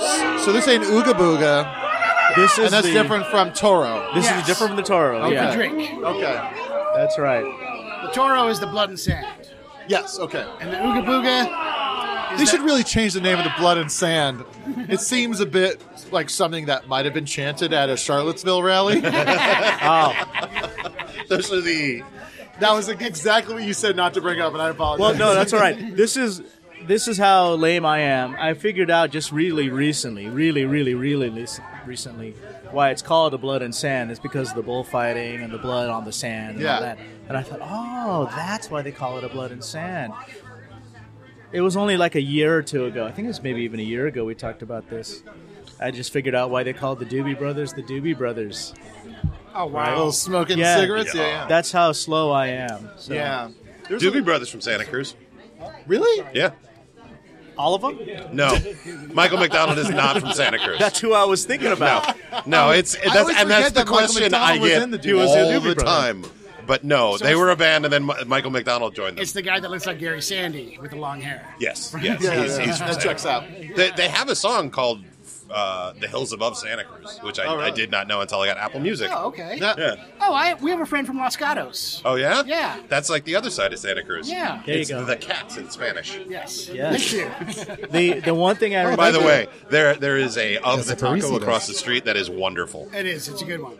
Speaker 3: booga
Speaker 6: So this ain't Ooga Booga,
Speaker 3: booga. This is
Speaker 6: and that's
Speaker 3: the-
Speaker 6: different from Toro.
Speaker 3: This
Speaker 7: Yes.
Speaker 3: is different from the Toro.
Speaker 6: Okay.
Speaker 3: Yeah,
Speaker 7: drink.
Speaker 6: Okay.
Speaker 3: that's right.
Speaker 7: The Toro is the blood and sand,
Speaker 6: Yes. Okay.
Speaker 7: and the Ooga Booga.
Speaker 6: They should really change the name of the Blood and Sand. It seems a bit like something that might have been chanted at a Charlottesville rally. that
Speaker 4: Those are the
Speaker 6: was exactly what you said not to bring up, and I apologize.
Speaker 3: Well, no, that's all right. This is this is how lame I am. I figured out just really recently, really, really, really rec- recently, why it's called the blood and sand. It's because of the bullfighting and the blood on the sand and
Speaker 6: Yeah.
Speaker 3: all that. And I thought, oh, that's why they call it a blood and sand. It was only like a year or two ago. I think it was maybe even a year ago we talked about this. I just figured out why they called the Doobie Brothers the Doobie Brothers.
Speaker 7: Oh
Speaker 6: A
Speaker 7: wow!
Speaker 6: little smoking
Speaker 3: Yeah.
Speaker 6: cigarettes. Yeah. Yeah.
Speaker 3: That's how slow I am. So.
Speaker 6: yeah. There's
Speaker 4: Doobie Brothers from Santa Cruz.
Speaker 6: really?
Speaker 4: Yeah.
Speaker 3: All of them?
Speaker 4: No, Michael McDonald is not from Santa Cruz.
Speaker 3: That's who I was thinking about.
Speaker 4: no, no, it's
Speaker 6: I
Speaker 4: that's
Speaker 6: always
Speaker 4: and that's
Speaker 6: forget
Speaker 4: the
Speaker 6: that Michael
Speaker 4: question I
Speaker 6: McDonald was
Speaker 4: get
Speaker 6: in the
Speaker 4: all
Speaker 6: Doobie
Speaker 4: the
Speaker 6: Brothers.
Speaker 4: time. But no,
Speaker 7: So
Speaker 4: they
Speaker 7: it's-
Speaker 4: were a band, and then Mi- Michael McDonald joined them.
Speaker 7: It's the guy that looks like Gary Sandy with the long hair.
Speaker 4: Yes, yes,
Speaker 6: Yeah,
Speaker 4: he's,
Speaker 6: yeah,
Speaker 4: he's
Speaker 6: yeah.
Speaker 4: from
Speaker 6: that checks
Speaker 4: Santa
Speaker 6: out.
Speaker 4: Cruz. They, they have a song called uh, "The Hills Above Santa Cruz," which I, I did not know until I got Apple Music.
Speaker 7: Oh, okay.
Speaker 6: Oh, That-
Speaker 4: Yeah.
Speaker 7: Oh, I we have a friend from Los Gatos.
Speaker 4: Oh yeah.
Speaker 7: Yeah.
Speaker 4: That's like the other side of Santa Cruz.
Speaker 7: Yeah.
Speaker 3: There you
Speaker 4: it's
Speaker 3: go.
Speaker 4: The cats in Spanish.
Speaker 7: Yes.
Speaker 3: Yes.
Speaker 7: Thank you.
Speaker 3: The the one thing I remember.
Speaker 4: Oh, By the way, there there is a of
Speaker 8: Yes,
Speaker 4: the
Speaker 8: the Parisi
Speaker 4: taco
Speaker 8: does.
Speaker 4: across the street that is wonderful.
Speaker 7: It is. It's a good one.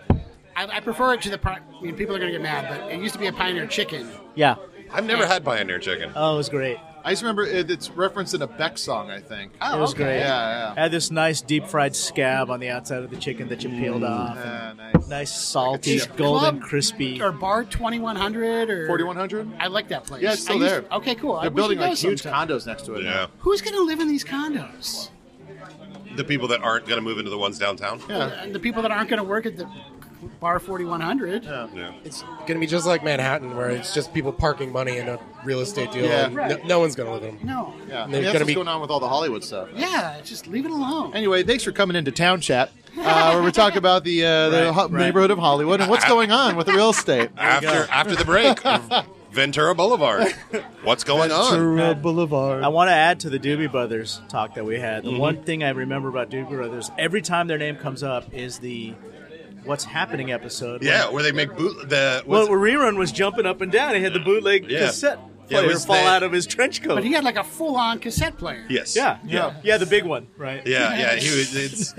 Speaker 7: I, I prefer it to the. Pro- I mean, people are going to get mad, but it used to be a Pioneer Chicken.
Speaker 3: yeah.
Speaker 4: I've never had Pioneer Chicken.
Speaker 3: Oh, it was great.
Speaker 6: I just remember it, it's referenced in a Beck song, I think.
Speaker 7: Oh,
Speaker 3: It was
Speaker 7: okay.
Speaker 3: great.
Speaker 6: Yeah, yeah.
Speaker 3: Had this nice deep fried scab on the outside of the chicken that you
Speaker 4: Mm.
Speaker 3: peeled off. and
Speaker 6: Ah, nice.
Speaker 3: nice salty,
Speaker 7: Is
Speaker 3: golden,
Speaker 7: Club
Speaker 3: crispy.
Speaker 7: Or Bar 2100 or
Speaker 6: 4100?
Speaker 7: I like that place.
Speaker 6: Yeah, it's still
Speaker 7: I used-
Speaker 6: there.
Speaker 7: okay, cool. I
Speaker 6: They're
Speaker 7: wish
Speaker 6: building
Speaker 7: you
Speaker 6: like
Speaker 7: guys
Speaker 6: huge
Speaker 7: sometime.
Speaker 6: condos next to it.
Speaker 4: Yeah.
Speaker 6: now.
Speaker 7: Who's going to live in these condos?
Speaker 4: The people that aren't going to move into the ones downtown.
Speaker 6: Yeah.
Speaker 7: And the people that aren't going to work at the Bar 4100.
Speaker 4: Yeah.
Speaker 8: It's gonna be just like Manhattan, where it's just people parking money in a real estate deal.
Speaker 6: Yeah.
Speaker 8: and no- no, one's gonna live in them.
Speaker 7: No.
Speaker 6: Yeah. I
Speaker 8: And
Speaker 6: mean, that's
Speaker 8: there's gonna
Speaker 6: what's
Speaker 8: be-
Speaker 6: going on with all the Hollywood stuff.
Speaker 7: Yeah, just leave it alone.
Speaker 6: Anyway, thanks for coming into Town Chat, uh, where we talk about the, uh, the ho- neighborhood of Hollywood and what's going on with the real estate.
Speaker 4: After after the break, Ventura Boulevard. What's going on?
Speaker 6: Ventura Boulevard.
Speaker 3: I want to add to the Doobie Brothers talk that we had. The
Speaker 4: Mm-hmm.
Speaker 3: one thing I remember about Doobie Brothers, every time their name comes up, is the "What's Happening" episode.
Speaker 4: Yeah, where they make boot the
Speaker 3: Well,
Speaker 4: what's-
Speaker 3: rerun was jumping up and down. He had the bootleg
Speaker 4: Yeah.
Speaker 3: cassette
Speaker 4: Yeah, it
Speaker 3: player
Speaker 4: was
Speaker 3: fall
Speaker 4: the-
Speaker 3: out of his trench coat.
Speaker 7: But he had like a full on cassette player.
Speaker 4: yes.
Speaker 3: yeah,
Speaker 4: Yeah.
Speaker 3: yeah, the big one, right?
Speaker 4: Yeah, yeah, he was. It's,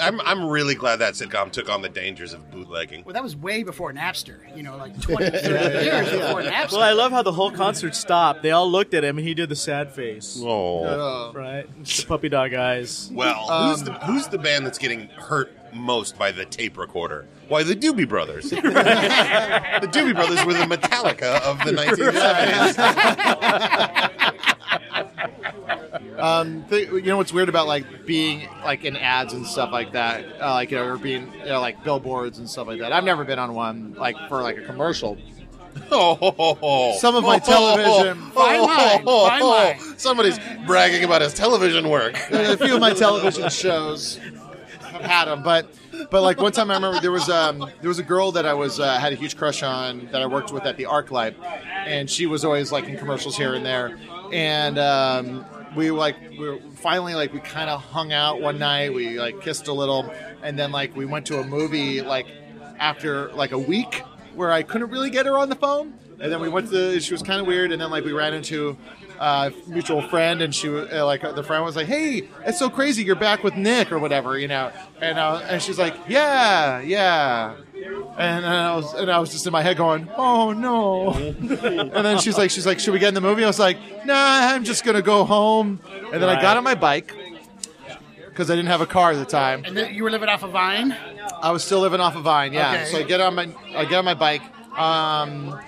Speaker 4: I'm, I'm really glad that sitcom took on the dangers of bootlegging.
Speaker 7: Well, that was way before Napster, you know, like 20, 30 years before Napster.
Speaker 3: Well, I love how the whole concert stopped. They all looked at him, and he did the sad face,
Speaker 4: Oh,
Speaker 3: right? The puppy dog eyes.
Speaker 4: well, who's the who's the band that's getting hurt most by the tape recorder? Why the Doobie Brothers? the Doobie Brothers were the Metallica of the 1970s.
Speaker 6: Th- you know what's weird about like being like in ads and stuff like that, uh, like you know, or being you know, like billboards and stuff like that. I've never been on one like for like a commercial.
Speaker 4: Oh, ho, ho, ho.
Speaker 6: Some of my
Speaker 4: Oh, ho, ho,
Speaker 6: television-
Speaker 4: ho,
Speaker 7: Fine
Speaker 4: ho,
Speaker 7: line,
Speaker 4: ho,
Speaker 7: fine
Speaker 4: ho.
Speaker 7: line.
Speaker 4: Somebody's bragging about his television work.
Speaker 6: a few of my television shows have had them, but but like one time I remember there was um there was a girl that I was uh, had a huge crush on that I worked with at the ArcLight, and she was always like in commercials here and there, and um, we like we were finally like we kind of hung out one night, we like kissed a little, and then like we went to a movie like after like a week where I couldn't really get her on the phone. And then we went to the, she was kind of weird. And then like we ran into a mutual friend and she was uh, like, the friend was like, Hey, it's so crazy. You're back with Nick or whatever, you know? And, uh, and she's like, yeah, yeah. And, and I was, and I was just in my head going, Oh no. and then she's like, she's like, should we get in the movie? I was like, nah, I'm just going to go home. And then I got on my bike because I didn't have a car at the time.
Speaker 7: and then you were living off a vine?
Speaker 6: I was still living off of Vine, yeah.
Speaker 7: Okay.
Speaker 6: So I get on my I get on my bike, um,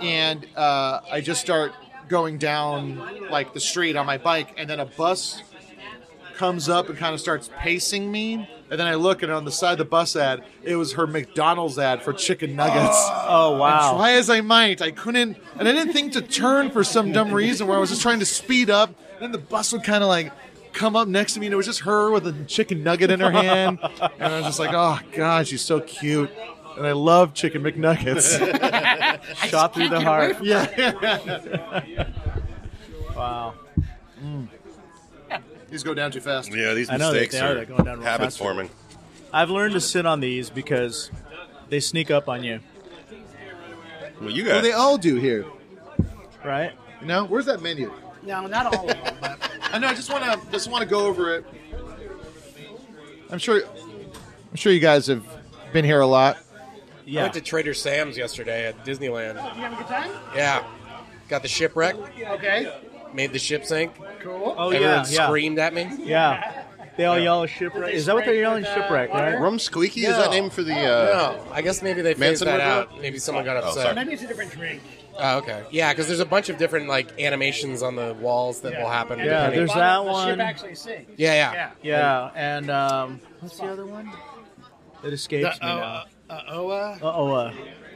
Speaker 6: and uh, I just start going down like the street on my bike, and then a bus comes up and kind of starts pacing me, and then I look and on the side of the bus ad, it was her McDonald's ad for chicken nuggets.
Speaker 3: Oh wow!
Speaker 6: Try as I might, I couldn't, and I didn't think to turn for some dumb reason where I was just trying to speed up. And then the bus would kind of like come up next to me, and it was just her with a chicken nugget in her hand. And I was just like, oh, God, she's so cute. And I love chicken McNuggets.
Speaker 3: Shot through the
Speaker 7: get away
Speaker 3: heart.
Speaker 6: yeah.
Speaker 3: Wow.
Speaker 6: These go down too fast.
Speaker 4: Yeah, these
Speaker 3: I know that
Speaker 4: mistakes
Speaker 3: they are.
Speaker 4: are,
Speaker 3: They're going down real
Speaker 4: habit
Speaker 3: fast.
Speaker 4: forming.
Speaker 3: I've learned to sit on these because they sneak up on you,
Speaker 4: Well, you guys.
Speaker 6: They all do here.
Speaker 3: right?
Speaker 6: You know, where's that menu?
Speaker 7: No, not all of them. But
Speaker 6: I know. I just want to just want to go over it. I'm sure. I'm sure you guys have been here a lot.
Speaker 3: Yeah.
Speaker 8: I went to Trader Sam's yesterday at Disneyland.
Speaker 7: you have a good time?
Speaker 8: Yeah, got the shipwreck,
Speaker 7: Okay,
Speaker 8: made the ship sink.
Speaker 7: cool.
Speaker 3: oh
Speaker 8: Everyone
Speaker 3: yeah, yeah,
Speaker 8: screamed at me.
Speaker 3: yeah. They all yell shipwreck. Is that what they're yelling? Shipwreck, right?
Speaker 4: Rum Squeaky is that
Speaker 8: No.
Speaker 4: name for the? Uh,
Speaker 8: No, I guess maybe they phased
Speaker 4: Manson
Speaker 8: that
Speaker 4: would do
Speaker 8: out. Maybe someone got
Speaker 4: Oh,
Speaker 8: upset.
Speaker 7: Maybe it's a different drink.
Speaker 8: Oh, okay. Yeah, because there's a bunch of different like animations on the walls that will happen.
Speaker 3: Yeah,
Speaker 8: depending-
Speaker 3: there's that one.
Speaker 7: The ship actually sinks.
Speaker 8: Yeah, yeah.
Speaker 7: Yeah.
Speaker 3: Yeah, and um, what's the other one? That escapes me now.
Speaker 7: Uh, oh, uh,
Speaker 3: Uh oh. Uh.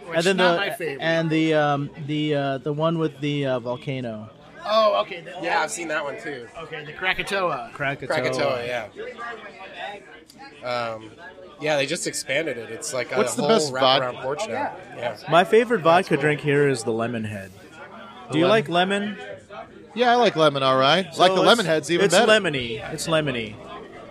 Speaker 7: which is
Speaker 3: the
Speaker 7: not my favorite.
Speaker 3: and the um, the uh, the one with the uh, volcano.
Speaker 7: Oh, okay. The,
Speaker 8: Yeah, I've seen that one too.
Speaker 7: Okay, the Krakatoa.
Speaker 3: Krakatoa.
Speaker 8: Krakatoa, yeah. Um, yeah, they just expanded it. It's like
Speaker 6: What's
Speaker 8: a
Speaker 6: the
Speaker 8: whole
Speaker 6: best
Speaker 8: wraparound
Speaker 6: vodka?
Speaker 8: porch now. Oh, Yeah.
Speaker 3: My favorite vodka drink here is the lemon head. Do you like lemon?
Speaker 6: Yeah, I like lemon, all right. like the
Speaker 3: So
Speaker 6: lemon
Speaker 3: it's-
Speaker 6: heads even
Speaker 3: it's
Speaker 6: better.
Speaker 3: lemony. It's lemony.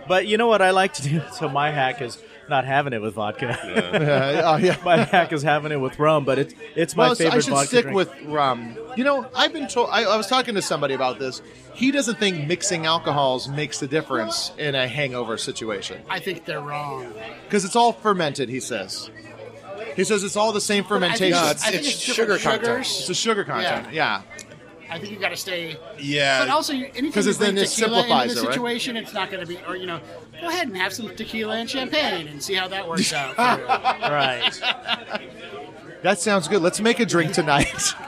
Speaker 3: But you know what I like to do? So my hack is not having it with vodka.
Speaker 6: Yeah, oh, yeah.
Speaker 3: my hack is having it with rum. But it's it's my
Speaker 6: Well, so
Speaker 3: favorite
Speaker 6: I should
Speaker 3: vodka
Speaker 6: stick
Speaker 3: drink.
Speaker 6: with rum. You know, I've been told. I, I was talking to somebody about this. He doesn't think mixing alcohols makes a difference in a hangover situation
Speaker 7: I think they're wrong.
Speaker 6: because it's all fermented. He says. He says it's all the same
Speaker 7: I think,
Speaker 6: fermentation.
Speaker 8: No,
Speaker 6: it's,
Speaker 8: it's-
Speaker 7: I think
Speaker 8: it's
Speaker 7: different
Speaker 8: sugar content.
Speaker 7: sugars.
Speaker 6: the sugar content. Yeah.
Speaker 7: I think you got to stay.
Speaker 4: Yeah.
Speaker 7: But also, you- anything
Speaker 6: Uh, 'Cause
Speaker 7: you
Speaker 6: it's- then
Speaker 7: bring
Speaker 6: it
Speaker 7: tequila
Speaker 6: simplifies
Speaker 7: into the
Speaker 6: it, right?
Speaker 7: situation, it's not going to be. Or you know, go ahead and have some tequila and champagne and see how that works out. for you.
Speaker 3: right.
Speaker 6: that sounds good. Let's make a drink tonight.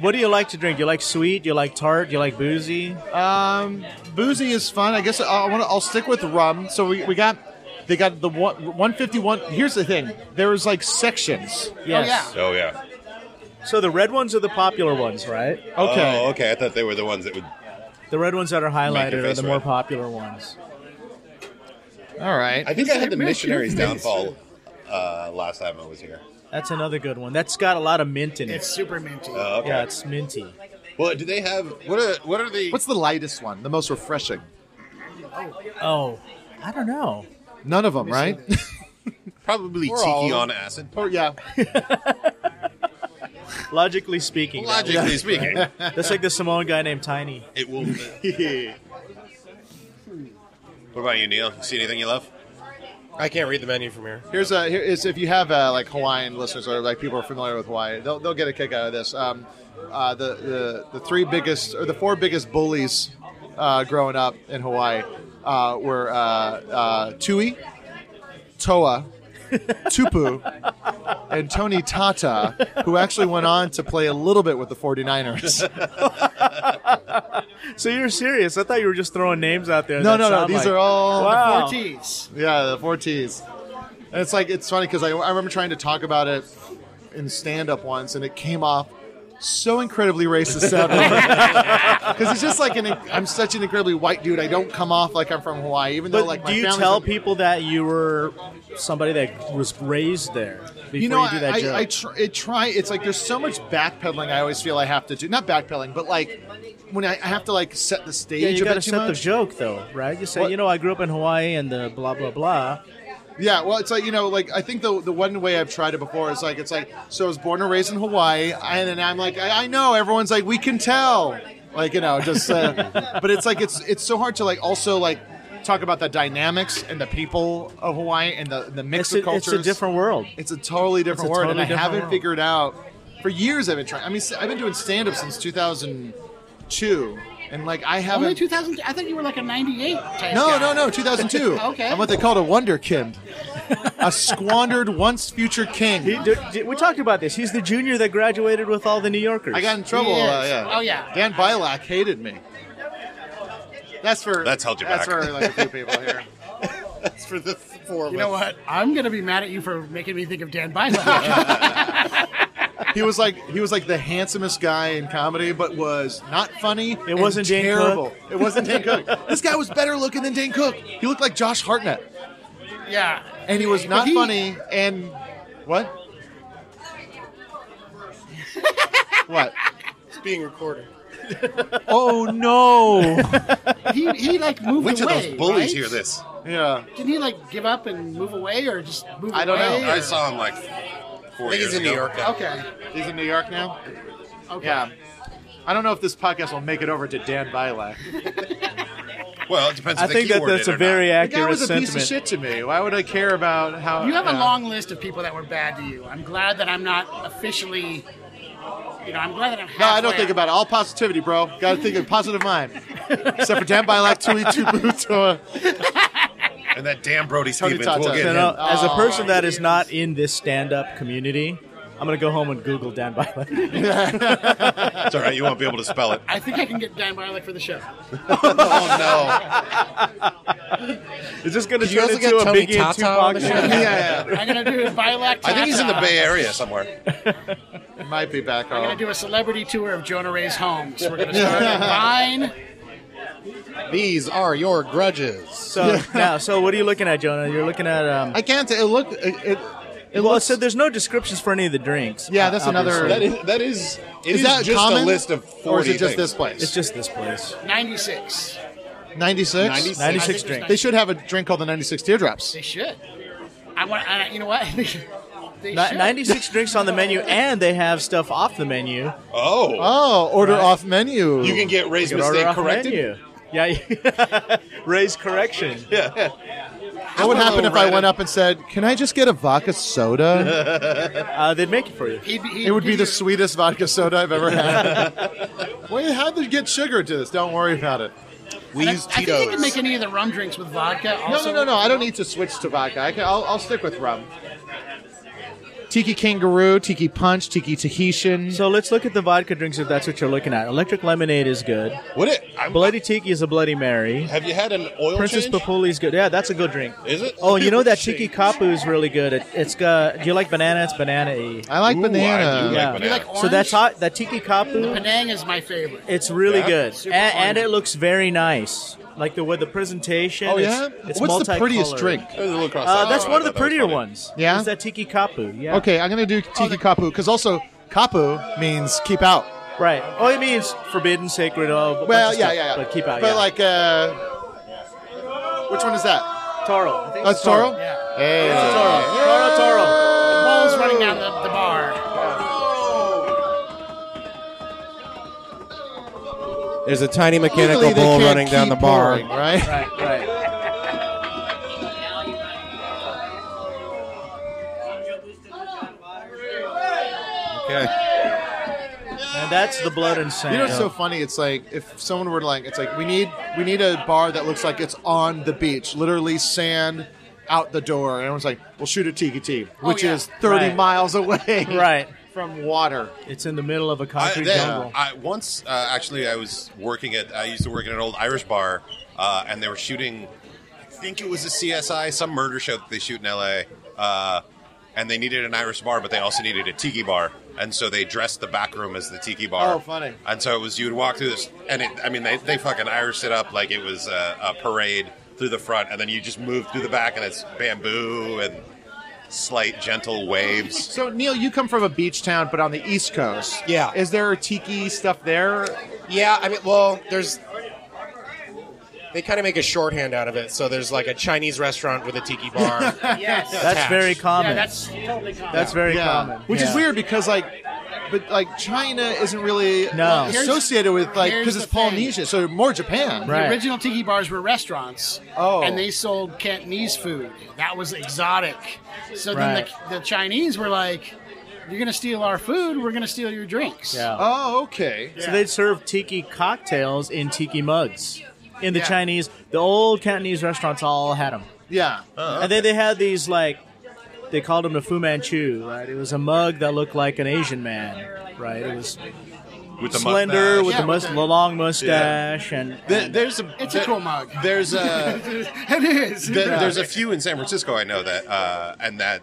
Speaker 3: What do you like to drink? You like sweet? You like tart? You like boozy?
Speaker 6: Um, boozy is fun. I guess I- I want to. I'll stick with rum. So we, we got they got the one one fifty one. Here's the thing. There was like sections.
Speaker 3: yes.
Speaker 4: Oh yeah.
Speaker 3: So the red ones are the popular ones, right?
Speaker 6: Okay.
Speaker 4: Oh, okay. I thought they were the ones that would.
Speaker 3: The red ones that are
Speaker 4: your
Speaker 3: highlighted are
Speaker 4: face
Speaker 3: the more
Speaker 4: red.
Speaker 3: popular ones. Oh.
Speaker 6: All right.
Speaker 4: I think I had the missionaries downfall uh, last time I was here.
Speaker 3: That's another good one. That's got a lot of mint in it.
Speaker 7: It's super minty.
Speaker 4: Oh, okay.
Speaker 3: Yeah, it's minty.
Speaker 4: Well, do they have what are what are the
Speaker 6: What's the lightest one? The most refreshing?
Speaker 3: Oh, I don't know.
Speaker 6: None of them, right?
Speaker 4: probably
Speaker 8: We're
Speaker 4: tiki
Speaker 8: all-
Speaker 4: on acid?
Speaker 6: oh yeah.
Speaker 3: Logically speaking, that
Speaker 4: Logically speaking,
Speaker 3: was- that's like the Samoan guy named Tiny.
Speaker 4: it will. what about you, Neil? You see anything you love?
Speaker 8: I can't read the menu from here.
Speaker 6: Here's a here is if you have uh, like Hawaiian listeners or like people who are familiar with Hawaii, they'll, they'll get a kick out of this. Um, uh, the, the the three biggest or the four biggest bullies uh, growing up in Hawaii uh, were uh, uh, Tui, Toa, Tupu, and Tony Tata, who actually went on to play a little bit with the 49ers.
Speaker 3: So you're serious? I thought you were just throwing names out there.
Speaker 6: No,
Speaker 3: that
Speaker 6: no, no.
Speaker 3: sound
Speaker 6: These
Speaker 3: like-
Speaker 6: are all
Speaker 3: Wow.
Speaker 7: Four T's.
Speaker 6: Yeah, the four T's. And it's like it's funny because I, I remember trying to talk about it in stand up once, and it came off so incredibly racist sounding. Because it's just like an I'm such an incredibly white dude. I don't come off like I'm from Hawaii, even
Speaker 3: But
Speaker 6: though like my
Speaker 3: do you
Speaker 6: family's
Speaker 3: tell
Speaker 6: from-
Speaker 3: people that you were somebody that was raised there before you,
Speaker 6: You know,
Speaker 3: do that
Speaker 6: I,
Speaker 3: joke?
Speaker 6: I, I tr- it try. It's like there's so much backpedaling. I always feel I have to do not backpedaling, but like when I, I have to like set the stage.
Speaker 3: yeah, you
Speaker 6: a
Speaker 3: got to
Speaker 6: bit too
Speaker 3: set the
Speaker 6: much.
Speaker 3: joke though, right? You say,
Speaker 6: What-
Speaker 3: you know, I grew up in Hawaii and the blah blah blah.
Speaker 6: Yeah, well, it's like you know, like I think the the one way I've tried it before is like it's like so I was born and raised in Hawaii, and, and I'm like I, I know everyone's like we can tell, like you know, just uh, but it's like it's it's so hard to like also like talk about the dynamics and the people of Hawaii and the the mix
Speaker 3: It's
Speaker 6: of
Speaker 3: a, it's
Speaker 6: cultures.
Speaker 3: a different world.
Speaker 6: It's a totally different
Speaker 3: It's a
Speaker 6: word,
Speaker 3: totally
Speaker 6: and I
Speaker 3: different
Speaker 6: haven't
Speaker 3: world.
Speaker 6: figured out. For years, I've been trying. I mean, I've been doing stand up since 2002, and like I haven't.
Speaker 7: Only 2000. I thought you were like a 98 type
Speaker 6: No,
Speaker 7: guy.
Speaker 6: no, no, 2002.
Speaker 7: Okay.
Speaker 6: I'm what they called a wonderkind. a squandered once future
Speaker 3: He-
Speaker 6: king.
Speaker 3: d- d- we talked about this. He's the junior that graduated with all the New Yorkers.
Speaker 6: I got in trouble.
Speaker 7: He is.
Speaker 6: Uh, yeah.
Speaker 7: Oh, yeah.
Speaker 6: Dan Bilak hated me. That's for
Speaker 4: That's held you
Speaker 6: that's
Speaker 4: back.
Speaker 6: for like a few people here.
Speaker 8: It's for the four of
Speaker 7: You know what? I'm going to be mad at you for making me think of Dan Bilek.
Speaker 6: He was like he was like the handsomest guy in comedy, but was not funny. It
Speaker 3: wasn't Dan Cook.
Speaker 6: terrible. It wasn't Dan Cook. This guy was better looking than Dan Cook. He looked like Josh Hartnett,
Speaker 7: yeah.
Speaker 6: and he was not
Speaker 7: he-
Speaker 6: funny. And what? what?
Speaker 8: It's being recorded.
Speaker 6: Oh no!
Speaker 7: He, he like moved
Speaker 4: Which of
Speaker 7: away.
Speaker 4: those bullies
Speaker 7: right?
Speaker 4: hear this?
Speaker 6: yeah.
Speaker 7: Didn't he like give up and move away or just move
Speaker 6: I don't know.
Speaker 7: away,
Speaker 4: I
Speaker 7: or-
Speaker 4: saw him like four
Speaker 8: I think
Speaker 4: years
Speaker 8: he's in
Speaker 4: ago.
Speaker 8: New York now.
Speaker 7: Okay.
Speaker 6: He's in New York now.
Speaker 7: Okay.
Speaker 6: Yeah. I don't know if this podcast will make it over to Dan Bilak.
Speaker 4: Well, it depends.
Speaker 3: I
Speaker 4: if they
Speaker 3: think that
Speaker 4: keyword
Speaker 3: that's
Speaker 4: it
Speaker 3: a
Speaker 4: or
Speaker 3: very
Speaker 4: not.
Speaker 6: The guy
Speaker 3: accurate
Speaker 6: was a
Speaker 3: sentiment.
Speaker 6: piece of shit to me. Why would I care about how
Speaker 7: You have a
Speaker 6: yeah.
Speaker 7: long list of people that were bad to you. I'm glad that I'm not officially. You know, I'm glad that I'm.
Speaker 6: No, I don't
Speaker 7: halfway-
Speaker 6: think about it. All positivity, bro. Got to think of positive mind. Except for Dan Bilak, Tui Tuputoa.
Speaker 4: And that damn Brody
Speaker 6: Tony
Speaker 4: Stevens.
Speaker 6: Tata.
Speaker 4: We'll get
Speaker 3: So
Speaker 6: Yeah.
Speaker 4: him.
Speaker 3: now, as a
Speaker 6: Oh,
Speaker 3: person that is not in this stand-up community, I'm gonna go home and Google Dan Bilek.
Speaker 4: It's all right. You won't be able to spell it.
Speaker 7: I think I can get Dan Bilek for the show.
Speaker 8: Oh
Speaker 3: Is this gonna
Speaker 8: Did you
Speaker 3: turn
Speaker 8: also
Speaker 3: into
Speaker 8: get
Speaker 3: a
Speaker 8: Tony
Speaker 3: Biggie and
Speaker 8: Tata
Speaker 3: Tupac
Speaker 8: on the
Speaker 3: show?
Speaker 8: show?
Speaker 6: Yeah, yeah.
Speaker 7: I'm gonna do Bilek.
Speaker 4: I think he's in the Bay Area somewhere.
Speaker 6: It might be back
Speaker 7: We're gonna
Speaker 6: home.
Speaker 7: do a celebrity tour of Jonah Ray's homes. We're gonna start at Vine.
Speaker 8: These are your grudges.
Speaker 3: So now, so what are you looking at, Jonah? You're looking at um.
Speaker 6: I can't. It looked. It, it, it
Speaker 3: well,
Speaker 6: looks-
Speaker 3: so there's no descriptions for any of the drinks.
Speaker 6: Yeah, that's
Speaker 3: uh,
Speaker 6: another-
Speaker 3: obviously.
Speaker 6: That
Speaker 8: is that is it
Speaker 6: Is that
Speaker 8: just
Speaker 6: common?
Speaker 8: a list of forty
Speaker 6: or is it just
Speaker 8: things.
Speaker 6: this place?
Speaker 3: It's just this place.
Speaker 7: 96.
Speaker 6: 96?
Speaker 8: 96.
Speaker 7: I
Speaker 3: 96
Speaker 7: think there's
Speaker 3: drinks.
Speaker 6: They should have a drink called the 96 Teardrops.
Speaker 7: They should. I want. I, you know what? they
Speaker 3: Ni-
Speaker 7: should.
Speaker 3: 96 drinks on the menu, and they have stuff off the menu.
Speaker 4: Oh,
Speaker 6: Oh, order off menu.
Speaker 4: you can get raised
Speaker 3: You can order
Speaker 4: mistake
Speaker 3: off the
Speaker 4: corrected.
Speaker 3: menu. Yeah, you- raise correction.
Speaker 6: what would happen if I
Speaker 4: Right.
Speaker 6: went up and said, Can I just get a vodka soda?
Speaker 3: Uh, they'd make it for you.
Speaker 7: He'd be, he'd
Speaker 6: it would be
Speaker 7: give
Speaker 6: the
Speaker 7: you-
Speaker 6: sweetest vodka soda I've ever had. Wait, how'd they get sugar to this? Don't worry about it.
Speaker 8: We
Speaker 7: I,
Speaker 8: use
Speaker 7: I think they could make
Speaker 8: Tito's.
Speaker 7: any of the rum drinks with vodka.
Speaker 6: No,
Speaker 7: Also.
Speaker 6: no, no, no. I don't need to switch to vodka. I can, I'll, I'll stick with rum. Tiki Kangaroo, Tiki Punch, Tiki Tahitian.
Speaker 3: So let's look at the vodka drinks if that's what you're looking at. Electric lemonade is good.
Speaker 4: Would it? I'm,
Speaker 3: Bloody Tiki is a Bloody Mary.
Speaker 4: have you had an oil
Speaker 3: Princess
Speaker 4: change?
Speaker 3: Papuli is good. Yeah, that's a good drink.
Speaker 4: Is it?
Speaker 3: Oh, you know that Tiki Kapu is really good. It, it's got. Do you like banana? It's banana.
Speaker 6: I like
Speaker 4: Ooh,
Speaker 6: banana.
Speaker 4: I do like
Speaker 3: Yeah.
Speaker 4: banana.
Speaker 7: You like orange?
Speaker 3: So that's hot. That Tiki Kapu.
Speaker 7: Penang is my favorite.
Speaker 3: It's really
Speaker 4: Yeah.
Speaker 3: good, and,
Speaker 7: Super
Speaker 3: and
Speaker 7: orangey.
Speaker 3: it looks very nice. Like the with the presentation.
Speaker 6: Oh,
Speaker 3: it's-
Speaker 6: yeah?
Speaker 3: It's
Speaker 6: What's the prettiest
Speaker 3: multicolored.
Speaker 6: drink?
Speaker 4: That was a little cross.
Speaker 3: Uh, that's
Speaker 4: Oh,
Speaker 3: one of
Speaker 4: I
Speaker 3: the
Speaker 4: thought that was
Speaker 3: prettier
Speaker 4: funny.
Speaker 3: ones.
Speaker 6: Yeah?
Speaker 3: Is that Tiki Kapu? Yeah. Oh,
Speaker 6: Okay, I'm going to do Tiki Kapu because also Kapu means keep out.
Speaker 3: Right. Oh, it means forbidden, sacred. Oh, a bunch
Speaker 6: Well,
Speaker 3: of
Speaker 6: yeah,
Speaker 3: stuff,
Speaker 6: yeah, yeah.
Speaker 3: But keep out.
Speaker 6: But
Speaker 3: yeah.
Speaker 6: like, uh, which one is that?
Speaker 3: Toro. I think
Speaker 6: That's
Speaker 3: it's Uh, Toro.
Speaker 6: Toro.
Speaker 7: Yeah.
Speaker 6: Hey.
Speaker 3: Toro. Toro. Toro.
Speaker 7: The ball's running down the, the bar.
Speaker 8: There's a tiny
Speaker 6: Legally,
Speaker 8: mechanical
Speaker 6: they
Speaker 8: bull
Speaker 6: can't
Speaker 8: running down the
Speaker 6: keep
Speaker 8: bar.
Speaker 6: pouring, right?
Speaker 3: Right. Right.
Speaker 8: Okay.
Speaker 3: And that's the blood and sand.
Speaker 6: You know what's so funny? It's like if someone were to like, it's like we need we need a bar that looks like it's on the beach, literally sand out the door. And everyone's like, we'll shoot at Tiki T, which
Speaker 7: yeah.
Speaker 6: is thirty
Speaker 3: Right.
Speaker 6: miles away,
Speaker 3: Right.
Speaker 6: from water.
Speaker 3: It's in the middle of a
Speaker 4: I,
Speaker 3: concrete
Speaker 4: they-
Speaker 3: jungle.
Speaker 4: I- once uh, actually I was working at I used to work at an old Irish bar uh, and they were shooting I think it was a CSI some murder show that they shoot in LA uh, and they needed an Irish bar but they also needed a tiki bar and so they dressed the back room as the tiki bar
Speaker 6: Oh, funny.
Speaker 4: and so it was you'd walk through this and it, I mean they, they fucking Irish it up like it was a, a parade through the front and then you just move through the back and it's bamboo and slight gentle waves
Speaker 6: So Neil, you come from a beach town, but on the East Coast.
Speaker 8: Yeah.
Speaker 6: Is there tiki stuff there?
Speaker 8: Yeah, I mean, well, there's. They kind of make a shorthand out of it. So there's like a Chinese restaurant with a tiki bar.
Speaker 7: Yes.
Speaker 3: That's very common.
Speaker 7: yeah, that's totally common.
Speaker 3: That's very common.
Speaker 6: Which is
Speaker 3: Yeah.
Speaker 6: weird because like, but like China isn't really
Speaker 3: No. Here's-
Speaker 6: associated with like
Speaker 7: here's
Speaker 6: because it's
Speaker 7: the thing.
Speaker 6: Polynesia, so more Japan.
Speaker 3: Right.
Speaker 7: The original tiki bars were restaurants.
Speaker 6: Oh.
Speaker 7: And they sold Cantonese food. That was exotic. So then
Speaker 3: Right.
Speaker 7: the, the Chinese were like, you're going to steal our food, we're going to steal your drinks.
Speaker 3: Yeah.
Speaker 6: Oh, okay.
Speaker 3: So they'd serve tiki cocktails in tiki mugs. In the
Speaker 6: Yeah.
Speaker 3: Chinese, the old Cantonese restaurants all had them.
Speaker 6: Yeah.
Speaker 3: And then they had these like they called them the Fu Manchu, right? It was a mug that looked like an Asian man, right? It was
Speaker 4: with the
Speaker 3: slender
Speaker 4: mustache.
Speaker 3: with the,
Speaker 7: Yeah,
Speaker 3: mus-
Speaker 7: with the-
Speaker 3: the long mustache and,
Speaker 4: There- there's a
Speaker 7: It's a cool mug.
Speaker 4: There's a
Speaker 7: it is.
Speaker 4: Th There's a few in San Francisco I know that, uh, and that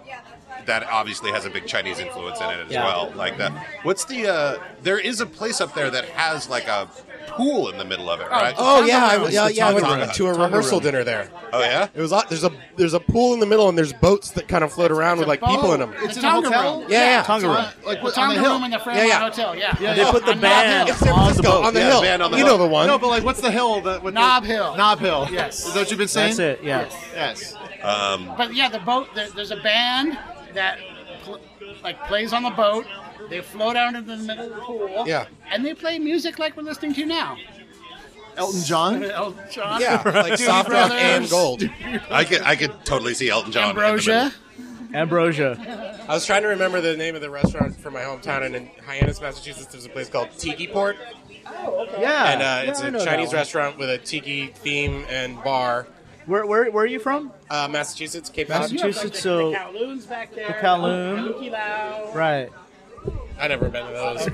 Speaker 4: that obviously has a big Chinese influence in it as
Speaker 3: Yeah.
Speaker 4: well. Like that. What's the? Uh, there is a place up there that has like a pool in the middle of it, right?
Speaker 8: oh yeah, I, yeah, yeah. I went
Speaker 4: Tonga.
Speaker 8: to a rehearsal dinner there.
Speaker 4: Oh, yeah.
Speaker 8: It was a- there's a there's a pool in the middle and there's boats that kind of float around with like people in them.
Speaker 6: It's
Speaker 7: The
Speaker 6: in a
Speaker 7: Tonga
Speaker 6: hotel?
Speaker 7: room.
Speaker 8: Yeah, yeah.
Speaker 3: Tonga room.
Speaker 6: Like
Speaker 7: The
Speaker 6: what, on
Speaker 7: Tonga
Speaker 6: the hill.
Speaker 7: room in the Fairmont
Speaker 8: Yeah, yeah.
Speaker 7: Hotel, yeah.
Speaker 6: Yeah,
Speaker 3: they put the
Speaker 7: On Knob
Speaker 3: band
Speaker 7: Hill.
Speaker 8: It's San
Speaker 3: on the
Speaker 8: Francisco
Speaker 3: boat.
Speaker 8: on the
Speaker 4: Yeah,
Speaker 8: hill.
Speaker 4: band on the
Speaker 8: you
Speaker 4: boat.
Speaker 8: know the one.
Speaker 6: No, but like what's the hill? That, with
Speaker 7: Knob
Speaker 6: the,
Speaker 7: Hill.
Speaker 6: Knob Hill.
Speaker 7: Yes.
Speaker 6: Is that what you've been saying?
Speaker 3: That's it, yeah.
Speaker 6: Yes.
Speaker 7: But yeah, the boat. There, there's a band that pl- like plays on the boat. They float out into the middle of the pool.
Speaker 8: Yeah.
Speaker 7: And they play music like we're listening to now.
Speaker 6: Elton John.
Speaker 7: Elton John.
Speaker 8: Yeah, like
Speaker 7: Doobie
Speaker 8: soft rock
Speaker 7: Brothers,
Speaker 8: and gold.
Speaker 4: I could I could totally see Elton John. in the
Speaker 7: Ambrosia.
Speaker 4: middle.
Speaker 3: ambrosia.
Speaker 8: I was trying to remember the name of the restaurant from my hometown, and in Hyannis, Massachusetts, there's a place called Tiki Port,
Speaker 3: Yeah,
Speaker 8: and uh,
Speaker 3: Yeah,
Speaker 8: it's
Speaker 3: I know
Speaker 8: a
Speaker 3: that
Speaker 8: Chinese
Speaker 3: one.
Speaker 8: restaurant with a tiki theme and bar.
Speaker 3: Where, where, where are you from?
Speaker 8: Uh, Massachusetts, Cape Cod.
Speaker 3: Massachusetts, so
Speaker 7: Kowloon's back there.
Speaker 3: The Kowloon.
Speaker 7: Kaluki Lao.
Speaker 3: right.
Speaker 8: I never been to those.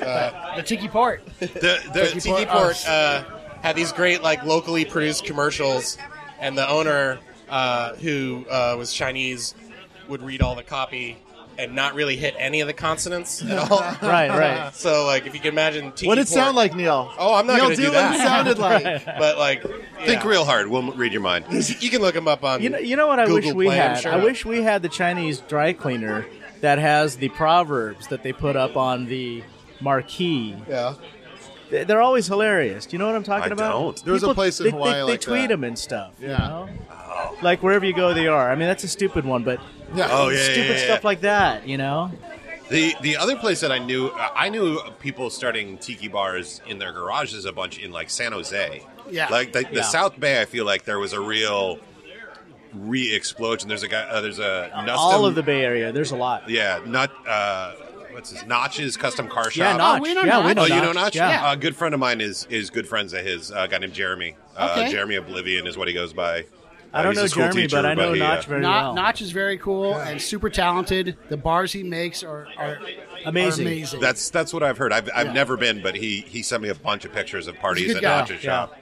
Speaker 8: Uh,
Speaker 7: The Tiki Port.
Speaker 4: The, the,
Speaker 8: Tiki Port, uh, had these great like locally produced commercials, and the owner, uh, who uh, was Chinese, would read all the copy and not really hit any of the consonants at all.
Speaker 3: Right, right.
Speaker 8: so like if you can imagine tiki
Speaker 6: What did it
Speaker 8: porn-
Speaker 6: sound like, Neil?
Speaker 8: Oh, I'm not
Speaker 6: Neil
Speaker 8: gonna do
Speaker 6: Doohan
Speaker 8: that.
Speaker 6: sounded like.
Speaker 8: But like
Speaker 4: Think
Speaker 8: yeah.
Speaker 4: real hard. We'll read your mind.
Speaker 8: You can look them up on
Speaker 3: You know, you know what I wish
Speaker 8: Google
Speaker 3: we
Speaker 8: Play, I'm
Speaker 3: had?
Speaker 8: sure.
Speaker 3: I wish we had the Chinese dry cleaner that has the proverbs that they put up on the marquee.
Speaker 8: Yeah.
Speaker 3: They- They're always hilarious. Do you know what I'm talking
Speaker 4: I
Speaker 3: about?
Speaker 4: don't.
Speaker 6: There was a
Speaker 3: People-
Speaker 6: place in
Speaker 3: they,
Speaker 6: Hawaii
Speaker 3: they, they
Speaker 6: like
Speaker 3: tweet
Speaker 6: that.
Speaker 3: them and stuff. you
Speaker 6: Yeah.
Speaker 3: know? Like wherever you go, they are. I mean, that's a stupid one, but
Speaker 4: Oh yeah,
Speaker 3: stupid
Speaker 4: yeah, yeah,
Speaker 3: stuff like that, you know?
Speaker 4: The the other place that I knew, uh, I knew people starting tiki bars in their garages a bunch in like San Jose.
Speaker 7: Yeah.
Speaker 4: like the, the
Speaker 3: Yeah.
Speaker 4: South Bay. I feel like there was a real re-explosion. There's a guy. Uh, there's a Nustum,
Speaker 3: All of the Bay Area. There's a lot.
Speaker 4: Yeah, not uh, what's his Notch's custom car shop.
Speaker 3: Yeah, Notch.
Speaker 7: we know
Speaker 3: yeah, we
Speaker 7: Notch.
Speaker 3: know
Speaker 4: Oh, you know
Speaker 3: Notch.
Speaker 4: Notch?
Speaker 3: Yeah.
Speaker 4: A good friend of mine is is good friends of his. A guy named Jeremy. Uh,
Speaker 7: Okay.
Speaker 4: Jeremy Oblivion is what he goes by.
Speaker 3: I
Speaker 4: Uh,
Speaker 3: don't
Speaker 4: he's
Speaker 3: know
Speaker 4: a school
Speaker 3: Jeremy,
Speaker 4: teacher,
Speaker 3: but I know
Speaker 4: he, uh,
Speaker 3: Notch very well.
Speaker 7: Not, Notch is very cool and super talented. The bars he makes are, are
Speaker 3: Amazing.
Speaker 7: Are amazing.
Speaker 4: That's that's what I've heard. I've, I've
Speaker 7: Yeah.
Speaker 4: never been, but he he sent me a bunch of pictures of parties
Speaker 7: He's a
Speaker 4: at
Speaker 7: good guy.
Speaker 4: Notch's
Speaker 3: Yeah.
Speaker 4: shop.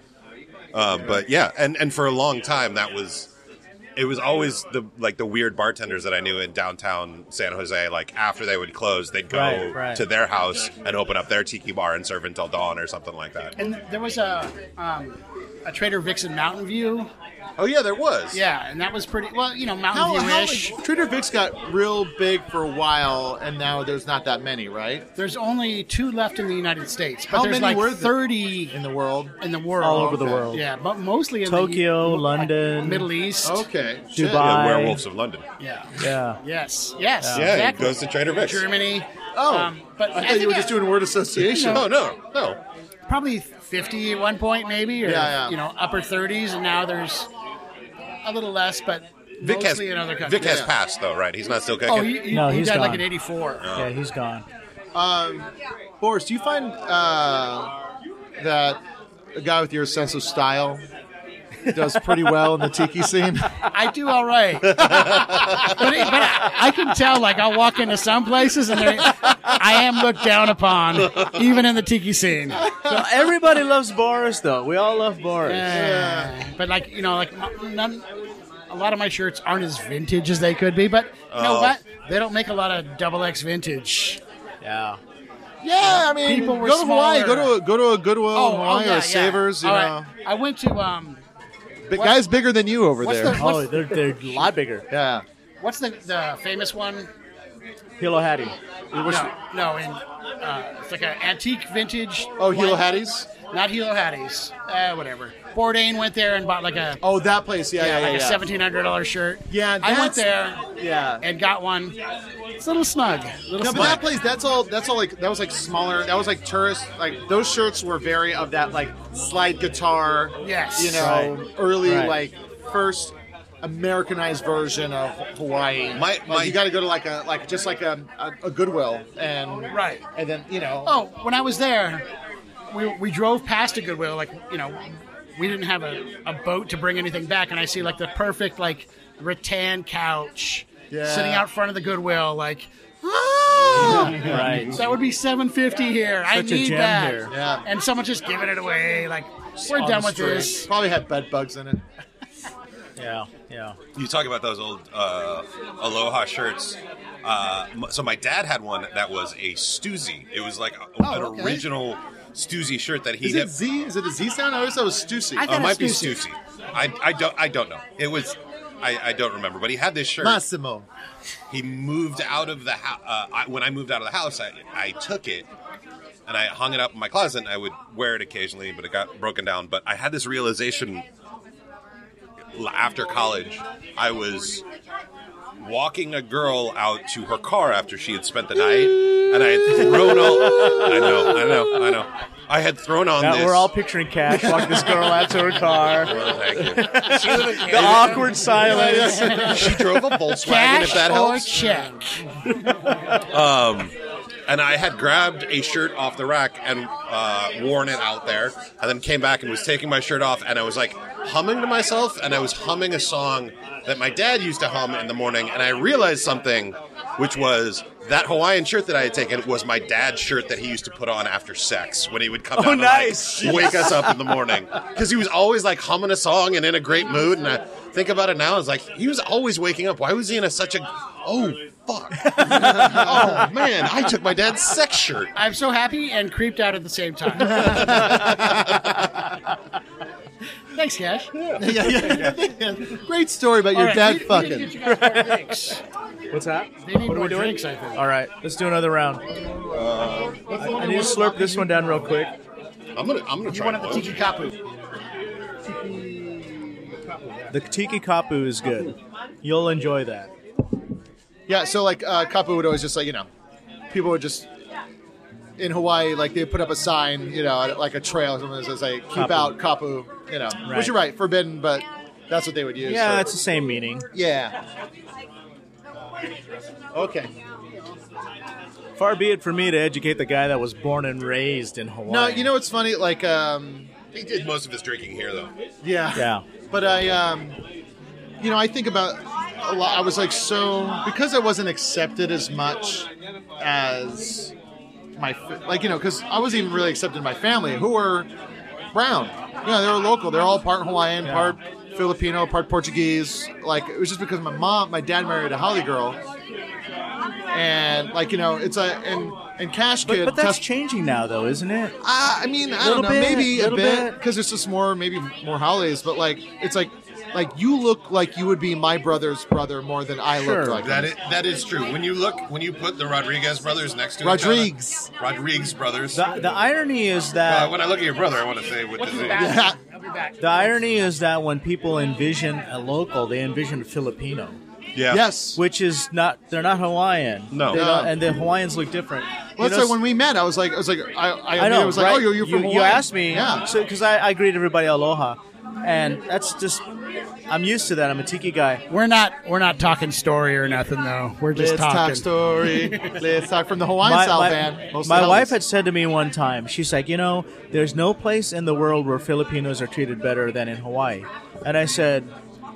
Speaker 4: Um, but yeah, and and for a long time that was. It was always the like the weird bartenders that I knew in downtown San Jose. Like after they would close, they'd go
Speaker 3: Right, right.
Speaker 4: to their house and open up their tiki bar and serve until dawn or something like that.
Speaker 7: and there was a um, a Trader Vic's in Mountain View.
Speaker 4: Oh yeah, there was.
Speaker 7: Yeah, and that was pretty well, you know,
Speaker 6: How,
Speaker 7: Mountain
Speaker 6: how,
Speaker 7: View-ish.
Speaker 6: Trader Vic's got real big for a while, and now there's not that many, right?
Speaker 7: There's only two left in the United States, but
Speaker 6: How
Speaker 7: there's
Speaker 6: many
Speaker 7: like
Speaker 6: were there?
Speaker 7: 30
Speaker 6: In the world.
Speaker 7: in the world,
Speaker 3: All over the world.
Speaker 7: Yeah, but mostly in
Speaker 3: Tokyo,
Speaker 7: the, like,
Speaker 3: London.
Speaker 7: Middle East.
Speaker 6: Okay.
Speaker 3: Dubai.
Speaker 6: Shit.
Speaker 4: Yeah, Werewolves of London.
Speaker 7: Yeah.
Speaker 3: Yeah.
Speaker 7: Yes. Yes.
Speaker 4: Yeah, he
Speaker 7: exactly.
Speaker 4: goes to Trader Vic's.
Speaker 7: Germany.
Speaker 6: Oh,
Speaker 7: Um, but
Speaker 6: I thought you were just doing word association. Oh,
Speaker 4: No, Oh, no, no.
Speaker 7: probably 50 at one point, maybe, or
Speaker 6: Yeah, yeah.
Speaker 7: you know, upper 30s, and now there's a little less, but
Speaker 4: Vic has,
Speaker 7: mostly in other countries.
Speaker 4: Vic has passed though, right? He's not still kicking.
Speaker 7: Oh, he, he,
Speaker 3: No,
Speaker 7: he
Speaker 3: he's
Speaker 7: died like
Speaker 3: gone.
Speaker 7: in '84.
Speaker 3: Yeah, he's gone.
Speaker 6: Boris, do you find uh, that a guy with your sense of style does pretty well in the tiki scene?
Speaker 7: I do all right, but, it, but I, I can tell. Like I'll walk into some places, and they're- I am looked down upon, even in the tiki scene.
Speaker 3: No, everybody loves Boris, though. We all love Boris.
Speaker 7: Yeah. But like you know, like m- none. A lot of my shirts aren't as vintage as they could be, but you know
Speaker 4: Oh.
Speaker 7: what? They don't make a lot of double X vintage.
Speaker 3: Yeah.
Speaker 6: Yeah, I mean,
Speaker 7: People were
Speaker 6: go to Hawaii,
Speaker 7: smaller.
Speaker 6: go to a, go to a Goodwill in Hawaii
Speaker 7: Oh, yeah,
Speaker 6: Oh, or Savers,
Speaker 7: All
Speaker 6: you
Speaker 7: right.
Speaker 6: know.
Speaker 7: I went to um,
Speaker 6: But guys bigger than you over
Speaker 7: what's
Speaker 6: there.
Speaker 7: the
Speaker 3: Oh,
Speaker 7: what's,
Speaker 3: they're, they're a lot bigger.
Speaker 6: yeah.
Speaker 7: what's the, the famous one?
Speaker 3: Hilo Hattie.
Speaker 7: No, no, in uh, it's like an antique vintage.
Speaker 6: Oh, Hilo
Speaker 7: one.
Speaker 6: Hattie's?
Speaker 7: Not Hilo Hattie's. Uh, whatever. Bourdain went there and bought like a
Speaker 6: Oh, that place. Yeah, yeah, yeah.
Speaker 7: like a
Speaker 6: yeah.
Speaker 7: seventeen hundred dollar shirt.
Speaker 6: Yeah,
Speaker 7: I
Speaker 6: that's-
Speaker 7: went there
Speaker 6: yeah.
Speaker 7: and got one. It's a little snug. Little
Speaker 6: No, but
Speaker 7: snug.
Speaker 6: that place, that's all. That's all. Like that was like smaller. That was like tourist. Like those shirts were very of that like slide guitar.
Speaker 7: Yes.
Speaker 6: You know, early
Speaker 3: Right.
Speaker 6: like first Americanized version of Hawaii.
Speaker 4: My-
Speaker 6: Like,
Speaker 4: my-
Speaker 6: you got to go to like a like just like a, a, a Goodwill and
Speaker 7: Right.
Speaker 6: and then you know.
Speaker 7: Oh, when I was there, we, we drove past a Goodwill. Like, you know, we didn't have a, a boat to bring anything back. And I see, like, the perfect, like, rattan couch sitting out front of the Goodwill. Like, ah,
Speaker 3: Right.
Speaker 7: that would be 750 here. I
Speaker 3: Such a
Speaker 7: need
Speaker 3: gem
Speaker 7: that.
Speaker 3: here.
Speaker 6: Yeah.
Speaker 7: And someone just giving it away. Like, we're
Speaker 6: on
Speaker 7: done
Speaker 6: the
Speaker 7: with
Speaker 6: street.
Speaker 7: this.
Speaker 6: Probably had bed bugs in it.
Speaker 3: Yeah. Yeah.
Speaker 4: You talk about those old uh, Aloha shirts. Uh, m- so my dad had one that was a Stuzy. It was like a, an
Speaker 7: okay.
Speaker 4: original Stuzy shirt that he
Speaker 6: Oh, Is
Speaker 4: did.
Speaker 6: it Z? Is it a Z sound? I always thought it was Stussy.
Speaker 7: I
Speaker 4: Uh, it
Speaker 7: thought
Speaker 4: might be
Speaker 7: it was Stussy.
Speaker 4: Stuzy. I, I don't I don't know. It was I, I don't remember. But he had this shirt.
Speaker 6: Massimo.
Speaker 4: He moved out of the house. Uh, I, when I moved out of the house, I, I took it and I hung it up in my closet. and I would wear it occasionally, but it got broken down. But I had this realization l- after college. I was walking a girl out to her car after she had spent the night, and I had thrown all. I know, I know, I know. I had thrown on
Speaker 3: Now,
Speaker 4: this.
Speaker 3: we're all picturing Cash walking this girl out to her car.
Speaker 4: Well, thank you.
Speaker 3: The awkward silence.
Speaker 4: She drove a Volkswagen.
Speaker 7: Cash
Speaker 4: if that
Speaker 7: or
Speaker 4: helps.
Speaker 7: check.
Speaker 4: and I had grabbed a shirt off the rack and uh, worn it out there, and then came back and was taking my shirt off, and I was like humming to myself, and I was humming a song that my dad used to hum in the morning, and I realized something, which was that Hawaiian shirt that I had taken was my dad's shirt that he used to put on after sex when he would come
Speaker 3: Oh,
Speaker 4: down to,
Speaker 3: nice.
Speaker 4: like, wake us up in the morning because he was always like humming a song and in a great mood, and I think about it now, it's like he was always waking up. Why was he in a, such a oh fuck. oh man, I took my dad's sex shirt.
Speaker 7: I'm so happy and creeped out at the same time. Thanks, Cash.
Speaker 6: yeah, yeah, Great story about your
Speaker 7: All right,
Speaker 6: dad
Speaker 7: we- we
Speaker 6: fucking.
Speaker 7: didn't get you guys more drinks.
Speaker 3: What's that?
Speaker 7: They need
Speaker 3: What are
Speaker 7: more
Speaker 3: we doing?
Speaker 7: drinks, I think.
Speaker 3: All right, let's do another round.
Speaker 4: Uh,
Speaker 3: I, I need to slurp this one down real quick.
Speaker 4: I'm gonna, I'm gonna
Speaker 7: You
Speaker 4: try
Speaker 7: wanted the tiki
Speaker 4: one.
Speaker 7: kapu.
Speaker 3: The tiki kapu is good. You'll enjoy that.
Speaker 6: Yeah, so like uh, Kapu would always just like you know, people would just in Hawaii like they put up a sign you know at, like a trail or something that says like keep
Speaker 3: Kapu.
Speaker 6: out Kapu you know
Speaker 3: Right.
Speaker 6: which you're right forbidden but that's what they would use.
Speaker 3: Yeah,
Speaker 6: for-
Speaker 3: it's the same meaning.
Speaker 6: yeah. Okay.
Speaker 3: Far be it for me to educate the guy that was born and raised in Hawaii.
Speaker 6: No, you know what's funny? Like, um,
Speaker 4: He did most of his drinking here though.
Speaker 6: yeah,
Speaker 3: Yeah.
Speaker 6: But I, um, you know, I think about a lot. I was like so because I wasn't accepted as much as my fa- like you know because I wasn't even really accepted in my family who were brown. You know, they were local. They're all part Hawaiian,
Speaker 3: Yeah.
Speaker 6: part Filipino, part Portuguese. Like it was just because my mom, my dad married a Holly girl, and like you know, it's a and and Cash
Speaker 3: But,
Speaker 6: could
Speaker 3: but that's
Speaker 6: test-
Speaker 3: changing now, though, isn't it?
Speaker 6: uh, I mean, I
Speaker 3: Little
Speaker 6: don't know,
Speaker 3: bit,
Speaker 6: maybe a
Speaker 3: little
Speaker 6: bit,
Speaker 3: bit.
Speaker 6: because it's just more, maybe more holidays. But like, it's like, like you look like you would be my brother's brother more than I
Speaker 3: Sure.
Speaker 6: look like.
Speaker 4: That is, that is true. When you look, when you put the Rodriguez brothers next to each other-
Speaker 6: Rodriguez.
Speaker 4: Rodriguez brothers.
Speaker 3: The, the irony is
Speaker 4: Uh,
Speaker 3: that
Speaker 4: when I look at your brother, I want to say what the name.
Speaker 6: Yeah.
Speaker 7: I'll be back.
Speaker 3: the irony is that when people envision a local, they envision a Filipino,
Speaker 4: Yeah.
Speaker 6: Yes.
Speaker 3: which is not they're not Hawaiian.
Speaker 4: No.
Speaker 3: They
Speaker 6: No.
Speaker 3: don't- and the Hawaiians look different.
Speaker 6: Well,
Speaker 3: You
Speaker 6: that's
Speaker 3: know,
Speaker 6: why when we met, I was like, I was like, I, I,
Speaker 3: I know.
Speaker 6: I was like,
Speaker 3: right?
Speaker 6: oh, you're, you're from
Speaker 3: you, you
Speaker 6: Hawaii.
Speaker 3: asked me,
Speaker 6: Yeah.
Speaker 3: So because I, I greet everybody aloha, and that's just I'm used to that. I'm a tiki guy.
Speaker 7: We're not we're not talking story or nothing though. We're just
Speaker 6: Let's talk
Speaker 7: talking.
Speaker 6: story. Let's talk from the Hawaiian
Speaker 3: My,
Speaker 6: style
Speaker 3: my-
Speaker 6: band. Most
Speaker 3: my
Speaker 6: of the
Speaker 3: wife
Speaker 6: holidays.
Speaker 3: had said to me one time, she's like, you know, there's no place in the world where Filipinos are treated better than in Hawaii. And I said,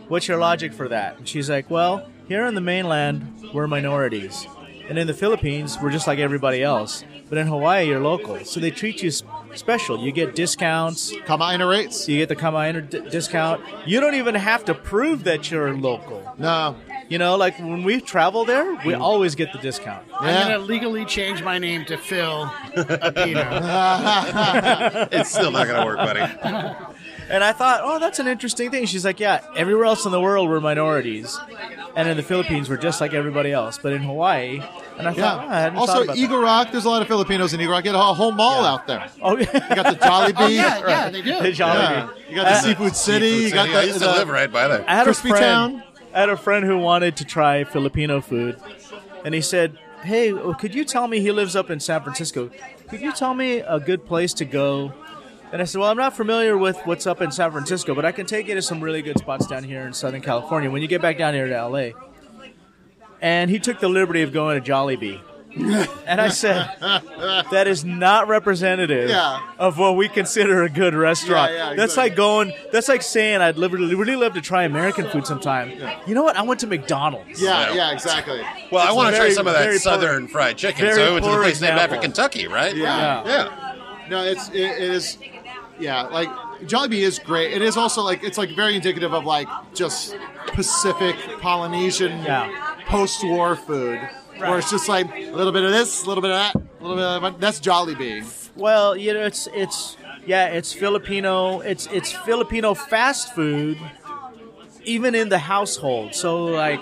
Speaker 3: what's your logic for that? And she's like, well, here on the mainland, we're minorities. And in the Philippines, we're just like everybody else. But in Hawaii, you're local. So they treat you s- special. You get discounts.
Speaker 6: Kama'aina rates.
Speaker 3: You get the Kama'aina d- discount. You don't even have to prove that you're local.
Speaker 6: No.
Speaker 3: You know, like when we travel there,
Speaker 6: Mm.
Speaker 3: we always get the discount.
Speaker 7: I'm
Speaker 6: Yeah.
Speaker 7: gonna legally change my name to Phil Adino.
Speaker 4: It's still not going to work, buddy.
Speaker 3: And I thought, oh, that's an interesting thing. She's like, yeah, everywhere else in the world we're minorities, and in the Philippines we're just like everybody else, but in Hawaii, and I
Speaker 6: Yeah.
Speaker 3: thought, oh, I hadn't thought
Speaker 6: also,
Speaker 3: about
Speaker 6: Eagle Rock. There's a lot of Filipinos in Eagle Rock. You got a whole mall out there.
Speaker 3: that. Oh,
Speaker 6: You
Speaker 3: yeah.
Speaker 6: got the Jollibee.
Speaker 7: oh yeah, yeah, they
Speaker 3: The
Speaker 7: do.
Speaker 3: Jollibee.
Speaker 6: Yeah. You
Speaker 3: Uh,
Speaker 6: got the Seafood City. You got the,
Speaker 4: I used to
Speaker 6: the-
Speaker 4: live right by there.
Speaker 3: I had
Speaker 6: Crispy
Speaker 3: a friend,
Speaker 6: Town.
Speaker 3: I had a friend who wanted to try Filipino food, and he said, "Hey, oh, could you tell me?" He lives up in San Francisco. Could you tell me a good place to go? And I said, "Well, I'm not familiar with what's up in San Francisco, but I can take you to some really good spots down here in Southern California when you get back down here to LA." And he took the liberty of going to Jollibee. and I said, that is not representative
Speaker 6: Yeah.
Speaker 3: of what we consider a good restaurant.
Speaker 6: Yeah, yeah,
Speaker 3: That's
Speaker 6: exactly.
Speaker 3: like going. That's like saying I'd live, really love to try American food sometime. You know what? I went to McDonald's.
Speaker 6: Yeah,
Speaker 4: Yeah.
Speaker 6: yeah, exactly.
Speaker 4: Well, I want to try
Speaker 3: very-
Speaker 4: some of that
Speaker 3: very
Speaker 4: southern fried chicken.
Speaker 3: very
Speaker 4: So I went to the
Speaker 3: poor
Speaker 4: place named after
Speaker 3: example.
Speaker 4: Kentucky, right?
Speaker 6: Yeah.
Speaker 4: Yeah.
Speaker 6: No, it's it, it is. Yeah, like Jollibee is great. It is also like it's like very indicative of like just Pacific Polynesian
Speaker 3: Yeah.
Speaker 6: post-war food, where it's just like a little bit of this, a little bit of that, a little bit of that. that's Jollibee.
Speaker 3: Well, you know, it's it's yeah, it's Filipino. It's it's Filipino fast food, even in the household. So like.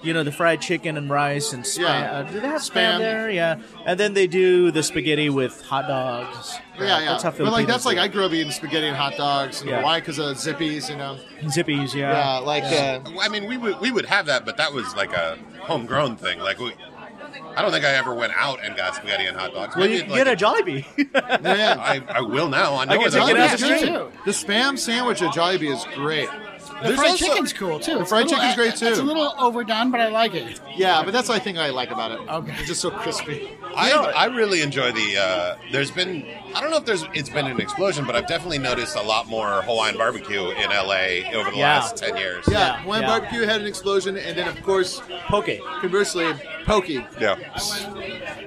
Speaker 3: You know the fried chicken and rice and spam.
Speaker 6: Yeah.
Speaker 3: Uh, do they have spam,
Speaker 6: Spam.
Speaker 3: there? Yeah, and then they do the spaghetti with hot dogs.
Speaker 6: Yeah, yeah.
Speaker 3: That's how
Speaker 6: but like
Speaker 3: Filipinos
Speaker 6: that's like
Speaker 3: do
Speaker 6: I
Speaker 3: it.
Speaker 6: grew up eating spaghetti and hot dogs and
Speaker 3: Yeah.
Speaker 6: Hawaii because of zippies, you know.
Speaker 3: zippies.
Speaker 6: Yeah, like uh,
Speaker 4: Well, I mean, we would we would have that, but that was like a homegrown thing. Like we, I don't think I ever went out and got spaghetti and hot dogs.
Speaker 3: Well,
Speaker 4: Maybe
Speaker 3: you
Speaker 4: it,
Speaker 3: can
Speaker 4: like,
Speaker 3: get a Jollibee.
Speaker 6: yeah, yeah.
Speaker 4: I, I will now. I know
Speaker 3: can
Speaker 4: where
Speaker 3: take
Speaker 4: that
Speaker 3: it
Speaker 4: is.
Speaker 3: out.
Speaker 6: Jollibee's
Speaker 7: That's
Speaker 6: great.
Speaker 7: true.
Speaker 6: The spam sandwich at Jollibee is great.
Speaker 7: The fried chicken's cool too. The
Speaker 6: fried chicken's great, too.
Speaker 7: It's a little overdone, but I like it.
Speaker 6: Yeah, but that's what I think I like about it.
Speaker 7: Okay.
Speaker 6: It's just so crispy.
Speaker 4: I, I really enjoy the. Uh, there's been I don't know if there's it's been an explosion, but I've definitely noticed a lot more Hawaiian barbecue in LA over the
Speaker 3: Yeah.
Speaker 4: last ten years.
Speaker 6: Yeah,
Speaker 3: Yeah,
Speaker 6: when
Speaker 3: yeah.
Speaker 6: barbecue had an explosion, and then of course,
Speaker 3: Poke.
Speaker 6: conversely, pokey.
Speaker 4: yeah.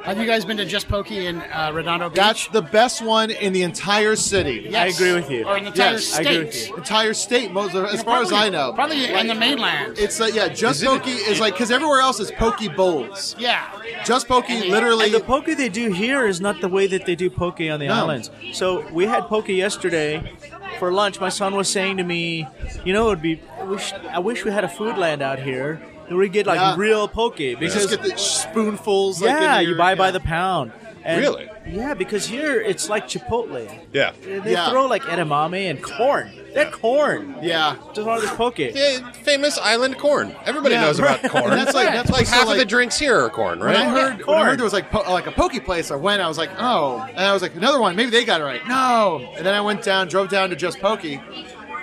Speaker 7: Have you guys been to Just Pokey in uh, Redondo Beach?
Speaker 6: That's the best one in the entire city.
Speaker 3: I agree with you.
Speaker 7: Or in the entire
Speaker 6: Yes,
Speaker 7: state.
Speaker 3: I agree with you.
Speaker 6: Entire state, most of, as
Speaker 7: You know,
Speaker 6: far as
Speaker 7: probably-
Speaker 6: I know.
Speaker 7: Probably in the mainland.
Speaker 6: It's like, yeah, just pokey is like, because everywhere else is pokey bowls.
Speaker 7: yeah.
Speaker 6: Just pokey literally.
Speaker 3: And the poke they do here is not the way that they do poke on the islands. So we had poke yesterday for lunch. My son was saying to me, "You know, it'd be. I wish, I wish we had a food land out here where we get like
Speaker 6: Yeah.
Speaker 3: real poke
Speaker 6: just
Speaker 3: because
Speaker 6: get the spoonfuls.
Speaker 3: yeah,
Speaker 6: like, in your-
Speaker 3: you buy by
Speaker 6: yeah.
Speaker 3: the pound. And
Speaker 4: Really?
Speaker 3: Yeah, because here it's like Chipotle.
Speaker 4: Yeah.
Speaker 3: They
Speaker 6: Yeah.
Speaker 3: throw like edamame and corn. They're corn.
Speaker 6: Yeah.
Speaker 3: Just all this poke.
Speaker 4: Yeah, famous island corn. Everybody
Speaker 6: Yeah,
Speaker 4: knows
Speaker 6: right.
Speaker 4: about corn.
Speaker 6: And that's like- that's
Speaker 4: like
Speaker 6: also
Speaker 4: half
Speaker 6: like-
Speaker 4: of the drinks here are corn,
Speaker 6: When I
Speaker 4: right?
Speaker 6: heard,
Speaker 3: yeah,
Speaker 6: when I
Speaker 3: corn.
Speaker 6: heard there was like po- like a pokey place, I went. I was like, oh, and I was like, another one. Maybe they got it right. No, and then I went down, drove down to just pokey,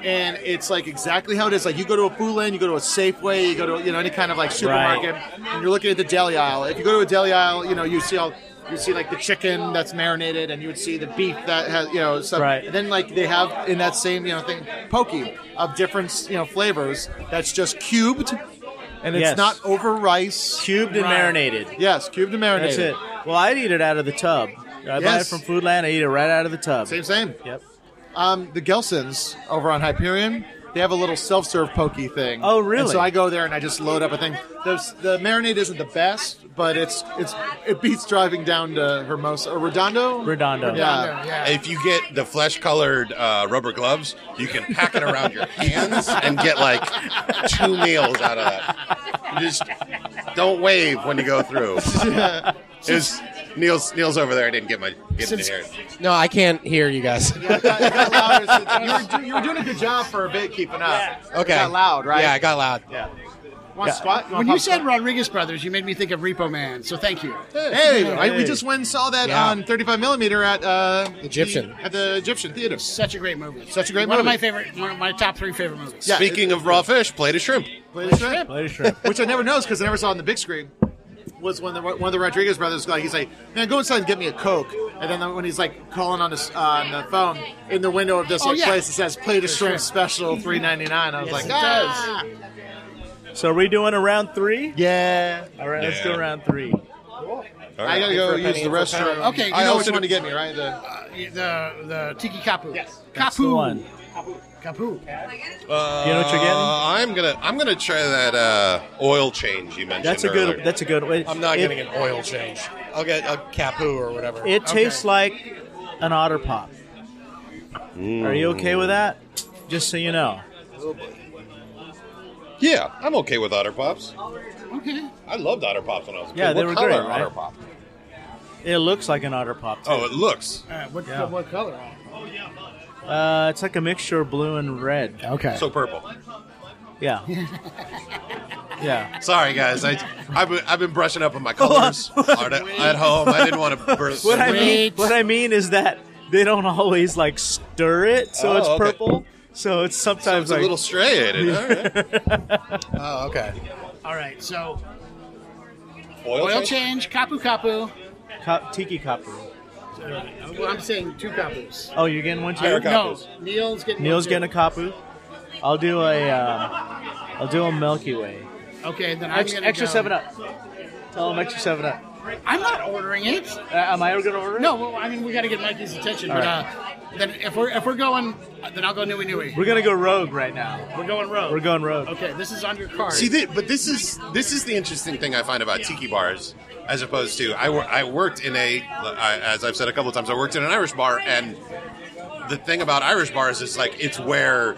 Speaker 6: and it's like exactly how it is. Like you go to a food land, you go to a Safeway, you go to you know any kind of like supermarket, and you're looking at the deli aisle. If you go to a deli aisle, you know you see all. You see, like the chicken that's marinated, and you would see the beef that has, you know, stuff.
Speaker 3: Right.
Speaker 6: And then, like they have in that same, you know, thing, pokey of different, you know, flavors. That's just cubed, and it's
Speaker 3: Yes.
Speaker 6: not over rice.
Speaker 3: Cubed and
Speaker 7: Right.
Speaker 3: marinated.
Speaker 6: Yes, cubed and
Speaker 3: That's
Speaker 6: marinated.
Speaker 3: it. Well, I'd eat it out of the tub. I buy it
Speaker 6: Yes.
Speaker 3: from Foodland. I eat it right out of the tub.
Speaker 6: Same, same.
Speaker 3: Yep.
Speaker 6: Um, the Gelsons over on Hyperion, they have a little self-serve pokey thing.
Speaker 3: Oh, really?
Speaker 6: And so I go there and I just load up a thing. The, the marinade isn't the best, but it's it's it beats driving down to Hermosa or Redondo.
Speaker 3: Redondo.
Speaker 6: Yeah.
Speaker 7: Yeah.
Speaker 4: If you get the flesh colored uh, rubber gloves, you can pack it around your hands and get like two meals out of that. You just don't wave when you go through. It was, Neil's Neil's over there. I didn't get my get in
Speaker 7: Since-
Speaker 4: here.
Speaker 8: No, I can't hear you guys.
Speaker 6: It got- it got louder. You were do- you were doing a good job for a bit keeping up.
Speaker 8: Okay.
Speaker 6: It got loud, right?
Speaker 8: Yeah, I got loud.
Speaker 6: Want to squat?
Speaker 7: When
Speaker 6: want
Speaker 7: you
Speaker 6: pop
Speaker 7: said
Speaker 6: squat?
Speaker 7: Rodriguez Brothers, you made me think of Repo Man, so thank you.
Speaker 6: Hey, I- we just went and saw that
Speaker 8: Yeah.
Speaker 6: on 35 millimeter at uh,
Speaker 8: Egyptian.
Speaker 6: the- at the Egyptian theater.
Speaker 7: Such a great movie.
Speaker 6: Such a great
Speaker 7: one One of
Speaker 6: movie.
Speaker 7: my favorite, one of my top three favorite movies.
Speaker 6: Yeah,
Speaker 4: Speaking of raw fish, plate of shrimp.
Speaker 6: Play the shrimp.
Speaker 3: Plate of shrimp.
Speaker 6: which I never noticed because I never saw it on the big screen, was when the, one of the Rodriguez brothers like he's like, "Man, go inside and get me a coke." And then when he's like calling on his uh, on the phone in the window of this
Speaker 7: Oh,
Speaker 6: like,
Speaker 7: yeah.
Speaker 6: place, it says "Plate of Shrimp Special three ninety nine. I was like,
Speaker 7: it
Speaker 6: ah.
Speaker 3: So are we doing a round three?
Speaker 6: "Yeah."
Speaker 3: All right, let's
Speaker 4: Yeah.
Speaker 3: do round three.
Speaker 4: All
Speaker 6: I
Speaker 4: right.
Speaker 6: gotta go use the restroom.
Speaker 7: Okay, you
Speaker 6: I
Speaker 7: know
Speaker 6: know
Speaker 7: what
Speaker 6: which
Speaker 7: to
Speaker 6: one to
Speaker 7: do.
Speaker 6: get me right. The,
Speaker 7: Uh, The the Tiki Kapu. Yes. Kapu.
Speaker 3: That's the one.
Speaker 7: Kapu.
Speaker 4: Uh,
Speaker 3: You know what you're getting?
Speaker 4: I'm gonna I'm gonna try that uh, oil change you mentioned.
Speaker 3: That's a
Speaker 4: earlier.
Speaker 3: good. That's a good. It,
Speaker 8: I'm not
Speaker 3: it,
Speaker 8: getting an oil change. I'll get a capu or whatever.
Speaker 3: It tastes like an otter pop. Are you okay with that? Just so you know.
Speaker 4: yeah. I'm okay with otter pops.
Speaker 7: Okay.
Speaker 4: I loved otter pops when I was a kid.
Speaker 3: Yeah, they
Speaker 4: What
Speaker 3: were
Speaker 4: color
Speaker 3: great,
Speaker 4: are
Speaker 3: right?
Speaker 4: otter pop?
Speaker 3: It looks like an otter pop. Too.
Speaker 4: Oh, it looks
Speaker 7: Uh, what,
Speaker 3: Yeah.
Speaker 7: what, what color?
Speaker 3: Uh, it's like a mixture of blue and red.
Speaker 7: Okay.
Speaker 4: so purple.
Speaker 3: Yeah. yeah.
Speaker 4: Sorry, guys. I, I've, been- I've been brushing up on my colors at, at home. I didn't want to burst.
Speaker 3: What I mean,
Speaker 7: Wait.
Speaker 3: what I mean is that they don't always like stir it, so
Speaker 4: Oh,
Speaker 3: it's
Speaker 4: okay.
Speaker 3: purple. So it's
Speaker 4: it's
Speaker 3: sometimes
Speaker 4: a
Speaker 3: like
Speaker 4: little striated. All right.
Speaker 8: Oh, okay.
Speaker 7: All right. So
Speaker 4: Oil,
Speaker 7: oil
Speaker 4: change?
Speaker 7: change, Kapu Kapu.
Speaker 3: cup, tiki copper.
Speaker 7: Well, I'm saying two Kapus.
Speaker 3: Oh, you're getting one too.
Speaker 4: Pair of
Speaker 7: No,
Speaker 4: Kapus.
Speaker 7: Neil's getting.
Speaker 3: Neil's
Speaker 7: one
Speaker 3: getting a
Speaker 7: too.
Speaker 3: kapu. I'll do a. Um, I'll do a Milky Way.
Speaker 7: Okay, then I'm
Speaker 3: Ex-
Speaker 7: gonna
Speaker 3: extra
Speaker 7: go-
Speaker 3: seven up. Tell him extra seven up.
Speaker 7: I'm not ordering it.
Speaker 3: Uh, am I gonna order? it?
Speaker 7: No, well, I mean we got to get Mikey's attention.
Speaker 3: All
Speaker 7: but uh, then if we're if we're going, then I'll go Nui Nui.
Speaker 3: We're gonna go rogue right now.
Speaker 7: We're going rogue.
Speaker 3: We're going rogue.
Speaker 7: Okay, this is on your card.
Speaker 4: See, thi- but this is this is the interesting thing I find about tiki bars, as opposed to I, wor- I worked in a I, as I've said a couple of times I worked in an Irish bar, and the thing about Irish bars is like it's where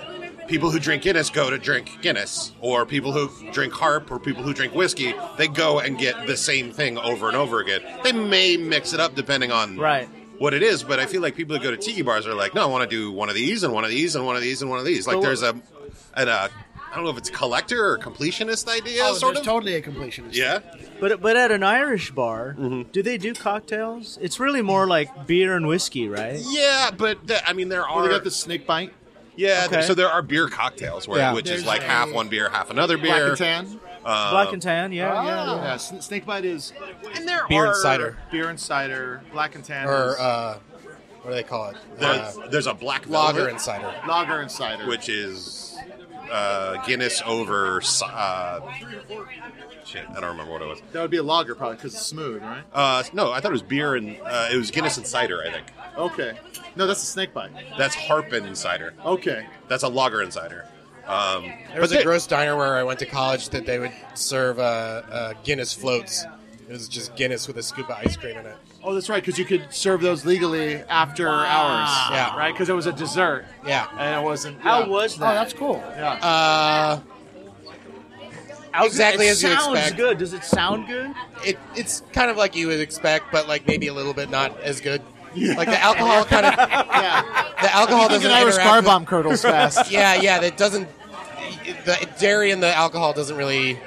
Speaker 4: people who drink Guinness go to drink Guinness, or people who drink Harp, or people who drink whiskey, they go and get the same thing over and over again. They may mix it up depending on
Speaker 3: Right.
Speaker 4: What it is, but I feel like people who go to tiki bars are like, no, I want to do one of these and one of these and one of these and one of these. Like,
Speaker 3: But what-
Speaker 4: there's a and uh, I don't know if it's collector or completionist idea,
Speaker 7: oh,
Speaker 4: sort
Speaker 7: there's
Speaker 4: of.
Speaker 7: totally a completionist.
Speaker 4: yeah,
Speaker 3: But but at an Irish bar,
Speaker 6: Mm-hmm.
Speaker 3: do they do cocktails? It's really more like beer and whiskey, right?
Speaker 4: yeah, but th- I mean, there
Speaker 6: oh,
Speaker 4: are
Speaker 6: they got the snake bite.
Speaker 4: yeah.
Speaker 3: Okay.
Speaker 4: So there are beer cocktails, where
Speaker 8: Yeah.
Speaker 4: which
Speaker 7: There's
Speaker 4: is like
Speaker 7: a-
Speaker 4: half one beer, half another beer.
Speaker 6: Black and tan.
Speaker 4: Uh,
Speaker 3: Black and tan,
Speaker 7: Oh.
Speaker 3: yeah, yeah.
Speaker 7: Ah.
Speaker 6: Yeah, sn- snake bite is
Speaker 4: and there
Speaker 8: Beer
Speaker 4: are
Speaker 8: and cider.
Speaker 6: beer and cider. Black and tan
Speaker 8: Or,
Speaker 6: is
Speaker 8: uh, what do they call it?
Speaker 4: There's,
Speaker 8: Uh,
Speaker 4: there's a black
Speaker 8: lager
Speaker 4: velvet,
Speaker 8: and cider.
Speaker 6: lager and cider.
Speaker 4: which is uh, Guinness over. si- Uh, shit, I don't remember what it was.
Speaker 6: That would be a lager, probably, because it's smooth, right?
Speaker 4: Uh, no, I thought it was beer and uh, it was Guinness and cider. I think
Speaker 6: Okay. No, that's a snake bite.
Speaker 4: that's Harpen cider.
Speaker 6: Okay.
Speaker 4: That's a lager and cider. Um,
Speaker 8: There was a gross diner where I went to college that they would serve uh, uh, Guinness floats. It was just Guinness with a scoop of ice cream in it.
Speaker 6: Oh, that's right, because you could serve those legally after hours.
Speaker 8: Yeah.
Speaker 6: Right? Because it was a dessert.
Speaker 8: Yeah.
Speaker 6: And it wasn't.
Speaker 3: How
Speaker 6: yeah.
Speaker 3: was
Speaker 7: Oh,
Speaker 3: that?
Speaker 7: that's cool.
Speaker 8: Uh,
Speaker 3: How-
Speaker 8: exactly
Speaker 3: it
Speaker 8: as you
Speaker 3: sounds
Speaker 8: expect.
Speaker 3: good. Does it sound good?
Speaker 8: it, it's kind of like you would expect, but like maybe a little bit not as good. Like the alcohol kind of. The alcohol
Speaker 5: It's
Speaker 8: doesn't
Speaker 5: an Irish
Speaker 8: interact
Speaker 5: car
Speaker 8: with-
Speaker 5: bomb curdles fast.
Speaker 8: Yeah, yeah. That doesn't. The dairy and the alcohol doesn't really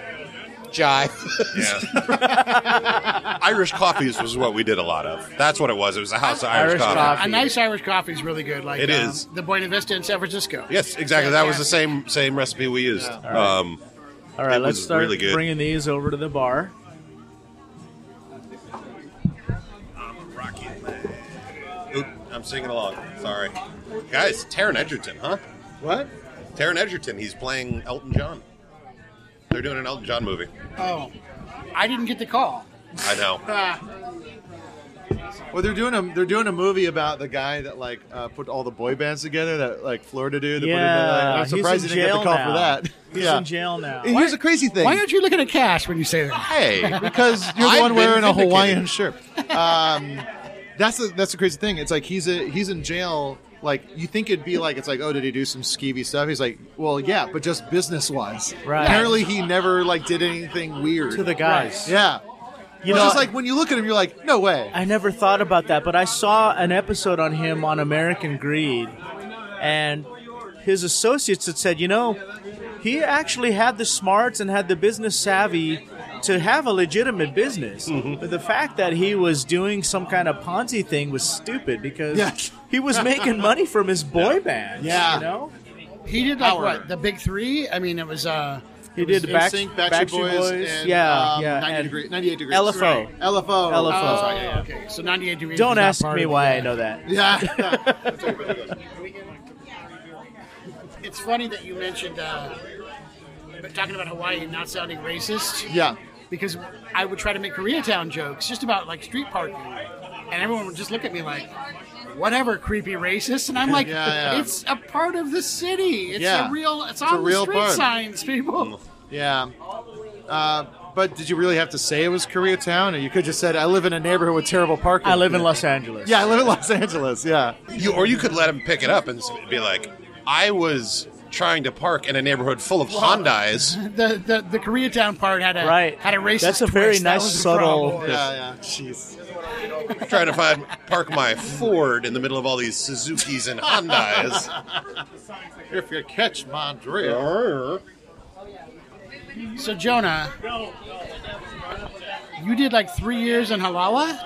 Speaker 8: jive.
Speaker 4: yeah. Irish coffees was what we did a lot of. That's what it was. It was a house of Irish,
Speaker 6: Irish
Speaker 4: coffee.
Speaker 6: coffee.
Speaker 7: A nice Irish coffee is really good. Like
Speaker 4: It
Speaker 7: uh,
Speaker 4: is.
Speaker 7: the Buena Vista in San Francisco.
Speaker 4: Yes, exactly. That was the same same recipe we used. Um,
Speaker 3: All right,
Speaker 4: It
Speaker 3: let's
Speaker 4: was
Speaker 3: start
Speaker 4: really good.
Speaker 3: bringing these over to the bar.
Speaker 4: oop, I'm singing along. Sorry, guys. Taron Edgerton, huh?
Speaker 6: What?
Speaker 4: Taron Edgerton. He's playing Elton John. They're doing an Elton John movie.
Speaker 7: Oh, I didn't get the call.
Speaker 4: I know.
Speaker 6: Well, they're doing a they're doing a movie about the guy that like uh, put all the boy bands together. That like Florida dude. That put in the,
Speaker 3: Yeah,
Speaker 6: I'm surprised he
Speaker 3: he's in
Speaker 6: didn't get the
Speaker 3: jail
Speaker 6: call
Speaker 3: now.
Speaker 6: for that.
Speaker 3: He's
Speaker 6: yeah.
Speaker 3: in jail now.
Speaker 6: And Here's the crazy thing.
Speaker 7: Why aren't you looking at cash when you say that?
Speaker 4: Hey,
Speaker 6: because you're the
Speaker 4: I've
Speaker 6: one
Speaker 4: been
Speaker 6: wearing a
Speaker 4: vindicated.
Speaker 6: Hawaiian shirt. Um, that's the that's the crazy thing. It's like he's a, he's in jail. Like you think it'd be like it's like oh did he do some skeevy stuff? He's like well yeah, but just business wise.
Speaker 3: Right.
Speaker 6: Apparently he never like did anything weird.
Speaker 3: To the guys.
Speaker 6: yeah.
Speaker 3: You
Speaker 6: It's
Speaker 3: know,
Speaker 6: just like when you look at him, you're like no way.
Speaker 3: I never thought about that, but I saw an episode on him on American Greed, and his associates had said, you know, he actually had the smarts and had the business savvy to have a legitimate business.
Speaker 6: Mm-hmm.
Speaker 3: But the fact that he was doing some kind of Ponzi thing was stupid because
Speaker 6: Yeah.
Speaker 3: he was making money from his boy band.
Speaker 6: Yeah.
Speaker 3: You know?
Speaker 7: He did like
Speaker 6: Power.
Speaker 7: what? The big three? I mean, it was. uh
Speaker 3: He did back,
Speaker 6: NSYNC, Backstreet
Speaker 3: Backstreet
Speaker 6: Boys,
Speaker 3: Boys.
Speaker 6: and,
Speaker 3: yeah,
Speaker 6: um,
Speaker 3: yeah.
Speaker 6: 90
Speaker 3: and
Speaker 6: degree- 98 degrees.
Speaker 3: LFO.
Speaker 6: Right. LFO. Oh,
Speaker 3: LFO.
Speaker 6: sorry, yeah, yeah.
Speaker 7: Okay, so 98 degrees.
Speaker 3: Don't
Speaker 7: is not
Speaker 3: ask
Speaker 7: part
Speaker 3: me
Speaker 7: of
Speaker 3: why
Speaker 7: the,
Speaker 3: I know that.
Speaker 6: Yeah.
Speaker 7: It's funny that you mentioned uh, talking about Hawaii and not sounding racist.
Speaker 6: yeah.
Speaker 7: because I would try to make Koreatown jokes just about like street parking, and everyone would just look at me like, "Whatever, creepy racist." And I'm like,
Speaker 6: Yeah, yeah.
Speaker 7: "It's a part of the city. It's
Speaker 6: Yeah.
Speaker 7: a real.
Speaker 6: It's
Speaker 7: It's,
Speaker 6: a
Speaker 7: on
Speaker 6: real
Speaker 7: the street
Speaker 6: part. Mm.
Speaker 7: signs, people."
Speaker 6: Yeah. Uh, but did you really have to say it was Koreatown? Or you could just said, I live in a neighborhood with terrible parking.
Speaker 3: I live in Los Angeles.
Speaker 6: Yeah, I live in Los Angeles. Yeah.
Speaker 4: you or you could let him pick it up and s- be like, I was trying to park in a neighborhood full of Hondas.
Speaker 7: The, the the Koreatown part had a
Speaker 3: Right.
Speaker 7: had a racist.
Speaker 3: That's a very
Speaker 7: twist. That
Speaker 3: nice,
Speaker 7: was the
Speaker 3: subtle-
Speaker 7: problem.
Speaker 6: Yeah, yeah. Jeez.
Speaker 4: trying to find park my Ford in the middle of all these Suzukis and Hondas.
Speaker 6: If you catch my drift.
Speaker 7: So Jonah, you did like three years in Halawa.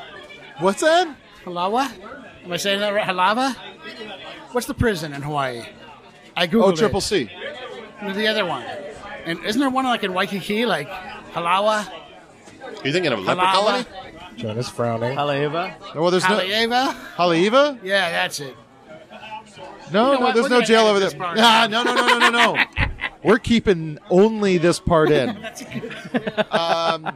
Speaker 6: What's that?
Speaker 7: Halawa? Am I saying that right? Halawa? What's the prison in Hawaii? I googled
Speaker 6: Oh,
Speaker 7: it.
Speaker 6: Triple C.
Speaker 7: the other one. And isn't there one like in Waikiki, like Halawa,
Speaker 4: You thinking of leper
Speaker 7: Halawa,
Speaker 4: colony?
Speaker 8: Jonah's frowning.
Speaker 3: Haleiwa.
Speaker 6: Well, there's no.
Speaker 7: Haleiwa?
Speaker 6: Haleiwa?
Speaker 7: Yeah, that's it.
Speaker 6: No,
Speaker 7: know
Speaker 6: no,
Speaker 7: what?
Speaker 6: there's
Speaker 7: We're
Speaker 6: no
Speaker 7: gonna
Speaker 6: jail
Speaker 7: edit
Speaker 6: over there.
Speaker 7: this part.
Speaker 6: Nah, no, no, no, no, no, no. We're keeping only this part in. um,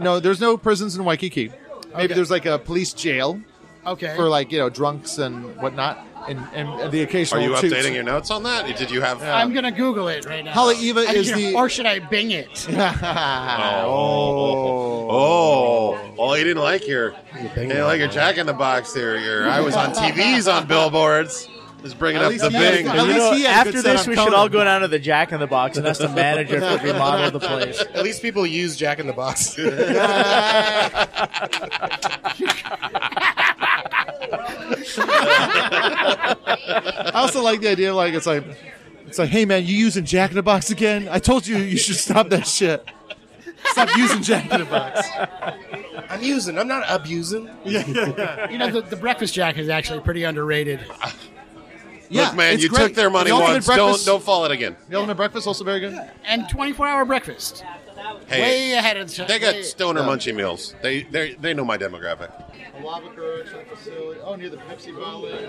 Speaker 6: no, there's no prisons in Waikiki. Maybe
Speaker 7: Okay.
Speaker 6: there's like a police jail
Speaker 7: Okay.
Speaker 6: for like you know drunks and whatnot, and, and, and the
Speaker 4: Are
Speaker 6: occasional.
Speaker 4: you
Speaker 6: toots.
Speaker 4: updating your notes on that? Did you have?
Speaker 7: I'm gonna Google it right now.
Speaker 6: Haleiwa
Speaker 7: I mean,
Speaker 6: uh, is the-
Speaker 7: or should I Bing it?
Speaker 4: Oh, oh, well, he didn't like your, he didn't like your Jack in the Box there. Your I was on TVs on billboards. Just bringing
Speaker 6: At
Speaker 4: up
Speaker 6: least
Speaker 4: the
Speaker 6: he has
Speaker 4: Bing.
Speaker 6: the- At
Speaker 3: You
Speaker 6: least
Speaker 3: know,
Speaker 6: he had a
Speaker 3: after
Speaker 6: good set
Speaker 3: this,
Speaker 6: on
Speaker 3: we should
Speaker 6: Conan.
Speaker 3: all go down to the Jack in the Box and ask the manager if we remodel the place.
Speaker 8: At least people use Jack in the Box.
Speaker 6: I also like the idea of like it's like it's like hey man, you using Jack in the Box again? I told you you should stop that shit. Stop using Jack in the Box.
Speaker 8: I'm using. I'm not abusing.
Speaker 7: You know, the, the breakfast jack is actually pretty underrated.
Speaker 6: Yeah,
Speaker 4: Look, man,
Speaker 6: it's
Speaker 4: you
Speaker 6: great.
Speaker 4: took their money
Speaker 6: the ultimate
Speaker 4: once.
Speaker 6: Breakfast,
Speaker 4: Don't don't fall it again.
Speaker 6: The ultimate breakfast also very good.
Speaker 7: And 24 hour breakfast.
Speaker 4: Hey,
Speaker 7: way ahead of the
Speaker 4: They got
Speaker 7: way-
Speaker 4: stoner munchie meals. They they they know my demographic.
Speaker 6: A lava correction facility. Oh, near the Pepsi Valley.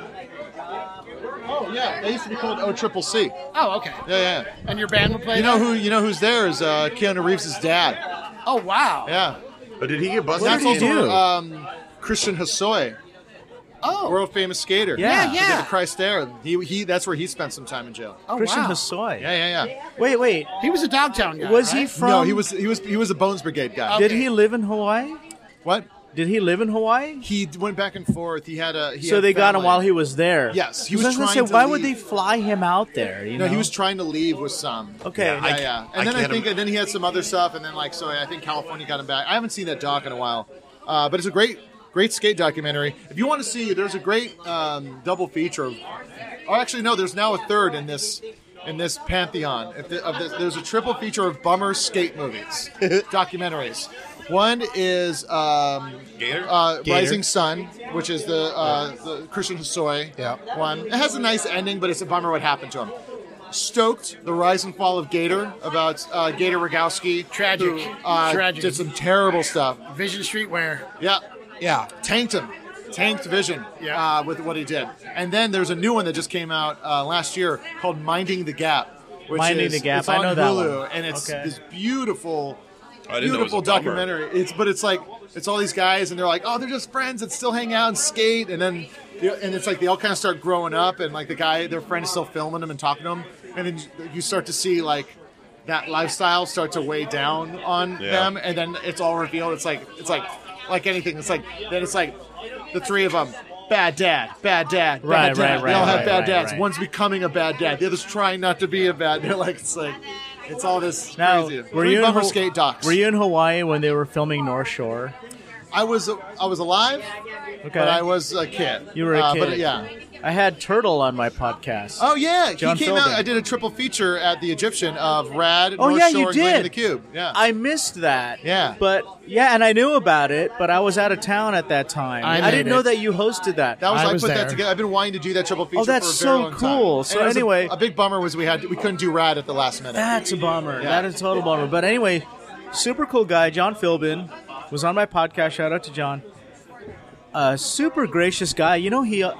Speaker 6: Oh yeah, they used to be called O Triple C.
Speaker 7: Oh, okay.
Speaker 6: Yeah, yeah.
Speaker 7: And your band would play.
Speaker 6: You know
Speaker 7: there?
Speaker 6: who? You know who's there is uh, Keanu Reeves' dad.
Speaker 7: Oh wow.
Speaker 6: Yeah,
Speaker 4: But Oh, did he get busted?
Speaker 6: that's
Speaker 3: did he
Speaker 6: also
Speaker 3: do?
Speaker 6: um, Christian Hosoi,
Speaker 7: Oh.
Speaker 6: world famous skater.
Speaker 3: Yeah. Yeah,
Speaker 6: He
Speaker 7: yeah.
Speaker 6: did the Christ Air. He, he that's where he spent some time in jail.
Speaker 7: Oh
Speaker 3: Christian
Speaker 7: wow.
Speaker 3: Hosoi.
Speaker 6: Yeah, yeah, yeah.
Speaker 3: Wait, wait.
Speaker 7: He was a Dogtown guy.
Speaker 3: Was he
Speaker 7: right?
Speaker 3: from?
Speaker 6: no, he was he was he was a Bones Brigade guy.
Speaker 3: Did
Speaker 7: okay.
Speaker 3: he live in Hawaii?
Speaker 6: What?
Speaker 3: Did he live in Hawaii?
Speaker 6: He went back and forth. He had a. He
Speaker 3: so
Speaker 6: had
Speaker 3: they got him
Speaker 6: family.
Speaker 3: while he was there.
Speaker 6: Yes, he
Speaker 3: Because
Speaker 6: was
Speaker 3: I gonna
Speaker 6: trying
Speaker 3: say,
Speaker 6: to
Speaker 3: why would they
Speaker 6: leave.
Speaker 3: fly him out there? You
Speaker 6: No,
Speaker 3: know?
Speaker 6: he was trying to leave with some.
Speaker 3: Okay.
Speaker 6: Yeah,
Speaker 3: I-
Speaker 6: yeah. yeah.
Speaker 4: I
Speaker 6: And then I
Speaker 4: get
Speaker 6: think,
Speaker 4: him.
Speaker 6: and then he had some other stuff, and then like so, I think California got him back. I haven't seen that doc in a while, uh, but it's a great, great skate documentary. If you want to see, there's a great um, double feature. Of, or actually, no, there's now a third in this. In this pantheon, if the, of this, there's a triple feature of bummer skate movies, documentaries. One is um,
Speaker 4: Gator?
Speaker 6: Uh,
Speaker 8: Gator.
Speaker 6: Rising Sun, which is the, uh, the Christian Hosoi
Speaker 8: Yeah.
Speaker 6: one. It has a nice ending, but it's a bummer what happened to him. Stoked, the rise and fall of Gator, about uh, Gator Rogowski.
Speaker 7: Tragic.
Speaker 6: Who, uh,
Speaker 7: Tragic.
Speaker 6: Did some terrible stuff.
Speaker 7: Vision Streetwear.
Speaker 6: Yeah.
Speaker 8: Yeah.
Speaker 6: Tanked him. Tanked Vision
Speaker 7: Yeah.
Speaker 6: uh, with what he did. And then there's a new one that just came out uh, last year called Minding the Gap. Which
Speaker 3: Minding
Speaker 6: is,
Speaker 3: the Gap.
Speaker 6: It's
Speaker 3: I
Speaker 6: on
Speaker 3: know that
Speaker 6: Hulu,
Speaker 3: one.
Speaker 6: and it's
Speaker 3: Okay.
Speaker 6: this beautiful
Speaker 4: I didn't know it was
Speaker 6: beautiful
Speaker 4: a bummer.
Speaker 6: documentary. It's but it's like it's all these guys and they're like, oh, they're just friends that still hang out and skate, and then and it's like they all kind of start growing up, and like the guy, their friend is still filming them and talking to them, and then you start to see like that lifestyle start to weigh down on
Speaker 4: Yeah.
Speaker 6: them, and then it's all revealed. It's like it's like like anything. It's like then it's like the three of them. Bad dad, bad dad, bad
Speaker 3: Right,
Speaker 6: dad.
Speaker 3: right,
Speaker 6: They all
Speaker 3: right,
Speaker 6: have
Speaker 3: right,
Speaker 6: bad
Speaker 3: right,
Speaker 6: dads.
Speaker 3: right.
Speaker 6: One's becoming a bad dad. The other's trying not to be a bad. They're like it's like it's all this
Speaker 3: Now,
Speaker 6: crazy.
Speaker 3: were
Speaker 6: Three
Speaker 3: you in
Speaker 6: bumper
Speaker 3: Haw-
Speaker 6: skate docs?
Speaker 3: Were you in Hawaii when they were filming North Shore?
Speaker 6: I was I was alive,
Speaker 3: Okay.
Speaker 6: but I was a kid.
Speaker 3: You were a
Speaker 6: Uh,
Speaker 3: kid.
Speaker 6: but yeah.
Speaker 3: I had Turtle on my podcast.
Speaker 6: Oh yeah,
Speaker 3: John
Speaker 6: he came out.
Speaker 3: Philbin.
Speaker 6: I did a triple feature at the Egyptian of Rad.
Speaker 3: Oh,
Speaker 6: North
Speaker 3: yeah,
Speaker 6: Shore,
Speaker 3: you
Speaker 6: and Glenn
Speaker 3: did.
Speaker 6: The Cube. Yeah.
Speaker 3: I missed that.
Speaker 6: Yeah.
Speaker 3: But yeah, and I knew about it, but I was out of town at that time.
Speaker 7: I
Speaker 3: I,
Speaker 7: made
Speaker 3: didn't know
Speaker 7: it.
Speaker 3: that you hosted that.
Speaker 6: that was
Speaker 7: I
Speaker 6: I,
Speaker 7: was
Speaker 6: put
Speaker 7: there.
Speaker 6: that together. I've been wanting to do that triple feature.
Speaker 3: Oh, that's
Speaker 6: for a very
Speaker 3: so
Speaker 6: long time.
Speaker 3: cool.
Speaker 6: And
Speaker 3: So
Speaker 6: it was a-
Speaker 3: anyway-
Speaker 6: a, big bummer was we had we couldn't do Rad at the last minute.
Speaker 3: That's a bummer.
Speaker 6: Yeah.
Speaker 3: That is a total bummer. But anyway, super cool guy, John Philbin, was on my podcast. Shout out to John. Uh, super gracious guy. You know he. Uh,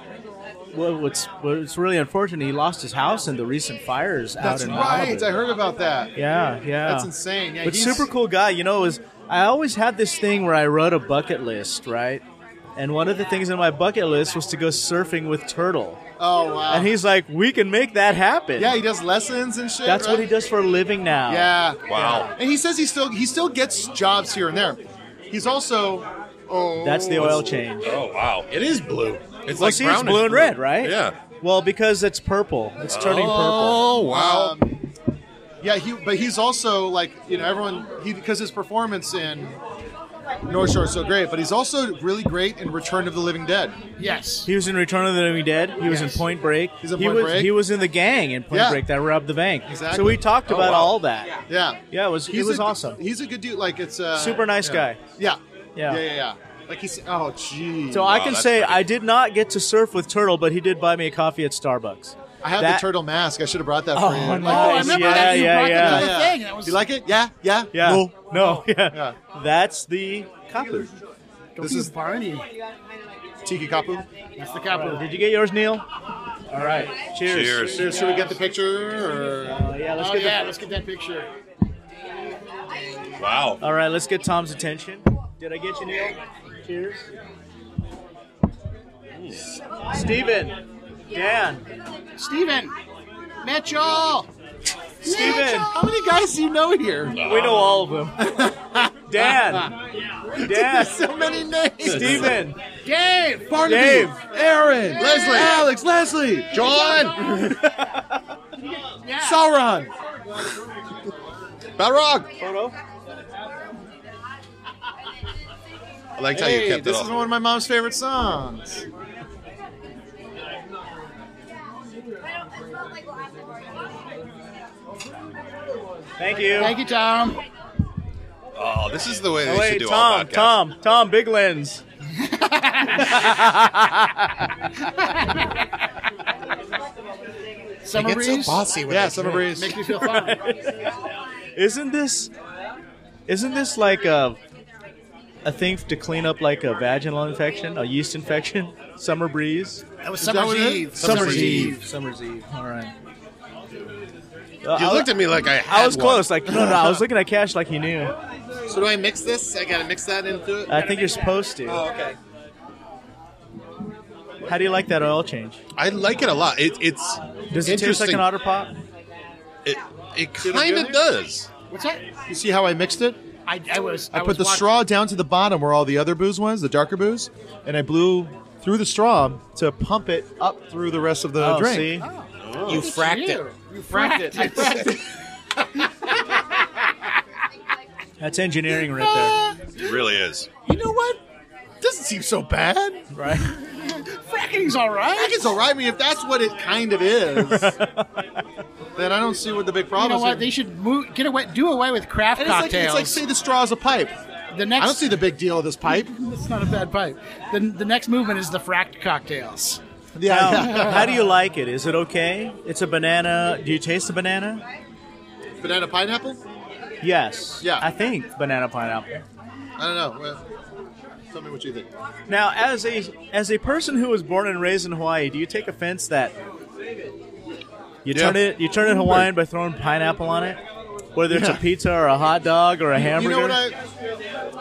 Speaker 3: well, what's what's really unfortunate, he lost his house in the recent fires out
Speaker 6: That's
Speaker 3: in
Speaker 6: right.
Speaker 3: Malibu.
Speaker 6: I heard about that.
Speaker 3: Yeah, yeah.
Speaker 6: That's insane. Yeah,
Speaker 3: but
Speaker 6: he's-
Speaker 3: super cool guy. You know, is I always had this thing where I wrote a bucket list, right? And one of the things on my bucket list was to go surfing with Turtle.
Speaker 6: Oh wow.
Speaker 3: And he's like, "We can make that happen."
Speaker 6: yeah, he does lessons and shit.
Speaker 3: that's what he
Speaker 6: right?
Speaker 3: does for a living now.
Speaker 6: Yeah.
Speaker 4: Wow.
Speaker 6: And he says he still he still gets jobs here and there. He's also oh
Speaker 3: that's the oil change.
Speaker 4: Oh wow, it is blue. It's
Speaker 3: well,
Speaker 4: like
Speaker 3: see, it's
Speaker 4: brownish
Speaker 3: blue and red, right?
Speaker 4: Yeah.
Speaker 3: Well, because it's purple, it's turning
Speaker 4: Oh wow.
Speaker 6: Um, yeah, he but he's also like you know everyone he because his performance in North Shore is so great, but he's also really great in Return of the Living Dead.
Speaker 7: Yes.
Speaker 3: purple. He was in Return of the Living Dead. He was in
Speaker 7: Yes.
Speaker 3: Point Break.
Speaker 6: He's in
Speaker 3: he
Speaker 6: Point
Speaker 3: was,
Speaker 6: Break.
Speaker 3: He was in the gang in Point
Speaker 6: Yeah.
Speaker 3: Break that robbed the bank.
Speaker 6: Exactly. Oh,
Speaker 3: So we talked about
Speaker 4: wow.
Speaker 3: all that.
Speaker 6: Yeah,
Speaker 3: Yeah, it was- it
Speaker 6: He's
Speaker 3: was
Speaker 6: a-
Speaker 3: awesome.
Speaker 6: He's a good dude. Like it's uh,
Speaker 3: Super nice
Speaker 6: yeah.
Speaker 3: guy.
Speaker 6: Yeah.
Speaker 3: Yeah.
Speaker 6: yeah, yeah, yeah. Like he's oh gee.
Speaker 3: So I
Speaker 4: Wow,
Speaker 3: can
Speaker 4: that's
Speaker 3: say
Speaker 4: pretty-
Speaker 3: I did not get to surf with Turtle, but he did buy me a coffee at Starbucks.
Speaker 6: I have
Speaker 3: that-
Speaker 6: the turtle mask. I should have brought that
Speaker 3: Oh,
Speaker 6: for you.
Speaker 3: on
Speaker 7: Oh,
Speaker 3: my
Speaker 7: I
Speaker 3: Nice.
Speaker 7: remember
Speaker 3: Yeah,
Speaker 7: that. You
Speaker 3: yeah,
Speaker 7: brought
Speaker 3: yeah.
Speaker 7: that to the thing. That was
Speaker 6: you like it? Yeah, yeah,
Speaker 3: Yeah.
Speaker 6: No.
Speaker 3: No. Yeah.
Speaker 6: Yeah.
Speaker 3: That's the copper.
Speaker 7: Don't
Speaker 6: This
Speaker 7: be
Speaker 6: is-
Speaker 7: Barney.
Speaker 6: Tiki Kapu.
Speaker 7: That's the capital.
Speaker 3: Did you get yours, Neil? All right. Cheers.
Speaker 4: Cheers.
Speaker 6: Should should we get the picture? Or?
Speaker 3: Oh, yeah. Let's
Speaker 7: Oh
Speaker 3: get. the-
Speaker 7: yeah, let's get that picture.
Speaker 4: Wow.
Speaker 3: All right. Let's get Tom's attention. Did I get you, Neil? Cheers. Steven. Dan.
Speaker 7: Steven. Mitchell.
Speaker 3: Steven.
Speaker 6: How many guys do you know here?
Speaker 3: We know all of them. Dan. Dan.
Speaker 6: There's so many names.
Speaker 3: Steven.
Speaker 7: Dave.
Speaker 6: Barnaby,
Speaker 3: Dave.
Speaker 6: Aaron, Leslie, Alex, Leslie,
Speaker 4: John.
Speaker 7: Yeah.
Speaker 6: Sauron.
Speaker 4: Balrog.
Speaker 3: Photo.
Speaker 4: I liked how you
Speaker 6: Hey,
Speaker 4: kept
Speaker 6: this
Speaker 4: it
Speaker 6: is
Speaker 4: all.
Speaker 6: one of my mom's favorite songs.
Speaker 3: Thank you.
Speaker 7: Thank you, Tom.
Speaker 4: oh, this is the way they should
Speaker 3: Wait,
Speaker 4: do all
Speaker 3: Tom,
Speaker 4: podcasts.
Speaker 3: Tom, Tom, big lens.
Speaker 7: Summer
Speaker 8: They get so
Speaker 7: breeze.
Speaker 8: bossy with
Speaker 6: Yeah,
Speaker 8: that
Speaker 6: Summer
Speaker 8: drink.
Speaker 6: Breeze.
Speaker 7: Makes me feel fun.
Speaker 3: Isn't this Isn't this like a a thing to clean up like a vaginal infection, a yeast infection? Summer breeze.
Speaker 7: That was Summer's
Speaker 6: what it is?
Speaker 7: Eve.
Speaker 3: Summer's Eve. Summer's Eve. All right. Uh,
Speaker 4: You
Speaker 3: I-
Speaker 4: looked at me like I had
Speaker 3: I was
Speaker 4: one.
Speaker 3: close. Like no, no. I was looking at Cash like he knew.
Speaker 8: So do I mix this? I gotta mix that into it.
Speaker 3: I think you're supposed to.
Speaker 8: Oh, okay.
Speaker 3: How do you like that oil change?
Speaker 4: I like it a lot. It, it's
Speaker 3: Does it taste like
Speaker 4: Interesting.
Speaker 3: an otter pop?
Speaker 4: it, it kind of does.
Speaker 7: What's that?
Speaker 6: You see how I mixed it?
Speaker 7: I, I was.
Speaker 6: I,
Speaker 7: was
Speaker 6: put the
Speaker 7: watching-
Speaker 6: straw down to the bottom where all the other booze was, the darker booze, and I blew through the straw to pump it up through the rest of the
Speaker 3: oh,
Speaker 6: drink.
Speaker 3: see,
Speaker 4: Ah.
Speaker 10: You fracked it.
Speaker 7: You, you fracked it. I fracked it.
Speaker 3: that's engineering right
Speaker 4: It really is.
Speaker 6: You know what? Doesn't seem so bad.
Speaker 3: there. Right.
Speaker 7: Fracking's all
Speaker 6: I
Speaker 7: right.
Speaker 6: think it's all right. I mean, if that's what it kind of is, then I don't see what the big
Speaker 7: You
Speaker 6: problem
Speaker 7: know what?
Speaker 6: is.
Speaker 7: They should move, get away, do away with craft
Speaker 6: And it's, like,
Speaker 7: cocktails.
Speaker 6: it's like say the straw's a pipe.
Speaker 7: the next,
Speaker 6: I don't see the big deal of this pipe.
Speaker 7: It's not a bad pipe. The, the next movement is the fracked cocktails.
Speaker 3: Now, how do you like it? Is it okay? It's a banana. Do you taste the banana?
Speaker 6: Banana pineapple?
Speaker 3: Yes.
Speaker 6: Yeah.
Speaker 3: I think banana pineapple.
Speaker 6: I don't know. Well, tell me what you think.
Speaker 3: Now, as a as a person who was born and raised in Hawaii, do you take offense that you
Speaker 6: Yeah. Mm-hmm.
Speaker 3: turn it you turn it Hawaiian by throwing pineapple on it, whether it's
Speaker 6: Yeah.
Speaker 3: a pizza or a hot dog or a
Speaker 6: You
Speaker 3: hamburger?
Speaker 6: know what I?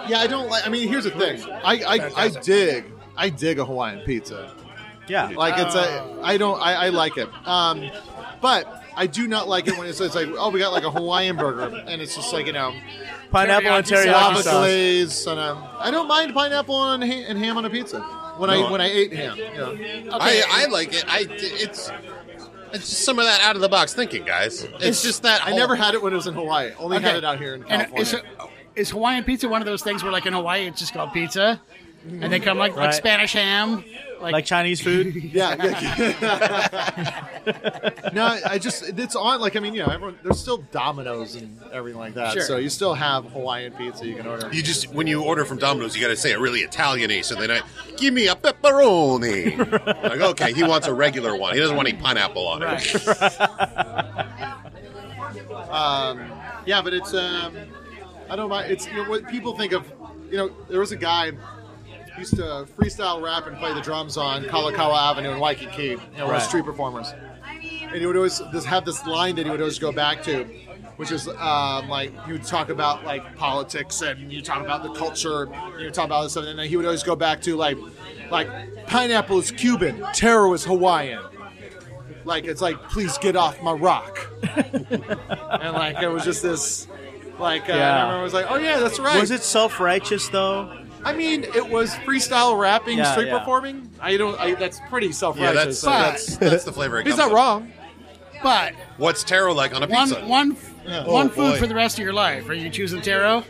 Speaker 6: Yeah, I don't like. I mean, here's the thing. I I, I dig. I dig a Hawaiian pizza.
Speaker 3: yeah.
Speaker 6: Like it's a. I don't. I, I like it. Um, but I do not like it when it's, it's like, oh, we got like a Hawaiian burger, and it's just like you know,
Speaker 3: pineapple and
Speaker 7: teriyaki
Speaker 3: teriyaki
Speaker 6: lava
Speaker 3: sauce.
Speaker 6: glaze. And, um, I don't mind pineapple and, ha- and ham on a pizza when I when I ate ham. You know.
Speaker 4: I, I like it. I it's it's just some of that out of the box thinking, guys. It's, just that
Speaker 6: I
Speaker 4: whole-
Speaker 6: never had it when it was in Hawaii. Only had
Speaker 7: Okay.
Speaker 6: it out here in California.
Speaker 7: And is, is Hawaiian pizza one of those things where, like in Hawaii, it's just called pizza, and they come like,
Speaker 3: Right.
Speaker 7: like Spanish ham, like,
Speaker 3: Like Chinese food.
Speaker 6: Yeah. yeah. no, I just it's on. Like I mean, you know, everyone there's still Domino's and everything like that.
Speaker 7: Sure.
Speaker 6: So you still have Hawaiian pizza you can order.
Speaker 4: You just when you order from Domino's, you got to say it really Italianese, so they not give me a pepperoni. like, okay, he wants a regular one. He doesn't want any pineapple on it.
Speaker 6: Yeah, but it's um, I don't mind. It's you know what people think of. You know, there was a guy who used to freestyle rap and play the drums on Kalakaua Avenue in Waikiki. You know, one of
Speaker 3: Right.
Speaker 6: the street performers. And he would always just have this line that he would always go back to, which is um, like you would talk about like politics and you talk about the culture, you would talk about this stuff, and then he would always go back to like like pineapple is Cuban, terror is Hawaiian. Like it's like please get off my rock, and like it was just this. Like uh,
Speaker 3: Yeah.
Speaker 6: and everyone was like, "Oh yeah, that's right."
Speaker 3: Was it self righteous though?
Speaker 6: I mean, it was freestyle rapping,
Speaker 3: Yeah,
Speaker 6: street
Speaker 3: yeah.
Speaker 6: performing. I don't. I, that's pretty
Speaker 4: Yeah,
Speaker 6: self-righteous.
Speaker 4: that's,
Speaker 6: so
Speaker 4: that's that's the flavor. It
Speaker 6: he's
Speaker 4: comes
Speaker 6: not
Speaker 4: with.
Speaker 6: wrong.
Speaker 7: but
Speaker 4: What's taro like on a
Speaker 7: one
Speaker 4: pizza?
Speaker 7: one one
Speaker 4: Oh,
Speaker 7: food
Speaker 4: boy.
Speaker 7: for the rest of your life. Are you choosing taro?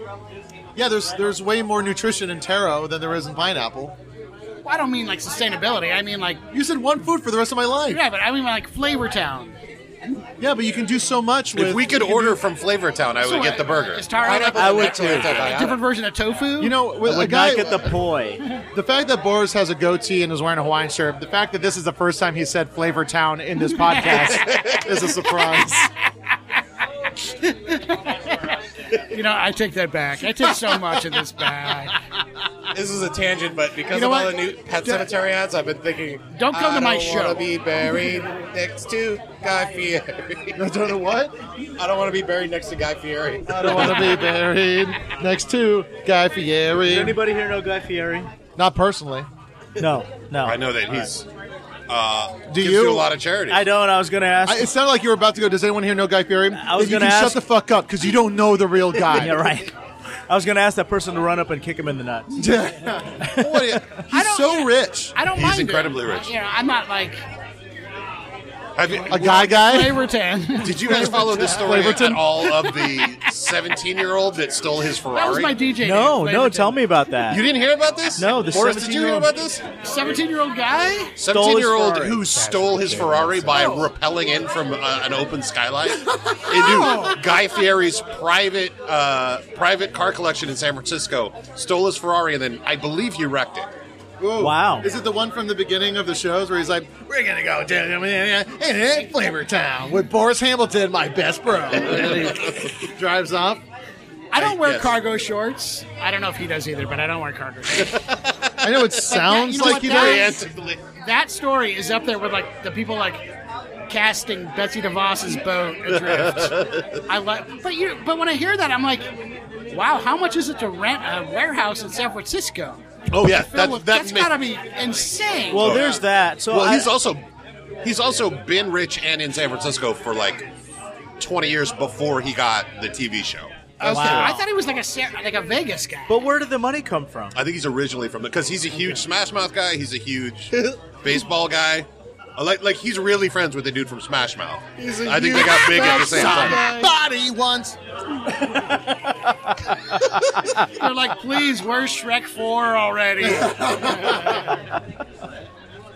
Speaker 6: Yeah, there's there's way more nutrition in taro than there is in pineapple.
Speaker 7: Well, I don't mean like sustainability. I mean like
Speaker 6: You said one food for the rest of my life.
Speaker 7: yeah, but I mean like Flavor Town.
Speaker 6: Yeah, but you can do so much with.
Speaker 4: if we could order from Flavortown, I would
Speaker 7: So,
Speaker 4: get the
Speaker 7: uh,
Speaker 4: burger.
Speaker 7: Is taro like
Speaker 3: I would
Speaker 10: Natural
Speaker 3: too.
Speaker 7: a
Speaker 10: antibiotic.
Speaker 7: different version of tofu?
Speaker 6: You know, with
Speaker 3: I
Speaker 6: a
Speaker 3: would
Speaker 6: guy,
Speaker 3: not get the poi.
Speaker 6: the fact that Boris has a goatee and is wearing a Hawaiian shirt, the fact that this is the first time he said Flavor Town in this podcast is a surprise.
Speaker 7: You know, I take that back. I take so much of this back.
Speaker 10: This is a tangent, but because
Speaker 7: You know
Speaker 10: of all
Speaker 7: what?
Speaker 10: the new Pet Cemetery ads, I've been thinking.
Speaker 7: Don't come
Speaker 10: I
Speaker 7: to my
Speaker 10: don't wanna
Speaker 7: show."
Speaker 10: be buried next to Guy Fieri. I don't know what. I don't want to be buried next to Guy Fieri.
Speaker 6: I don't want to be buried next to Guy Fieri.
Speaker 3: Does anybody here know Guy Fieri?
Speaker 6: Not personally.
Speaker 3: No, no.
Speaker 4: I know that he's uh,
Speaker 6: Do
Speaker 4: gives
Speaker 6: you?
Speaker 4: a lot of charity.
Speaker 3: I don't. I was going to ask.
Speaker 6: I, it sounded like you were about to go. Does anyone here know Guy Fieri?
Speaker 3: I was
Speaker 6: If you
Speaker 3: gonna
Speaker 6: can shut
Speaker 3: ask-
Speaker 6: the fuck up because you don't know the real guy.
Speaker 3: yeah, right. I was going to ask that person to run up and kick him in the nuts.
Speaker 6: What do you- He's
Speaker 7: don't-
Speaker 6: so rich.
Speaker 7: I don't
Speaker 4: He's
Speaker 7: mind. it.
Speaker 4: incredibly rich.
Speaker 7: You know, I'm not like
Speaker 4: Have you-
Speaker 6: A guy, guy.
Speaker 7: Flavor Town.
Speaker 4: Did you guys follow the story
Speaker 6: Flavortown?
Speaker 4: at all of the 17 year old that stole his Ferrari?
Speaker 7: That was my DJ.
Speaker 3: No,
Speaker 7: name,
Speaker 3: no.
Speaker 7: Flavor
Speaker 3: Tell
Speaker 7: Town.
Speaker 3: me about that.
Speaker 4: You didn't hear about this?
Speaker 3: No, the
Speaker 4: Boris, did you hear
Speaker 3: 17-year-old
Speaker 4: about this?
Speaker 7: 17 year old guy?
Speaker 4: 17 year old
Speaker 10: Ferrari.
Speaker 4: who stole his Ferrari by
Speaker 7: Oh.
Speaker 4: rappelling in from uh, an open skylight into Guy Fieri's private uh, private car collection in San Francisco, stole his Ferrari, and then I believe he wrecked it.
Speaker 6: Whoa.
Speaker 3: Wow.
Speaker 6: Is it the one from the beginning of the shows where he's like, "We're gonna go to Flavor Town with Boris Hamilton, my best bro," and then he drives off?
Speaker 7: I don't wear
Speaker 6: yes.
Speaker 7: cargo shorts. I don't know if he does either, but I don't wear cargo shorts.
Speaker 6: I know it sounds
Speaker 7: you know
Speaker 6: like
Speaker 7: what
Speaker 6: he
Speaker 7: that
Speaker 6: does.
Speaker 7: is? that story is up there with like the people like casting Betsy DeVos's boat adrift. I like, but you. But when I hear that, I'm like, wow, how much is it to rent a warehouse in San Francisco?
Speaker 4: Oh yeah,
Speaker 7: Filled
Speaker 4: that,
Speaker 7: with-
Speaker 4: that's
Speaker 7: that's
Speaker 4: me.
Speaker 7: gotta be insane.
Speaker 6: Oh,
Speaker 3: Well, there's that. So
Speaker 4: well,
Speaker 3: I-
Speaker 4: he's also he's also been rich and in San Francisco for like twenty years before he got the TV show.
Speaker 7: I,
Speaker 3: Wow.
Speaker 7: thought he was like a Sa- like a Vegas guy.
Speaker 3: but where did the money come from?
Speaker 4: I think he's originally from because he's a huge Smash Mouth guy. He's a huge baseball guy. I Like, like he's really friends with the dude from Smash Mouth. I think they got big at the same time.
Speaker 5: Body once.
Speaker 7: They're like, please, where's Shrek Four already?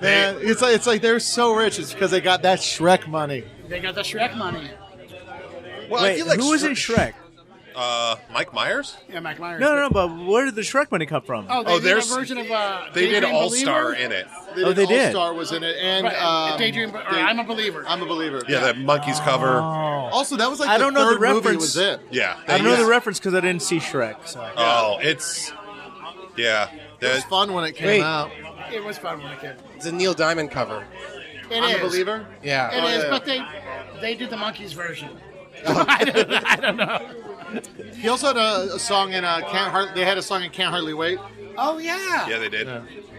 Speaker 6: Man, it's like it's like they're so rich. It's because they got that Shrek money.
Speaker 7: they got the Shrek money.
Speaker 4: Well, I
Speaker 3: Wait,
Speaker 4: feel like
Speaker 3: who was in
Speaker 4: Shre-
Speaker 3: Shrek?
Speaker 4: Uh, Mike Myers.
Speaker 7: Yeah, Mike Myers.
Speaker 3: No, no, no. But where did the Shrek money come from?
Speaker 7: Oh, they
Speaker 4: Oh,
Speaker 7: did
Speaker 4: there's-
Speaker 7: a version of uh,
Speaker 4: They did
Speaker 7: Daydream
Speaker 4: All Star
Speaker 7: Believer?
Speaker 4: in it.
Speaker 3: Oh, they did.
Speaker 6: Star was in it, and
Speaker 7: Right,
Speaker 6: um,
Speaker 7: Daydream, or
Speaker 6: they-
Speaker 7: uh, I'm a believer.
Speaker 6: I'm a believer.
Speaker 4: Yeah, that monkeys cover.
Speaker 6: Also, that was like
Speaker 3: I
Speaker 6: the
Speaker 3: don't know
Speaker 6: third
Speaker 3: the
Speaker 6: movie
Speaker 3: reference.
Speaker 6: was it.
Speaker 4: Yeah,
Speaker 3: Oh. I don't know
Speaker 4: yeah.
Speaker 3: the reference because I didn't see Shrek. So.
Speaker 4: Oh, it's yeah.
Speaker 6: It was
Speaker 4: That,
Speaker 6: fun when it came
Speaker 8: Wait.
Speaker 6: out.
Speaker 7: it was fun when I came.
Speaker 8: It's a Neil Diamond cover.
Speaker 7: It
Speaker 6: I'm
Speaker 7: is.
Speaker 6: a believer.
Speaker 8: Yeah.
Speaker 7: It is, but they they did the monkeys version. I, don't, I don't know.
Speaker 6: He also had a, a song in uh, Can't Hard- They had a song in Can't Hardly Wait.
Speaker 7: Oh yeah,
Speaker 4: yeah, they did.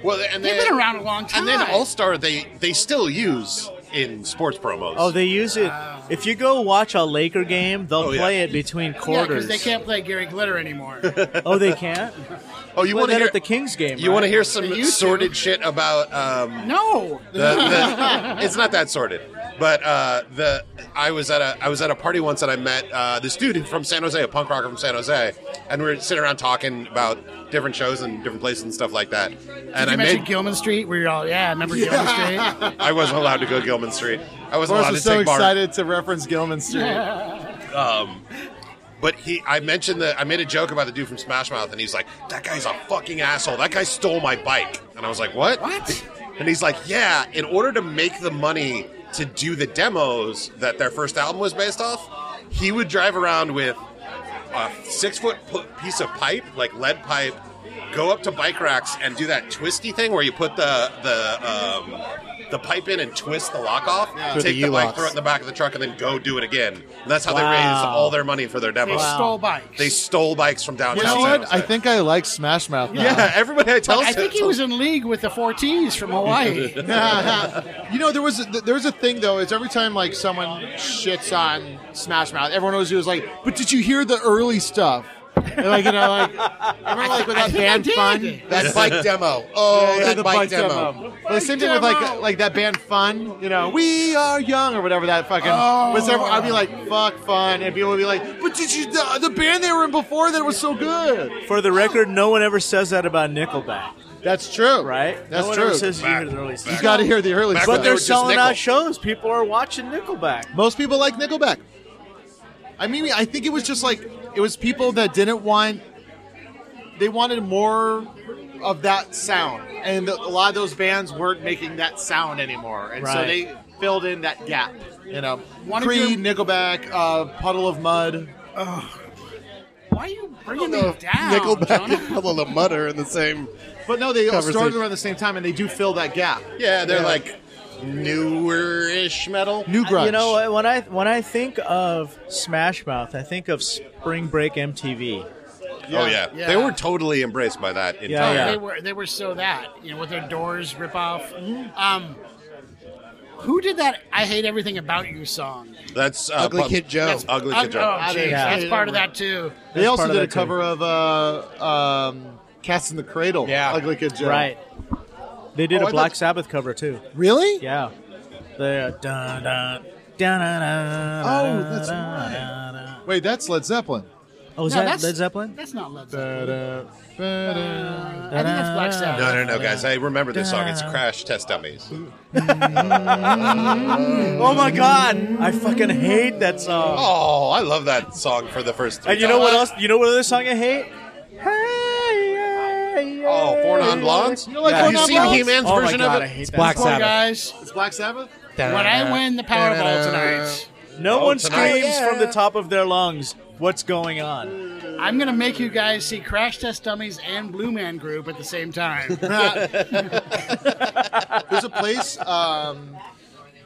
Speaker 4: Well, and
Speaker 7: they've
Speaker 4: then-
Speaker 7: been around a long time.
Speaker 4: And then All Star, they they still use in sports promos.
Speaker 3: Oh, they use it. If you go watch a Laker game, they'll
Speaker 4: Oh, yeah.
Speaker 3: play it between
Speaker 7: yeah,
Speaker 3: quarters.
Speaker 7: because they can't play Gary Glitter anymore.
Speaker 3: Oh, they can't.
Speaker 4: oh, you
Speaker 3: Play
Speaker 4: want to
Speaker 3: that
Speaker 4: hear
Speaker 3: at the Kings game?
Speaker 4: You want to hear
Speaker 7: They
Speaker 4: some
Speaker 7: used to.
Speaker 4: sordid shit about? Um,
Speaker 7: no,
Speaker 4: the, the, it's not that sordid, but uh, the I was at a I was at a party once and I met uh, this dude from San Jose, a punk rocker from San Jose, and we were sitting around talking about different shows and different places and stuff like that. And
Speaker 7: you
Speaker 4: I
Speaker 7: mentioned
Speaker 4: made
Speaker 7: Gilman Street. We were all yeah. Remember Gilman Street?
Speaker 4: I wasn't allowed to go Gilman Street. I wasn't
Speaker 6: Morris
Speaker 4: allowed
Speaker 6: was
Speaker 4: to
Speaker 6: so
Speaker 4: take bar.
Speaker 6: excited to reference Gilman Street.
Speaker 4: But he, I mentioned that I made a joke about the dude from Smash Mouth, and he's like, "That guy's a fucking asshole. That guy stole my bike." And I was like, "What?"
Speaker 7: What?
Speaker 4: And he's like, "Yeah. In order to make the money to do the demos that their first album was based off, he would drive around with a six foot p- piece of pipe, like lead pipe, go up to bike racks and do that twisty thing where you put the the um, the pipe in and twist the lock off,
Speaker 8: Through
Speaker 4: take
Speaker 8: the
Speaker 4: the, bike,
Speaker 8: U-locks.
Speaker 4: throw it in the back of the truck, and then go do it again. And that's how they
Speaker 3: Wow.
Speaker 4: raise all their money for their
Speaker 7: They
Speaker 4: demos.
Speaker 7: stole bikes.
Speaker 4: They stole bikes from
Speaker 6: You
Speaker 4: downtown.
Speaker 6: know
Speaker 4: San
Speaker 6: what?
Speaker 4: Jose.
Speaker 6: I think I like Smash Mouth. Now.
Speaker 4: Yeah, everybody I tell.
Speaker 7: I think he was in league with the four T's from Hawaii.
Speaker 6: you know, there was there was a thing though. Is every time like someone shits on Smash Mouth, everyone always was like, "But did you hear the early stuff?" And like you know, like remember like with that
Speaker 7: think I
Speaker 6: band
Speaker 7: did.
Speaker 6: Fun,
Speaker 8: That bike demo. Oh, that bike, demo.
Speaker 6: Well, the same thing with like like that band Fun. You know, we are young or whatever that fucking.
Speaker 8: Oh.
Speaker 6: Was there, I'd be like, "Fuck Fun," and people would be like, "But did you the, the band they were in before that was so good?"
Speaker 3: For the record, no one ever says that about Nickelback,
Speaker 6: That's true,
Speaker 3: right?
Speaker 6: That's
Speaker 3: no one
Speaker 6: true.
Speaker 3: ever says you
Speaker 4: Back,
Speaker 3: hear the early
Speaker 6: you
Speaker 3: stuff.
Speaker 6: got to hear the early
Speaker 4: Back
Speaker 6: stuff.
Speaker 3: But
Speaker 4: when they
Speaker 3: they're
Speaker 4: were just
Speaker 3: selling
Speaker 4: Nickel.
Speaker 3: out shows. People are watching Nickelback.
Speaker 6: Most people like Nickelback. I mean, I think it was just like it was people that didn't want. They wanted more of that sound, and a lot of those bands weren't making that sound anymore, and so
Speaker 3: Right.
Speaker 6: they filled in that gap. You know,
Speaker 7: One of
Speaker 6: Creed,
Speaker 7: your-
Speaker 6: Nickelback, uh, Puddle of Mud.
Speaker 7: Why are you bringing me
Speaker 8: No,
Speaker 7: down?
Speaker 8: Nickelback
Speaker 7: Jonah?
Speaker 8: and Puddle the Mutter in the same.
Speaker 6: But no, they all started
Speaker 8: Conversation.
Speaker 6: around the same time, and they do fill that gap.
Speaker 4: Yeah, they're
Speaker 6: Yeah.
Speaker 4: like newerish metal.
Speaker 6: New grunge.
Speaker 3: You know what- when I when I think of Smash Mouth, I think of Spring Break MTV.
Speaker 4: Oh yeah.
Speaker 7: Yeah.
Speaker 4: they were totally embraced by that. Entire
Speaker 3: Yeah, yeah.
Speaker 7: They were they were so that you know with their doors rip off. Um, who did that? I hate everything about you song.
Speaker 4: That's uh,
Speaker 8: Ugly
Speaker 4: Pub-
Speaker 8: Kid Joe.
Speaker 4: That's Ugly Kid Joe.
Speaker 7: Oh, geez,
Speaker 3: Yeah.
Speaker 7: that's part of that too.
Speaker 6: they also
Speaker 3: part of
Speaker 6: did a
Speaker 3: that too.
Speaker 6: cover of uh, um, "Cats in the Cradle."
Speaker 8: Yeah.
Speaker 6: Ugly Kid Joe.
Speaker 3: Right. They did
Speaker 6: Oh,
Speaker 3: a
Speaker 6: I
Speaker 3: Black
Speaker 6: thought-
Speaker 3: Sabbath cover too.
Speaker 6: Really?
Speaker 3: Yeah. The dun dun dun dun dun.
Speaker 6: Oh,
Speaker 3: dun,
Speaker 6: that's
Speaker 3: dun,
Speaker 6: right.
Speaker 3: dun, dun.
Speaker 6: Wait, that's Led Zeppelin.
Speaker 3: Oh, is
Speaker 7: No,
Speaker 3: that
Speaker 7: that's-
Speaker 3: Led Zeppelin?
Speaker 7: That's not Led Zeppelin.
Speaker 6: Ba-da, ba-da.
Speaker 7: I think that's Black Sabbath.
Speaker 4: No, no, no, guys. I remember this song. It's Crash Test Dummies.
Speaker 3: Oh my god, I fucking hate that song.
Speaker 4: Oh, I love that song for the first three
Speaker 3: and you know
Speaker 4: times.
Speaker 3: what else? You know what other song I hate? Hey, hey,
Speaker 4: Oh, Four Non Blondes?
Speaker 6: You like
Speaker 4: Have
Speaker 6: Four
Speaker 4: you
Speaker 6: Non
Speaker 4: seen
Speaker 6: Blondes?
Speaker 4: He-Man's
Speaker 3: Oh my
Speaker 4: version
Speaker 3: god,
Speaker 4: of
Speaker 3: I
Speaker 4: it?
Speaker 3: hate that. Black.
Speaker 8: Black
Speaker 7: Poor
Speaker 8: Sabbath.
Speaker 7: guys.
Speaker 6: It's Black Sabbath?
Speaker 7: When I win the Powerball tonight,
Speaker 3: No
Speaker 4: Oh,
Speaker 3: one
Speaker 4: tonight.
Speaker 3: screams from the top of their lungs. What's going on?
Speaker 7: I'm gonna make you guys see Crash Test Dummies and Blue Man Group at the same time.
Speaker 6: There's a place um,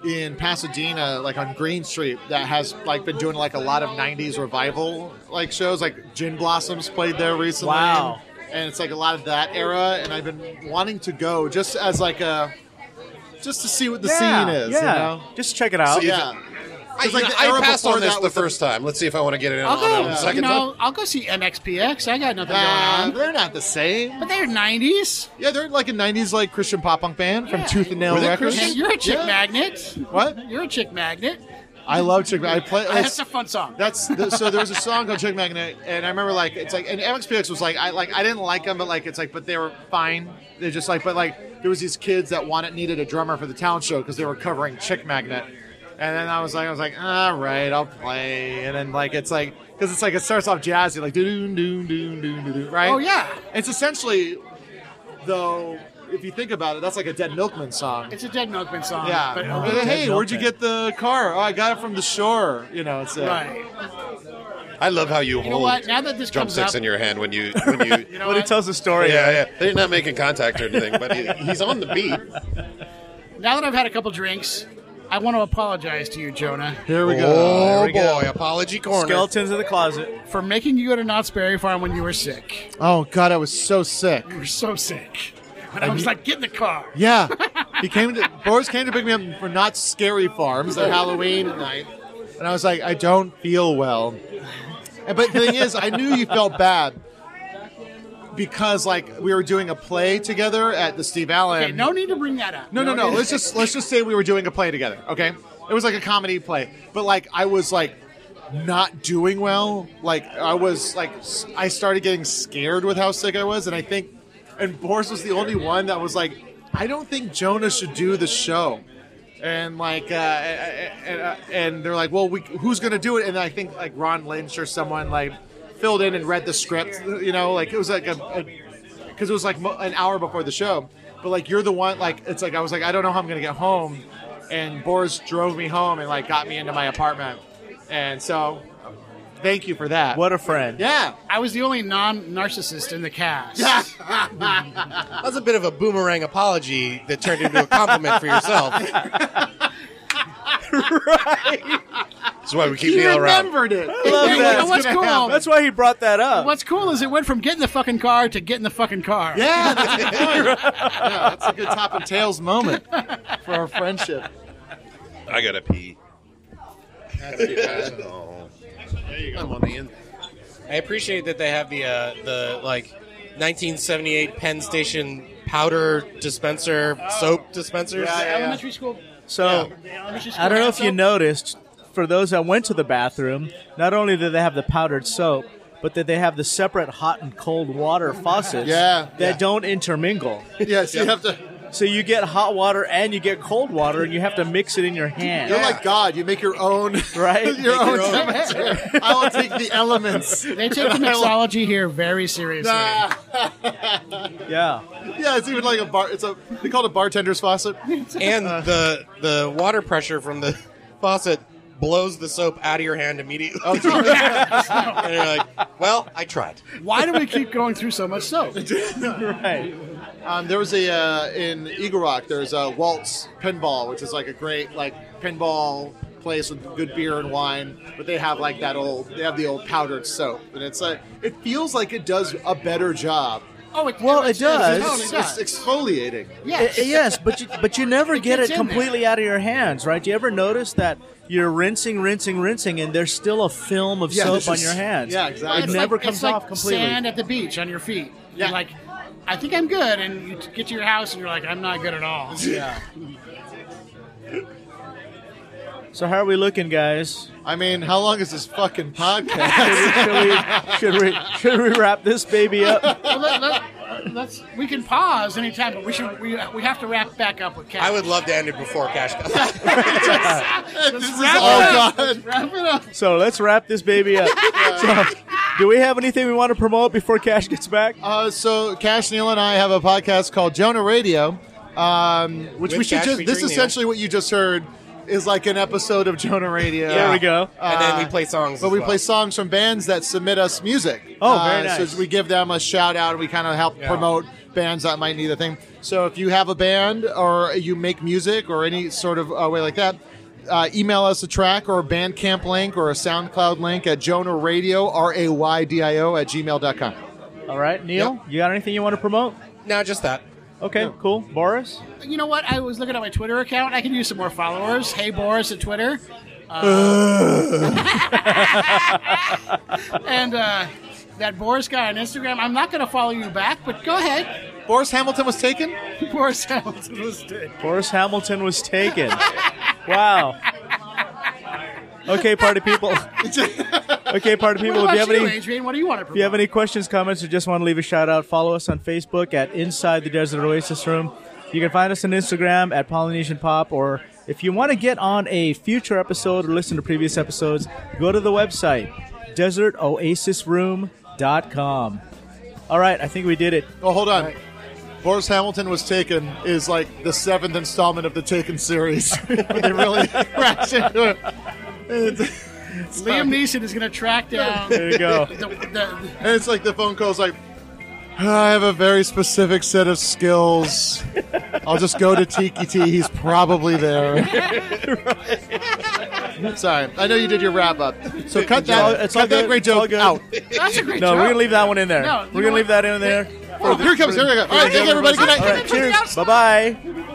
Speaker 6: in Pasadena, like on Green Street, that has like been doing like a lot of '90s revival like shows. Like Gin Blossoms played there recently.
Speaker 3: Wow.
Speaker 6: And it's like a lot of that era, and I've been wanting to go just as like a just to see what the
Speaker 3: yeah,
Speaker 6: scene is.
Speaker 3: Yeah.
Speaker 6: You know?
Speaker 3: Just check it out.
Speaker 6: Yeah.
Speaker 4: I,
Speaker 6: like the
Speaker 4: I
Speaker 6: era
Speaker 4: passed
Speaker 6: before
Speaker 4: on this
Speaker 6: that
Speaker 4: the
Speaker 6: was the-
Speaker 4: first time. Let's see if I want to get it in
Speaker 7: I'll
Speaker 4: on
Speaker 7: go.
Speaker 4: it the
Speaker 7: you
Speaker 4: Oh, second
Speaker 7: know,
Speaker 4: time. Ah.
Speaker 7: I'll go see MXPX. I got nothing
Speaker 6: Uh,
Speaker 7: going on.
Speaker 6: they're not the same.
Speaker 7: But they're '90s.
Speaker 6: Yeah, they're like a '90s like Christian pop punk band from
Speaker 7: Yeah.
Speaker 6: Tooth and Nail
Speaker 4: Were they
Speaker 6: Records.
Speaker 4: Christian?
Speaker 7: You're a chick
Speaker 6: Yeah.
Speaker 7: magnet.
Speaker 6: What?
Speaker 7: You're a chick magnet.
Speaker 6: I love Chick. I play.
Speaker 7: That's a fun song.
Speaker 6: That's the, so. There was a song called Chick Magnet, and I remember like it's like and MXPX was like I like I didn't like them, but like it's like but they were fine. They just like but like there was these kids that wanted needed a drummer for the town show because they were covering Chick Magnet, and then I was like I was like all right I'll play, and then like it's like because it's like it starts off jazzy like doo doo doo doo doo doo doo right
Speaker 7: Oh yeah,
Speaker 6: it's essentially though if you think about it that's like a Dead Milkman song
Speaker 7: it's a Dead Milkman song.
Speaker 6: yeah.
Speaker 7: but
Speaker 6: But, hey, where'd you get the car? Oh, I got it from the shore. You know, it's uh,
Speaker 7: right.
Speaker 4: I love how you,
Speaker 7: You know
Speaker 4: hold
Speaker 7: what? Now that this comes
Speaker 4: drumsticks
Speaker 7: up,
Speaker 4: in your hand when you when you.
Speaker 7: you know
Speaker 3: But it
Speaker 7: what?
Speaker 3: tells the story.
Speaker 4: yeah, yeah. They're not making contact or anything, but he, he's on the beat.
Speaker 7: now that I've had a couple drinks, I want to apologize to you, Jonah,
Speaker 6: Here we go.
Speaker 8: Oh boy, apology corner.
Speaker 3: Skeletons in the closet.
Speaker 7: for making you go to Knott's Berry Farm when you were sick.
Speaker 6: Oh God, I was so sick.
Speaker 7: You were so sick, and I was like, get in the car.
Speaker 6: Yeah, he came. To, Boris came to pick me up for not scary farms. Their Halloween night, and I was like, I don't feel well. And, but the thing is, I knew you felt bad because like we were doing a play together at the Steve Allen.
Speaker 7: Okay, no need to bring that up.
Speaker 6: No, no, no.
Speaker 7: need-
Speaker 6: Let's just let's just say we were doing a play together. Okay, it was like a comedy play, but like I was like not doing well. Like I was like s- I started getting scared with how sick I was, and I think and Boris was the only one that was like, I don't think Jonah should do the show. And like, uh, and, uh, and they're like, well, we, who's gonna do it? And I think like Ron Lynch or someone like filled in and read the script. You know, like it was like a, a because it was like mo- an hour before the show. But like you're the one, like it's like I was like I don't know how I'm gonna get home, and Boris drove me home and like got me into my apartment, and so thank you for that.
Speaker 3: What a friend.
Speaker 6: Yeah,
Speaker 7: I was the only non-narcissist in the cast.
Speaker 8: That was a bit of a boomerang apology that turned into a compliment for yourself.
Speaker 4: That's why we keep
Speaker 6: he
Speaker 4: Neil around.
Speaker 6: remembered it.
Speaker 3: I love
Speaker 7: You know
Speaker 3: that.
Speaker 7: what's
Speaker 6: gonna
Speaker 7: cool?
Speaker 6: happen.
Speaker 3: That's why he brought that up.
Speaker 7: What's cool is it went from get in the fucking car to get in the fucking car.
Speaker 6: Yeah, that's a good, yeah, that's a good top and tails moment for our friendship.
Speaker 4: I gotta pee. Oh. I'm on the in.
Speaker 8: I appreciate that they have the uh, the like 1978 Penn Station powder dispenser, soap dispensers.
Speaker 7: The Elementary school.
Speaker 3: So
Speaker 7: the elementary school
Speaker 3: I don't know
Speaker 7: had
Speaker 3: if you
Speaker 7: soap.
Speaker 3: noticed, for those that went to the bathroom, not only did they have the powdered soap, but that they have the separate hot and cold water faucets
Speaker 6: Yeah,
Speaker 3: that
Speaker 6: yeah.
Speaker 3: don't intermingle.
Speaker 6: Yes, you have to.
Speaker 3: So you get hot water and you get cold water, and you have to mix it in your hand.
Speaker 6: You're like God. You make your own,
Speaker 3: Right?
Speaker 6: your
Speaker 3: Make your
Speaker 6: own.
Speaker 3: own.
Speaker 6: temperature. I will take the elements.
Speaker 7: They take the mixology here very seriously.
Speaker 3: yeah.
Speaker 6: Yeah, it's even like a bar. It's a they call it a bartender's faucet.
Speaker 8: And
Speaker 6: Uh.
Speaker 8: the the water pressure from the faucet blows the soap out of your hand immediately.
Speaker 6: Oh,
Speaker 8: and you're like, well, I tried.
Speaker 7: Why do we keep going through so much soap?
Speaker 3: Right.
Speaker 6: Um, there was a uh, in Eagle Rock. There's a Waltz Pinball, which is like a great like pinball place with good beer and wine. But they have like that old. They have the old powdered soap, and it's like it feels like it does a better job.
Speaker 7: Oh, it,
Speaker 3: Well, it does.
Speaker 6: It's, it's,
Speaker 7: does.
Speaker 6: exfoliating.
Speaker 7: Yes.
Speaker 3: I- Eh, yes, but you, but you never get
Speaker 7: gets
Speaker 3: it
Speaker 7: in there.
Speaker 3: completely out of your hands, right? Do you ever notice that you're rinsing, rinsing, rinsing, and there's still a film of
Speaker 6: Yeah,
Speaker 3: soap
Speaker 6: there's
Speaker 3: on
Speaker 6: just-
Speaker 3: your hands?
Speaker 6: yeah, exactly.
Speaker 3: It
Speaker 7: It's
Speaker 3: never
Speaker 7: like-
Speaker 3: comes
Speaker 7: it's like
Speaker 3: off completely.
Speaker 7: Sand at the beach on your feet.
Speaker 6: Yeah.
Speaker 7: You're like, I think I'm good, and you get to your house and you're like, I'm not good at all.
Speaker 6: Yeah.
Speaker 3: So how are we looking, guys?
Speaker 6: I mean, how long is this fucking podcast?
Speaker 3: should, we, should we should we wrap this baby up?
Speaker 7: Well, let, us we can pause anytime, but we should we, we have to wrap back up with Cat.
Speaker 8: I would love to end it before cash comes.
Speaker 6: this is
Speaker 7: wrap it
Speaker 6: all
Speaker 7: up.
Speaker 6: God.
Speaker 7: wrap it up.
Speaker 3: So let's wrap this baby up. So, do we have anything we want to promote before Cash gets back?
Speaker 6: Uh, so Cash Neal and I have a podcast called Jonah Radio, um, which
Speaker 8: With
Speaker 6: we should
Speaker 8: Cash
Speaker 6: just. This
Speaker 8: featuring
Speaker 6: is essentially what you just heard. is like an episode of Jonah Radio.
Speaker 8: Yeah.
Speaker 3: There we go.
Speaker 6: uh,
Speaker 8: and then we play songs.
Speaker 6: But
Speaker 8: as
Speaker 6: we
Speaker 8: well.
Speaker 6: play songs from bands that submit us music.
Speaker 3: Oh,
Speaker 6: Uh,
Speaker 3: very nice.
Speaker 6: So we give them a shout out. We kind of help
Speaker 8: Yeah.
Speaker 6: promote bands that might need a thing. So if you have a band or you make music or any sort of uh, way like that, uh, email us a track or a Bandcamp link or a SoundCloud link at Jonah Radio, R A Y D I O, at gmail.com.
Speaker 3: All right, Neil, you got anything you want to promote?
Speaker 8: No, just that.
Speaker 3: Okay, cool. Boris?
Speaker 7: You know what? I was looking at my Twitter account. I could use some more followers. Hey Boris at Twitter. Uh, and uh, that Boris guy on Instagram. I'm not going to follow you back, but go ahead.
Speaker 6: Boris Hamilton was taken?
Speaker 7: Boris Hamilton was dead.
Speaker 3: Boris Hamilton was taken. wow. Okay, party people. okay, party people. If
Speaker 7: what about
Speaker 3: you have
Speaker 7: you,
Speaker 3: any, if
Speaker 7: Adrian? What do you want to promote?
Speaker 3: you have any questions, comments, or just want to leave a shout out, follow us on Facebook at Inside the Desert Oasis Room. You can find us on Instagram at Polynesian Pop, or if you want to get on a future episode or listen to previous episodes, go to the website desertoasisroom.com. All right, I think we did it.
Speaker 6: Oh, hold on. Boris Hamilton was taken is like the seventh installment of the Taken series. they really crashed into it.
Speaker 7: Liam Neeson is going to track down the,
Speaker 3: There you go.
Speaker 7: the,
Speaker 6: And it's like the phone call's like, I have a very specific set of skills. I'll just go to Tiki T. He's probably there. Sorry, I know you did your wrap up. So cut that.
Speaker 3: It's all
Speaker 6: cut that
Speaker 3: good.
Speaker 6: great
Speaker 3: It's all
Speaker 6: joke
Speaker 3: good.
Speaker 6: out.
Speaker 7: That's a great
Speaker 3: No,
Speaker 7: job.
Speaker 3: we're gonna leave that one in there.
Speaker 7: No, you
Speaker 3: we're
Speaker 7: know
Speaker 3: gonna leave that in there.
Speaker 6: Oh, here it comes. Here we go. All right, thank you, everybody. Good night.
Speaker 3: All right, cheers. Bye bye.